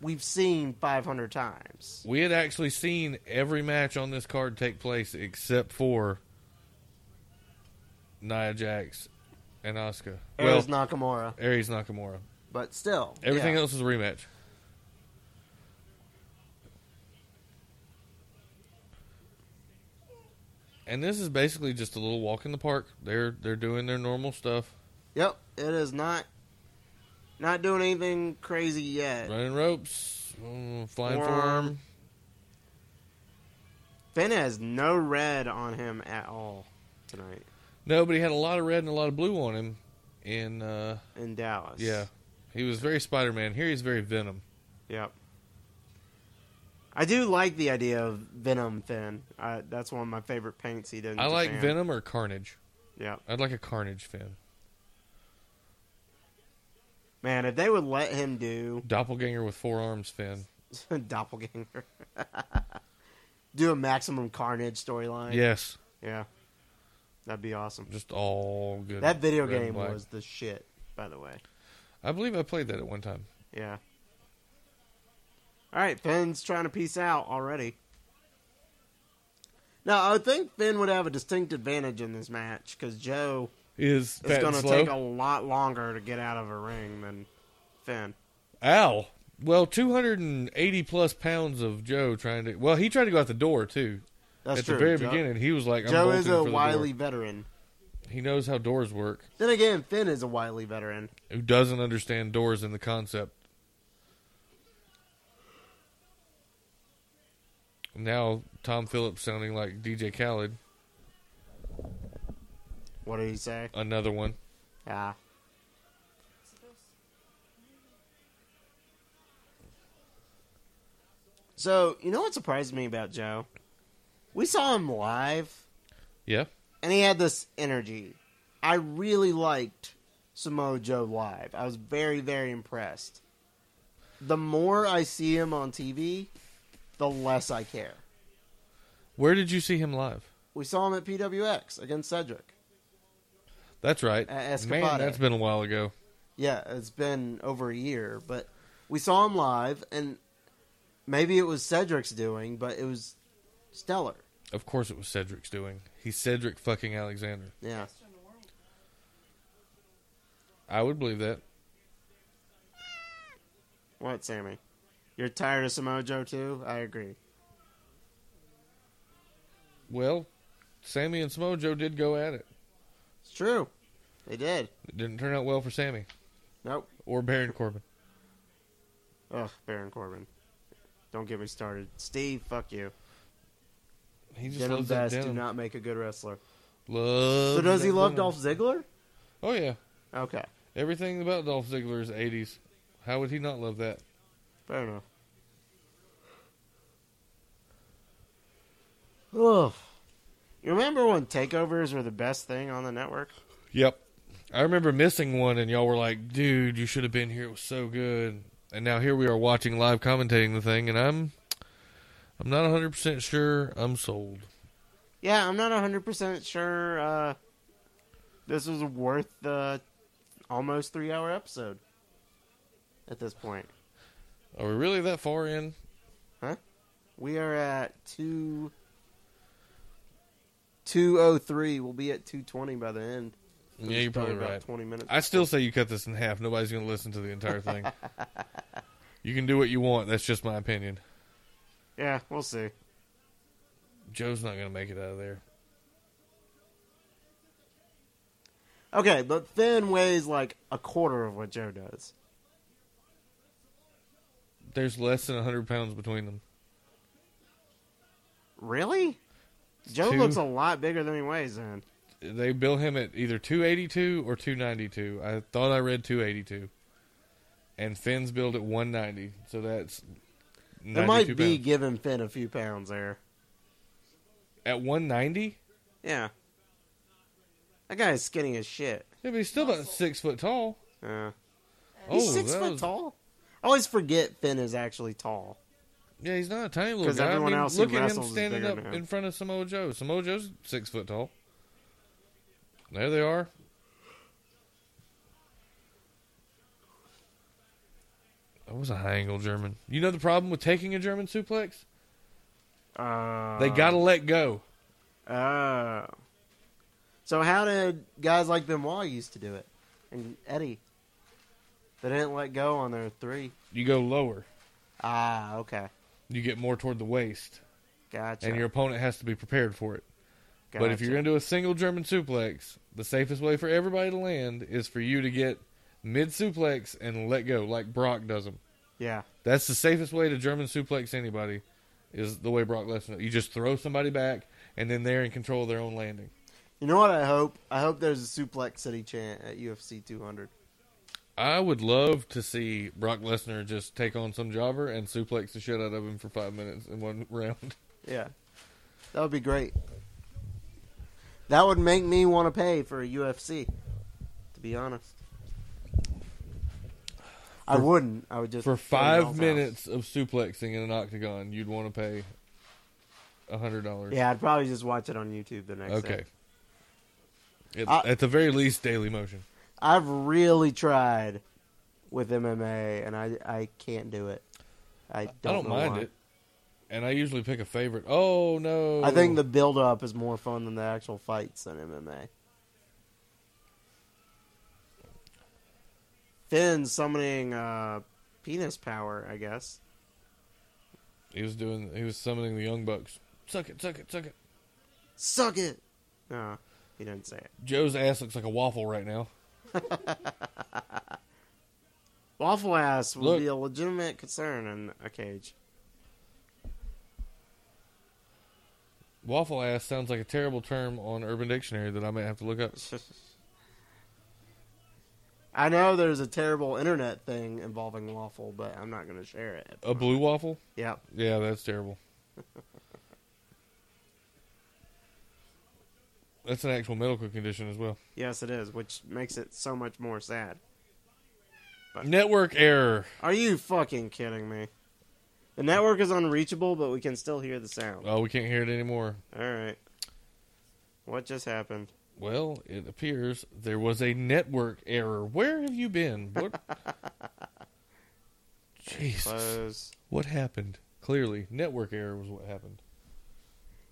we've seen 500 times. We had actually seen every match on this card take place except for Nia Jax and Asuka. Well, Aries Nakamura, Aries Nakamura. but still, Everything yeah. else is a rematch. And this is basically just a little walk in the park. They're they're doing their normal stuff, Yep, it is not not doing anything crazy yet. running ropes, mm, flying Forearm. forearm. Finn has no red on him at all tonight No, but he had a lot of red and a lot of blue on him. In uh, in Dallas. yeah, he was very Spider Man. Here he's very Venom. Yep. I do like the idea of Venom Finn. I, that's one of my favorite paints he did. In I like Japan. Venom or Carnage. Yep. I'd like a Carnage fan. Man, if they would let him do [laughs] Doppelganger with four arms fan. doppelganger, [laughs] do a maximum carnage storyline. Yes, Yeah. That'd be awesome. just all good. That video red and game black. was the shit, by the way. I believe I played that at one time. Yeah. All right, Finn's trying to peace out already. Now, I would think Finn would have a distinct advantage in this match because Joe Is is fat and going to slow? take a lot longer to get out of a ring than Finn. Ow. Well, 280 plus pounds of Joe trying to. Well, he tried to go out the door too. That's At true. the very Joe, beginning, he was like, "I'm Joe is bolting a for the wily door." veteran. He knows how doors work. Then again, Finn is a wily veteran. Who doesn't understand doors in the concept? Now Tom Phillips sounding like DJ Khaled. What did he say? Another one. Ah. So, you know what surprised me about Joe? We saw him live. Yeah. and he had this energy. I really liked Samoa Joe live. I was very, very impressed. The more I see him on TV, the less I care. Where did you see him live? We saw him at PWX against Cedric. That's right. Uh, Escapade. Man, that's been a while ago. Yeah, it's been over a year, but we saw him live, and maybe it was Cedric's doing, but it was stellar. Of course, it was Cedric's doing. He's Cedric fucking Alexander. Yeah. I would believe that. What, Sammy? You're tired of Samoa Joe, too? I agree. Well, Sammy and Smojo did go at it. It's true. They did. It didn't turn out well for Sammy Nope. or Baron Corbin. Ugh, Baron Corbin. Don't get me started. Steve, fuck you. He just Denim loves that vests do denim. not make a good wrestler. Loves So does he that love denim. Dolph Ziggler? Oh yeah, Okay, everything about Dolph Ziggler is '80s. How would he not love that? fair enough. Ugh. You remember when takeovers were the best thing on the network? Yep. I remember missing one, and y'all were like, "Dude, you should have been here. It was so good." And now here we are watching live commentating the thing, and I'm, I'm not 100 percent sure I'm sold. Yeah, I'm not 100% sure uh, this was worth the almost three hour episode at this point. Are we really that far in? We are at two two oh three. We'll be at two twenty by the end. So Yeah, you're there's probably about right. Twenty minutes. I still say you cut this in half. Nobody's going to listen to the entire thing. [laughs] you can do what you want. That's just my opinion. Yeah, we'll see. Joe's not going to make it out of there. Okay, but Finn weighs like a quarter of what Joe does. There's less than 100 pounds between them. Really? Joe Two. looks a lot bigger than he weighs. Then They bill him at either 282 or 292. I thought I read 282. And Finn's billed at 190. So that's. there might 92 be pounds. giving Finn a few pounds there. At 190? Yeah, that guy is skinny as shit. Yeah, but he's still about six foot tall. Uh, Oh, he's six that foot was- tall. I always forget Finn is actually tall. Yeah, he's not a tiny little 'Cause guy. everyone I mean, else who look at him wrestles is standing bigger up than him. in front of Samoa Joe. Samoa Joe's six foot tall. There they are. That was a high angle German. You know the problem with taking a German suplex? Uh, Um, They gotta let go. Oh. So how did guys like Benoit used to do it, and Eddie? They didn't let go on their three. You go lower, Ah, okay, you get more toward the waist, gotcha. and your opponent has to be prepared for it. gotcha. But if you're going to do a single German suplex, the safest way for everybody to land is for you to get mid suplex and let go, like Brock does them. yeah, That's the safest way to German suplex anybody, is the way Brock Lesnar. You just throw somebody back, and then they're in control of their own landing. you know what? I hope I hope there's a suplex city chant at UFC 200. I would love to see Brock Lesnar just take on some jobber and suplex the shit out of him for five minutes in one [laughs] round. Yeah, that would be great. That would make me want to pay for a UFC. To be honest, I wouldn't. I would just For go to y'all's five house. minutes of suplexing in an octagon, you'd want to pay a hundred dollars. Yeah, I'd probably just watch it on YouTube the next day. Okay. At, I- at the very least, Daily Motion. I've really tried with MMA, and I I can't do it. I don't, I don't know mind why. it, and I usually pick a favorite. Oh no! I think the build up is more fun than the actual fights in MMA. Finn summoning uh, penis power, I guess. he was doing. He was summoning the Young Bucks. Suck it, suck it, suck it. Suck it. No, he didn't say it. Joe's ass looks like a waffle right now. Waffle ass would Look. be a legitimate concern in a cage. Waffle ass sounds like a terrible term on Urban Dictionary that I might have to look up. [laughs] I know there's a terrible internet thing involving waffle, but I'm not going to share it. A blue waffle? Yep. Yeah, that's [laughs] terrible. That's an actual medical condition as well. Yes, it is, which makes it so much more sad. Network error. Are you fucking kidding me? The network is unreachable, but we can still hear the sound. Oh, we can't hear it anymore. All right. What just happened? Well, it appears there was a network error. Where have you been? [laughs] What? Jesus. Close. What happened? Clearly, network error was what happened.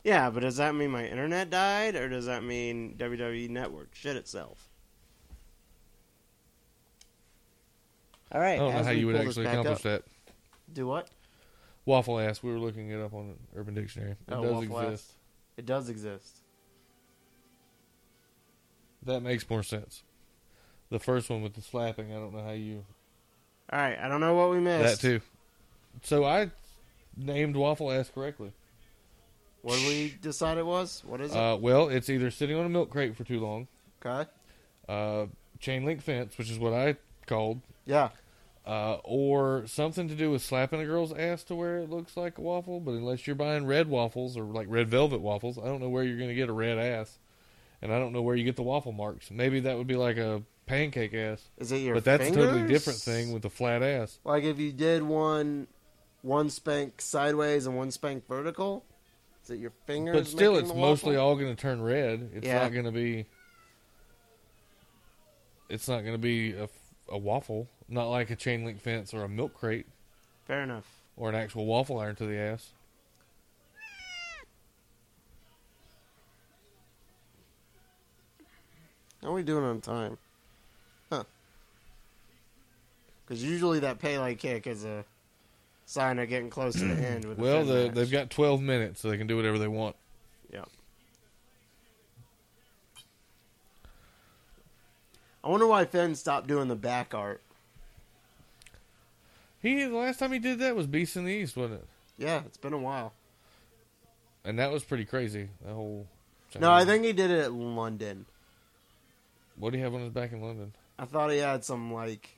Yeah, but does that mean my internet died, or does that mean WWE Network shit itself? All right. I don't know as how we you would pull this actually back accomplish up- that. Do what? Waffle ass. We were looking it up on Urban Dictionary. It Oh, does waffle ass. exist. It does exist. That makes more sense. The first one with the slapping, I don't know how you All right. I don't know what we that missed. too. So I named waffle ass correctly. What did we decide it was? What is it? Uh, well, it's either sitting on a milk crate for too long, okay. uh, chain link fence, which is what I called, Yeah. uh, or something to do with slapping a girl's ass to where it looks like a waffle. But unless you're buying red waffles or like red velvet waffles, I don't know where you're going to get a red ass, and I don't know where you get the waffle marks. Maybe that would be like a pancake ass, Is it your? but that's a totally different fingers? thing with a flat ass. Like if you did one, one spank sideways and one spank vertical, is it your fingers? But still, making it's the waffle? mostly all going to turn red. It's Yeah. not going to be. It's not going to be a, a waffle, not like a chain link fence or a milk crate Fair enough. or an actual waffle iron to the ass. How are we doing on time? Huh? Because usually that Pele kick is a sign of getting close to the end. With Well, the, the, fin match. they've got 12 minutes, so they can do whatever they want. Yeah. I wonder why Finn stopped doing the back art. He the last time he did that was Beast in the East, wasn't it? Yeah, it's been a while. And that was pretty crazy. That whole. No, Uh-huh. I think he did it in London. What do you have on his back in London? I thought he had some like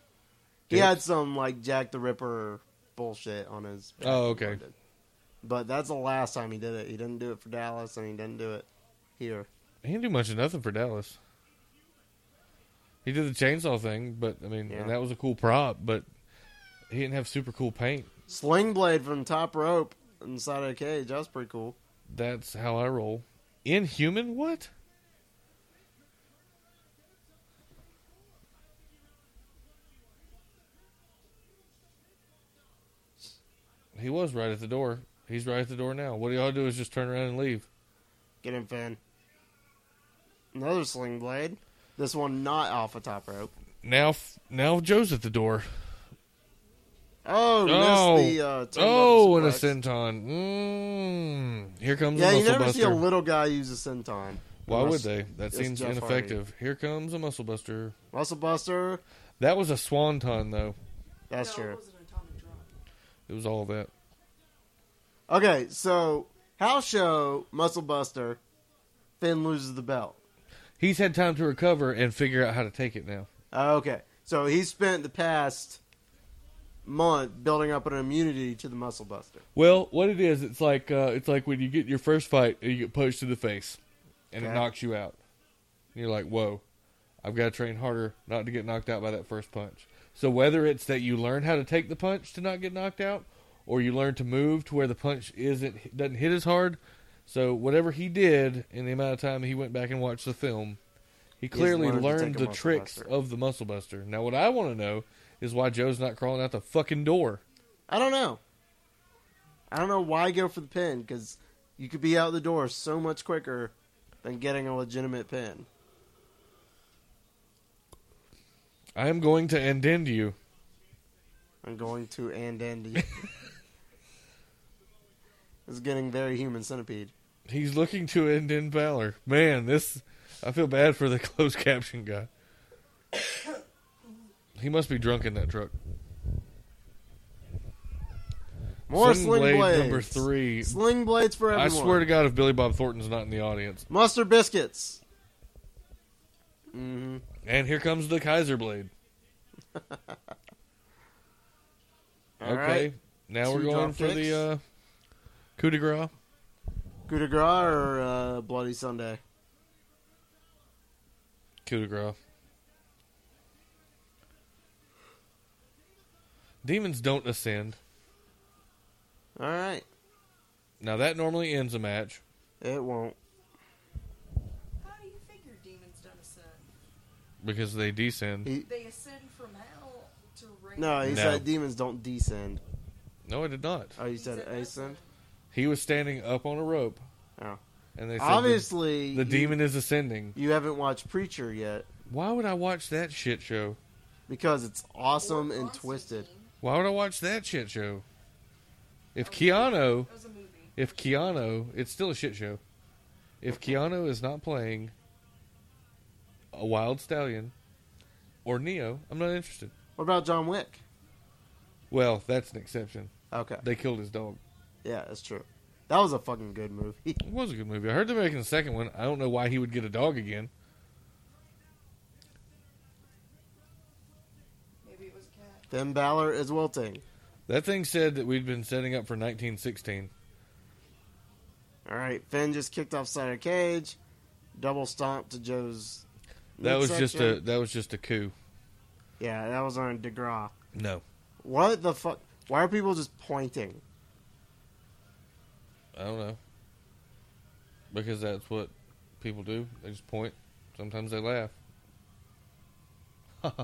he Dicks? had some like Jack the Ripper bullshit on his. back Oh, in okay. London. But that's the last time he did it. He didn't do it for Dallas, and he didn't do it here. He didn't do much of nothing for Dallas. He did the chainsaw thing, but I mean, Yeah. and that was a cool prop, but he didn't have super cool paint. Sling blade from top rope inside of the cage. That was pretty cool. That's how I roll. Inhuman? What? He was right at the door. He's right at the door now. What do y'all do is just turn around and leave. Get him, Finn. Another sling blade. This one not off a top rope. Now, f- now Joe's at the door. Oh, Oh, missed the uh, turnbuckle oh, and a suplex. senton. Mm. Here comes Yeah, a you muscle never buster. see a little guy use a senton. Why would Unless- they? That it's seems Jeff ineffective. Here comes a muscle buster. Muscle Buster. That was a swanton though. no, That's It true. was an atomic drop. It was all that. Okay, so house show Muscle Buster. Finn loses the belt. He's had time to recover and figure out how to take it now. Uh, Okay, so he spent the past month building up an immunity to the Muscle Buster. Well, what it is, it's like uh, it's like when you get your first fight and you get punched in the face, and it Okay. knocks you out. And you're like, whoa, I've got to train harder not to get knocked out by that first punch. So whether it's that you learn how to take the punch to not get knocked out, or you learn to move to where the punch isn't doesn't hit as hard. So whatever he did in the amount of time he went back and watched the film, he clearly learned to learned take a the muscle tricks buster. of the muscle buster. Now what I want to know is why Joe's not crawling out the fucking door. I don't know. I don't know why go for the pin because you could be out the door so much quicker than getting a legitimate pin. I am going to end end you. I'm going to [laughs] and Andy. it's getting very human centipede. He's looking to end in valor. Man, this I feel bad for the [laughs] closed caption guy. He must be drunk in that truck. More sling, blade blades. number three. Sling blades for I everyone. swear to God, if Billy Bob Thornton's not in the audience, Mustard biscuits. hmm and here comes the Kaiser blade. All okay, right. now we're Two going drop for kicks. the uh, coup de grace. Coup de grace or uh, Bloody Sunday? Coup de grace. Demons don't ascend. All right. Now that normally ends a match. It won't. How do you figure demons don't ascend? because they descend. He, They ascend from hell to rain. no, he No. said demons don't descend. No, I did not. Oh, you said ascend? He was standing up on a rope, Oh. and they said Obviously, the, the you- demon is ascending. You haven't watched Preacher yet Why would I watch that shit show? because it's awesome and twisted. Why would I watch that shit show? If Keanu, That was a movie. if Keanu, it's still a shit show. If Keanu is not playing a wild stallion or Neo, I'm not interested. What about John Wick? Well, that's an exception. Okay, They killed his dog. yeah, that's true. That was a fucking good movie. [laughs] It was a good movie. I heard they're making the second one. I don't know why he would get a dog again. Maybe it was a cat. Finn Balor is wilting. That thing said that we'd been setting up for 1916. All right, Finn just kicked off Cider Cage, double stomp to Joe's. That was just a midsection. that was just a coup. yeah. That was on Degras. No, What the fuck? Why are people just pointing? I don't know. Because that's what people do. They just point. Sometimes they laugh. [laughs]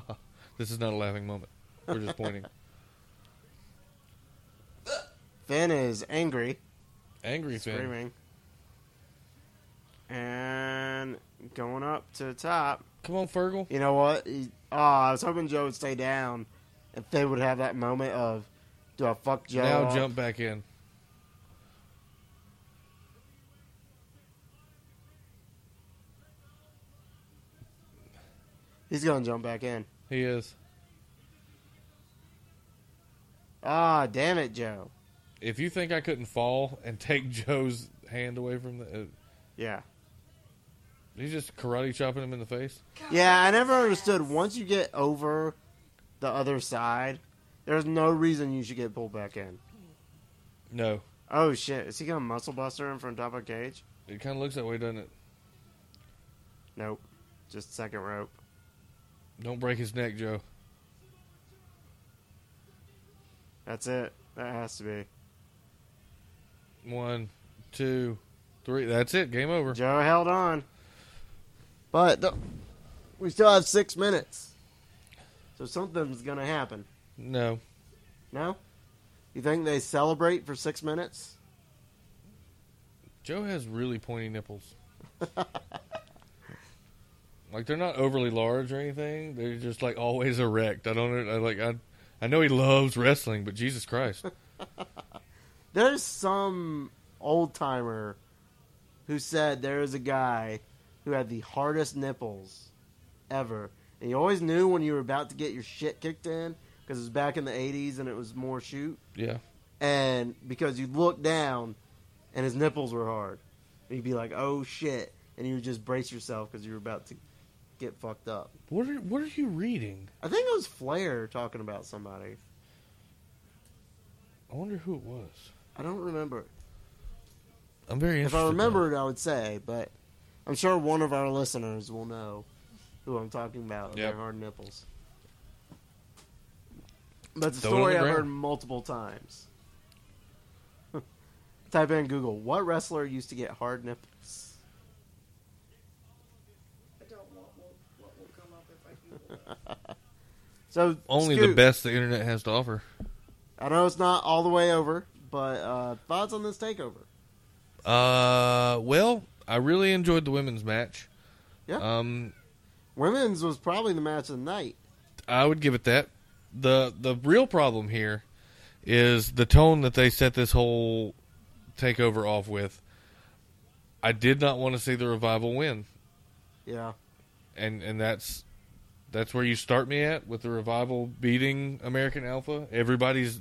this is not a laughing moment. We're just pointing. Finn is angry, Angry Finn. screaming, and going up to the top. Come on, Fergal. You know what? He, oh, I was hoping Joe would stay down, and Finn would have that moment of, "Do I fuck Joe?" now up? jump back in. He's gonna jump back in. He is. Ah, damn it, Joe. If you think I couldn't fall and take [laughs] Joe's hand away from the, uh, Yeah, he's just karate chopping him in the face. God, yeah. I never understood. Once you get over the other side, there's no reason you should get pulled back in. No, Oh shit! Is he gonna muscle buster him from top of cage? it kind of looks that way, doesn't it? Nope. Just second rope. Don't break his neck, Joe. That's it. That has to be. One, two, three. That's it. Game over. Joe held on. But th- we still have six minutes. So something's going to happen. No. No? You think they celebrate for six minutes? Joe has really pointy nipples. [laughs] Like they're not overly large or anything. They're just like always erect. I don't know. I like I, I know he loves wrestling, but [laughs] Jesus Christ, There's some old timer who said there is a guy who had the hardest nipples ever, and you always knew when you were about to get your shit kicked in because it was back in the '80s and it was more shoot, yeah. and because you looked down and his nipples were hard, and you'd be like, "Oh shit," and you would just brace yourself because you were about to get fucked up. What are what are you reading? I think it was Flair talking about somebody. I wonder who it was. I don't remember. I'm very If interested. I now. remembered, I would say, but I'm sure one of our listeners will know who I'm talking about. and Yep. Their hard nipples. That's a Throw it on story the I've ground. heard multiple times. [laughs] Type in Google what wrestler used to get hard nipples. I don't want what, what will come up if I [laughs] Google that. So only the Scoot, best the internet has to offer. I know it's not all the way over, but uh, thoughts on this takeover? Uh, well, I really enjoyed the women's match. Yeah. Um, Women's was probably the match of the night. I would give it that. the The real problem here is the tone that they set this whole takeover off with. I did not want to see the revival win, Yeah, and and that's that's where you start me at with the revival beating American Alpha. Everybody's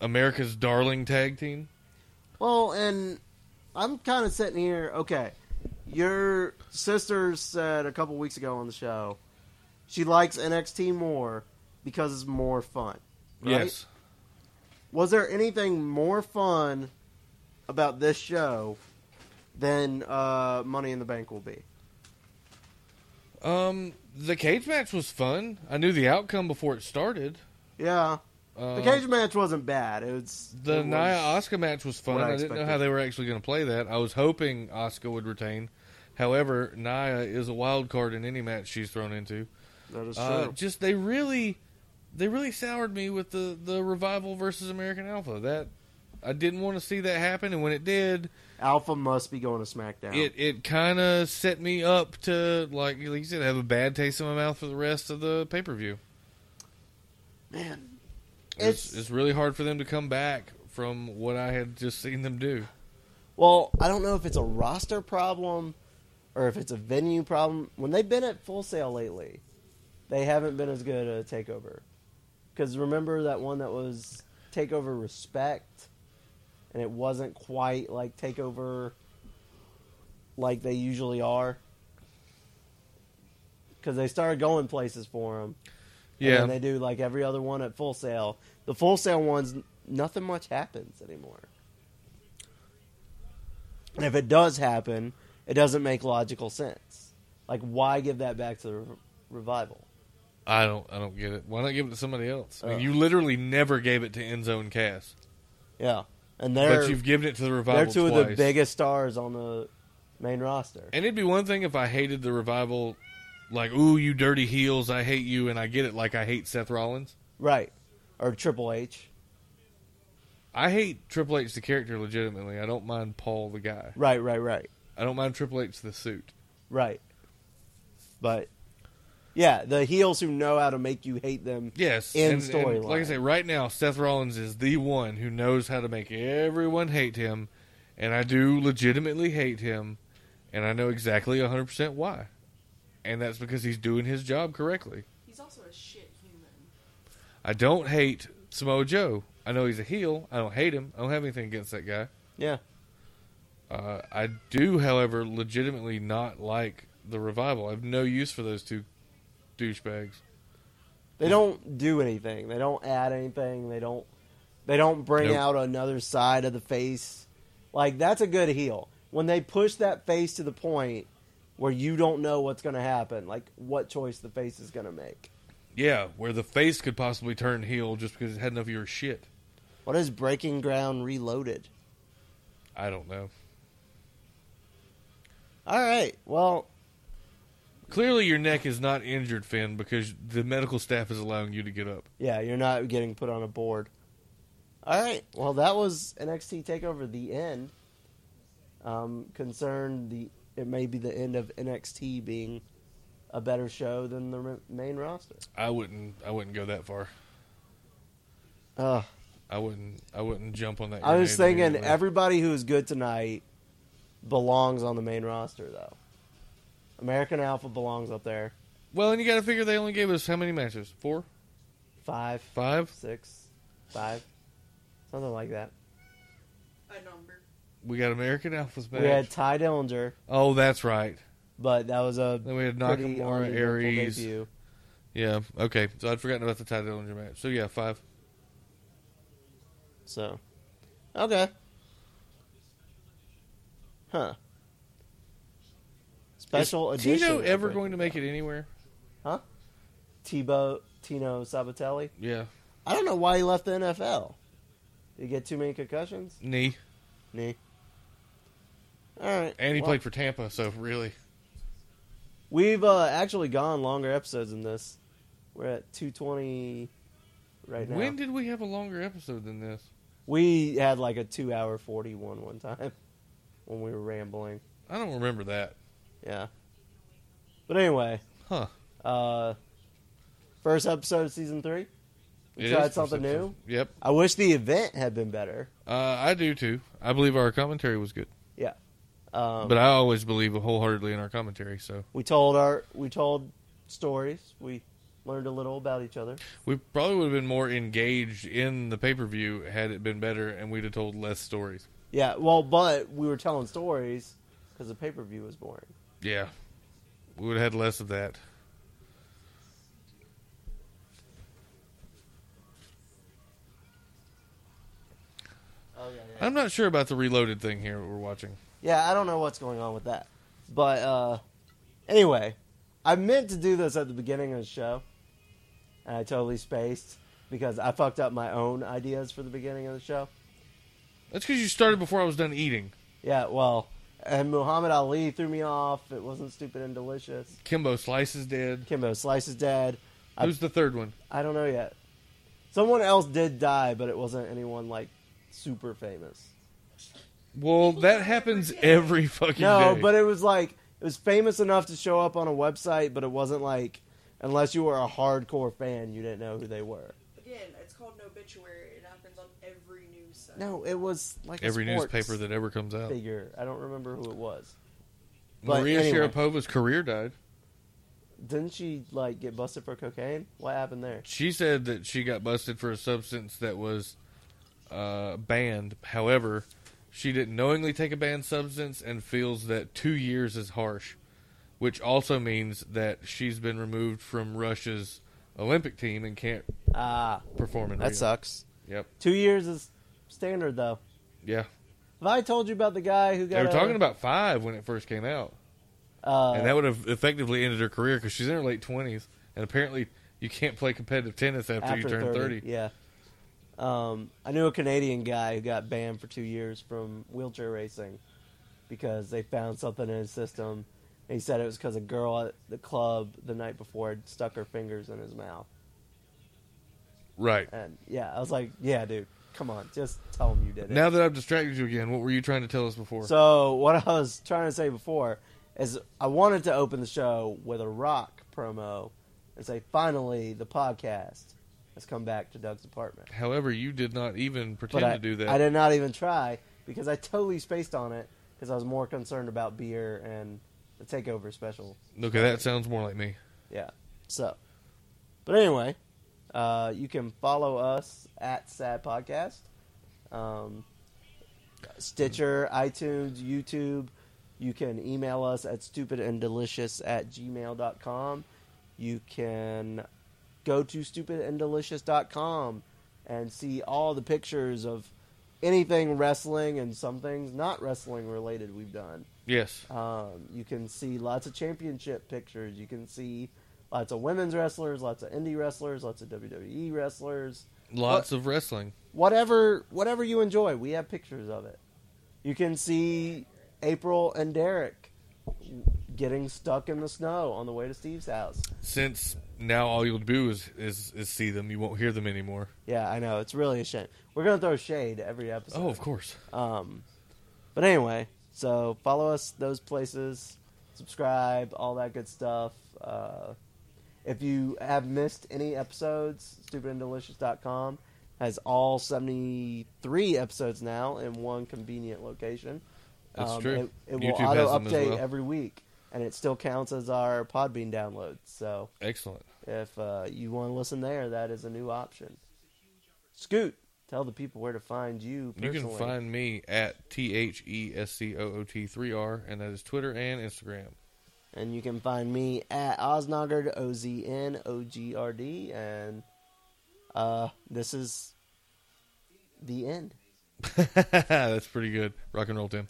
America's darling tag team. Well, and I'm kind of sitting here. Okay, your sister said a couple weeks ago on the show she likes NXT more because it's more fun. Right? Yes, Was there anything more fun about this show than uh, Money in the Bank will be? um, the cage match was fun. I knew the outcome before it started. Yeah, Uh, the cage match wasn't bad. It was it The was- Nia Oscar match was fun. what I I, didn't know how expected. they were actually going to play that. I was hoping Oscar would retain. However, Nia is a wild card in any match she's thrown into. That is Uh, true. just they really, they really soured me with the the revival versus American Alpha. That I didn't want to see that happen, and when it did, Alpha must be going to SmackDown. it it kind of set me up to like, like you said, have a bad taste in my mouth for the rest of the pay per view. Man, It's, It's- it's really hard for them to come back from what I had just seen them do. Well, I don't know if it's a roster problem or if it's a venue problem. When they've been at full sale lately, they haven't been as good at a takeover. Because remember that one that was takeover respect, and it wasn't quite like takeover like they usually are. Because they started going places for them. Yeah, And then they do like every other one at Full Sail. The Full Sail ones, nothing much happens anymore. And if it does happen, it doesn't make logical sense. Like, why give that back to the re- revival? I don't I don't get it. Why not give it to somebody else? I mean, Oh. you literally never gave it to end zone cast. Yeah, and they're but you've given it to the revival. they're two of the twice. biggest stars on the main roster. And it'd be one thing if I hated the revival like, ooh, you dirty heels, I hate you and I get it like I hate Seth Rollins. right, or Triple H. I hate Triple H the character legitimately. I don't mind Paul the guy. Right, right, right, I don't mind Triple H the suit. right. But yeah, the heels who know how to make you hate them. Yes. In and- and storyline. Like I say, right now Seth Rollins is the one who knows how to make everyone hate him, and I do legitimately hate him, and I know exactly 100% why. And that's because he's doing his job correctly. He's also a shit human. I don't hate Samoa Joe. I know he's a heel. I don't hate him. I don't have anything against that guy. Yeah. Uh, I do, however, legitimately not like the revival. I have no use for those two douchebags. They don't do anything. They don't add anything. They don't. They don't bring Nope. out another side of the face. Like that's a good heel when they push that face to the point where you don't know what's going to happen. Like what choice the face is going to make. Yeah, where the face could possibly turn heel just because it had enough of your shit. What is Breaking Ground Reloaded? I don't know. All right. Well, Clearly, your neck is not injured, Finn, because the medical staff is allowing you to get up. yeah, you're not getting put on a board. All right. Well, that was NXT Takeover the end. Um, concerned the it may be the end of NXT being a better show than the r- main roster. I wouldn't. I wouldn't go that far. Ugh. I wouldn't. I wouldn't jump on that. I grenade was thinking immediately. everybody who is good tonight belongs on the main roster, though. American Alpha belongs up there. Well, and you got to figure they only gave us how many matches? Four, Five, five. six, five, something like that. A number. We got American Alpha's match. We had Ty Dillinger, oh, that's right. but that was a Then we had pretty Nakamura, uneventful Aries. debut. Yeah. Okay. So I'd forgotten about the Ty Dillinger match. So yeah, five. So, okay, huh? Special Is edition. Tino ever opening. going to make it anywhere? Tebow Tino Sabatelli? Yeah. I don't know why he left the NFL. Did he get too many concussions? Knee. Knee. All right. And he Well, played for Tampa. So really, We've uh, actually gone longer episodes than this. We're at 220 right now. when did we have a longer episode than this? we had like a 2 hour 41 one time when we were rambling. I don't remember that. Yeah. But anyway, Huh. uh first episode of season 3. We It tried is something perception. new. Yep. I wish the event had been better. Uh, I do too. I believe our commentary was good, Yeah. Um, but I always believe wholeheartedly in our commentary. So we told our we told stories. We learned a little about each other. we probably would have been more engaged in the pay per view had it been better, and we'd have told less stories. Yeah, well, but we were telling stories because the pay per view was boring. Yeah, we would have had less of that. Oh yeah, I'm not sure about the reloaded thing here we're watching. Yeah, I don't know what's going on with that. But uh, anyway, I meant to do this at the beginning of the show, and I totally spaced because I fucked up my own ideas for the beginning of the show. That's because you started before I was done eating. Yeah, well, and Muhammad Ali threw me off. It wasn't stupid and delicious. Kimbo Slice is dead. Kimbo Slice is dead. I, Who's the third one? I don't know yet. Someone else did die, but it wasn't anyone like super famous. Well, that happens every fucking No, day. but it was like it was famous enough to show up on a website, but it wasn't like unless you were a hardcore fan, you didn't know who they were. Again, it's called an obituary. It happens on every news site. No, it was like every a sports newspaper that ever comes out. figure. I don't remember who it was. But Maria anyway. Sharapova's career died. Didn't she like get busted for cocaine? What happened there? She said that she got busted for a substance that was uh, banned. However, she didn't knowingly take a banned substance and feels that two years is harsh, which also means that she's been removed from Russia's Olympic team and can't Ah, perform in that Rio. sucks. Yep. Two years is standard though. Yeah. Have I told you about the guy who got? They were a- talking about five when it first came out, Uh, and that would have effectively ended her career because she's in her late twenties, and apparently you can't play competitive tennis after, you turn thirty. Yeah. Um, I knew a Canadian guy who got banned for two years from wheelchair racing because they found something in his system. He said it was because a girl at the club the night before had stuck her fingers in his mouth. Right. And yeah, I was like, yeah, dude, come on, just tell him you did it. Now that I've distracted you again, what were you trying to tell us before? So what I was trying to say before is I wanted to open the show with a rock promo and say, finally, the podcast has come back to Doug's apartment. However, you did not even but pretend I, to do that. I did not even try because I totally spaced on it because I was more concerned about beer and the takeover special. Okay, that sounds more like me. Yeah. So, but anyway, uh, you can follow us at Sad Podcast, um, Stitcher, iTunes, YouTube. You can email us at stupidanddelicious at gmail.com. You can go to stupidanddelicious.com and see all the pictures of anything wrestling and some things not wrestling related we've done. Yes. Um, you can see lots of championship pictures. You can see lots of women's wrestlers, lots of indie wrestlers, lots of WWE wrestlers. Lots of wrestling. Whatever, whatever you enjoy, we have pictures of it. You can see April and Derek getting stuck in the snow on the way to Steve's house. Since now all you'll do is, is, is see them, you won't hear them anymore. Yeah, I know it's really a shame. We're gonna throw shade every episode. uh, Oh, of course. Um, but anyway, so follow us those places. subscribe, all that good stuff. Uh, if you have missed any episodes, stupidanddelicious.com has all 73 episodes now in one convenient location. Um, That's true. It, it will YouTube has auto them as update well. every week, and it still counts as our Podbean download. So Excellent. if uh, you want to listen there, that is a new option. Scoot, tell the people where to find you personally. You can find me at T H E S C O O T 3 R, and that is Twitter and Instagram. [laughs] And you can find me at Oznogard, O Z N O G R D. And uh, this is the end. That's pretty good. Rock and roll, Tim.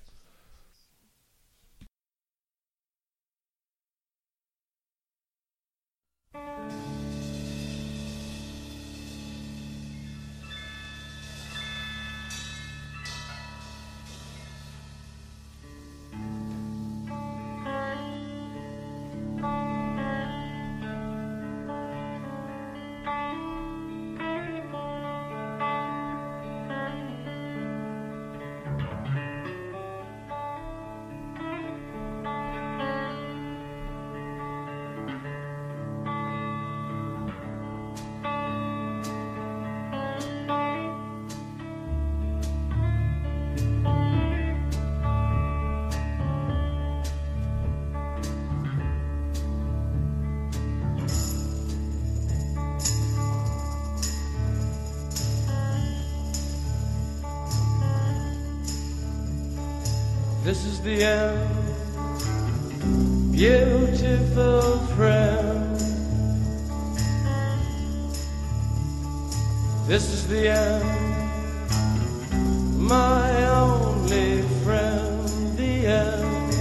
This is the end, beautiful friend. This is the end, my only friend. The end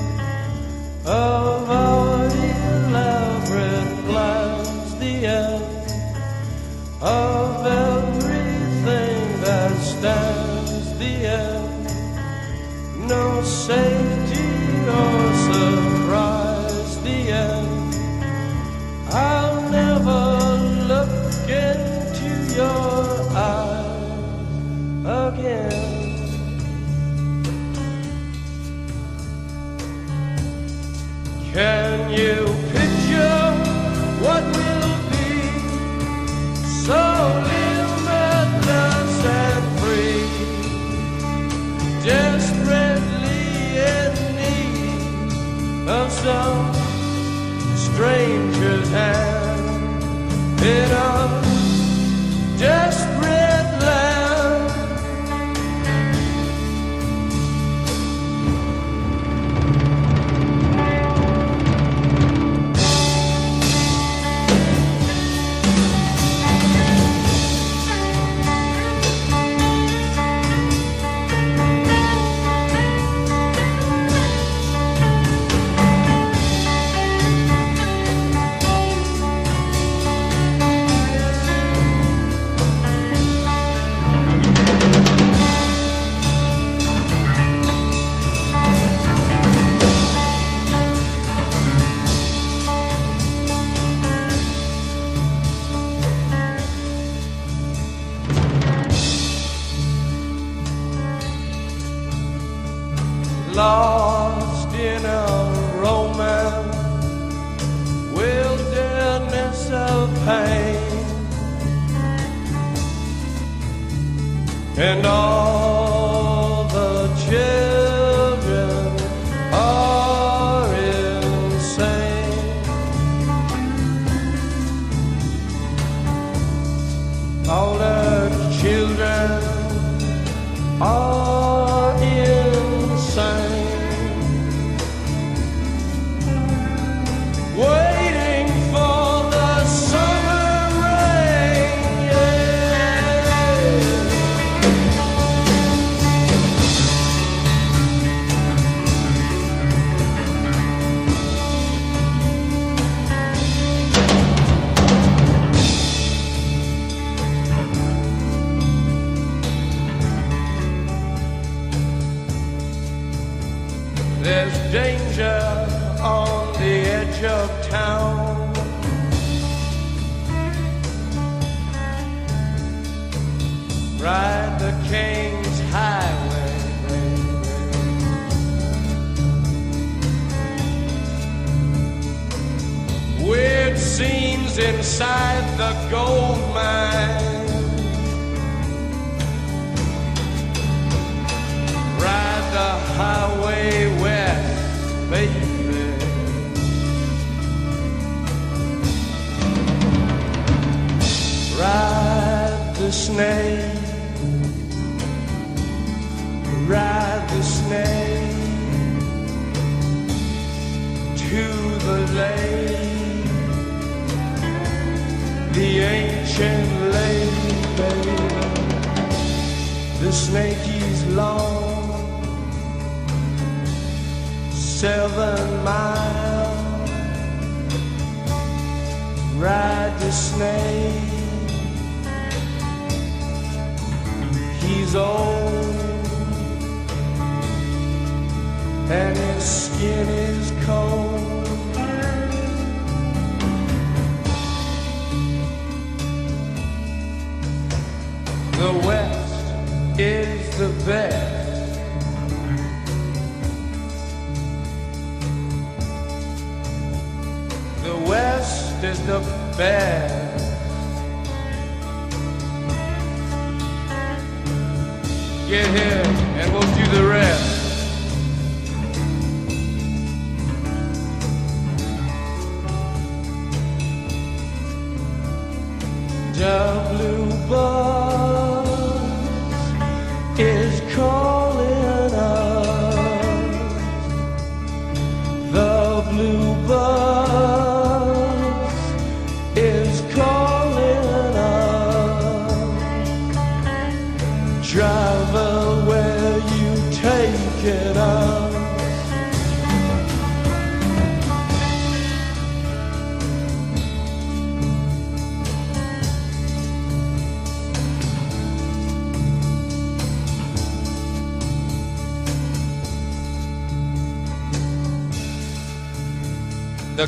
of our elaborate plans. The end of everything that stands. The end no safety or surprise. The end. I'll never look into your eyes again. Can you picture what will be? So limitless and free desperately in need of some stranger's hand in a desperate land. Lost in a romance, wilderness of pain. and all the children are insane. All the children are insane, waiting for the summer rain. yeah. There's danger on the edge of town. Ride the King's Highway, baby. scenes inside the gold mine. Ride the highway west, baby. Ride the snake. Ride the snake to the lake. The ancient lake, baby. The snake is long. Seven miles. Ride the snake. He's old and his skin is cold. The West is the best. The West is the best. Get here and we'll do the rest. The blue bus is calling us. The blue bus is calling us. Driver, where you taking us? The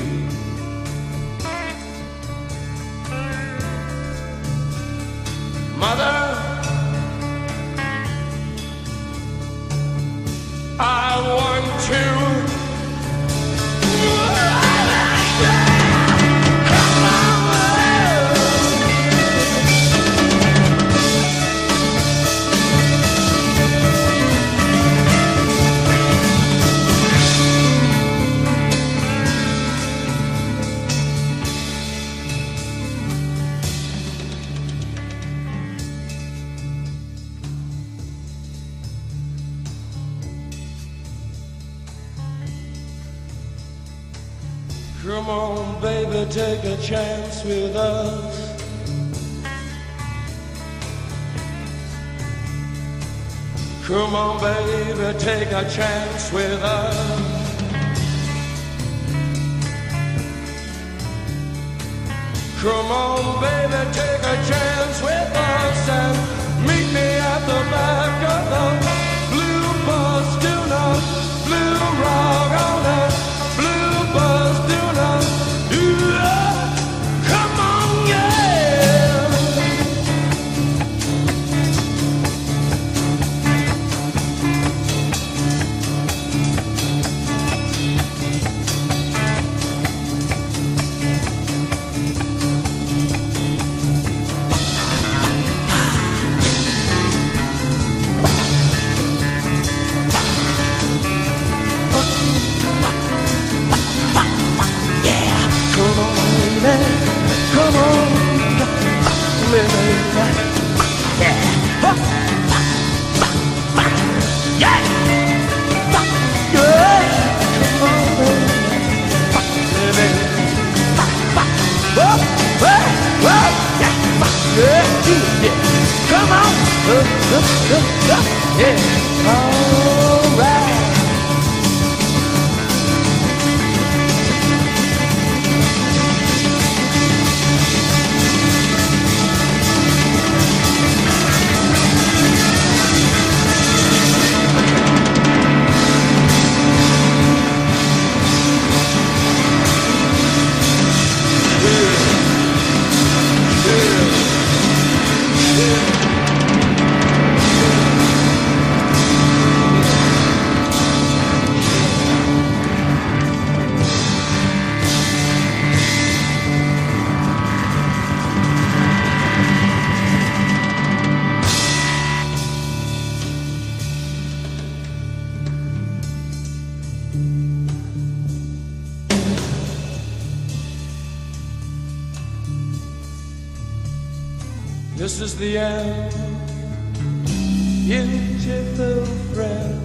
Mother, I want to. Come on, baby, take a chance with us. Come on, baby, take a chance with us. Come on, baby, take a chance with us and meet me at the back of the blue bus. Do not blue rock on us. Blue bus, do not do not- Come on, yeah. This is the end, beautiful friend.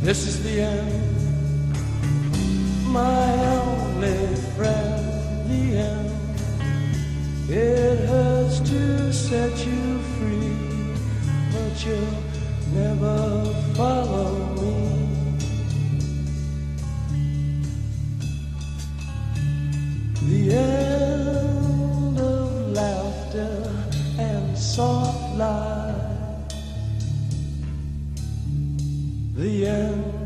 This is the end, my only friend. The end. It hurts to set you free, but you'll never follow me. The end of laughter and soft lies. The end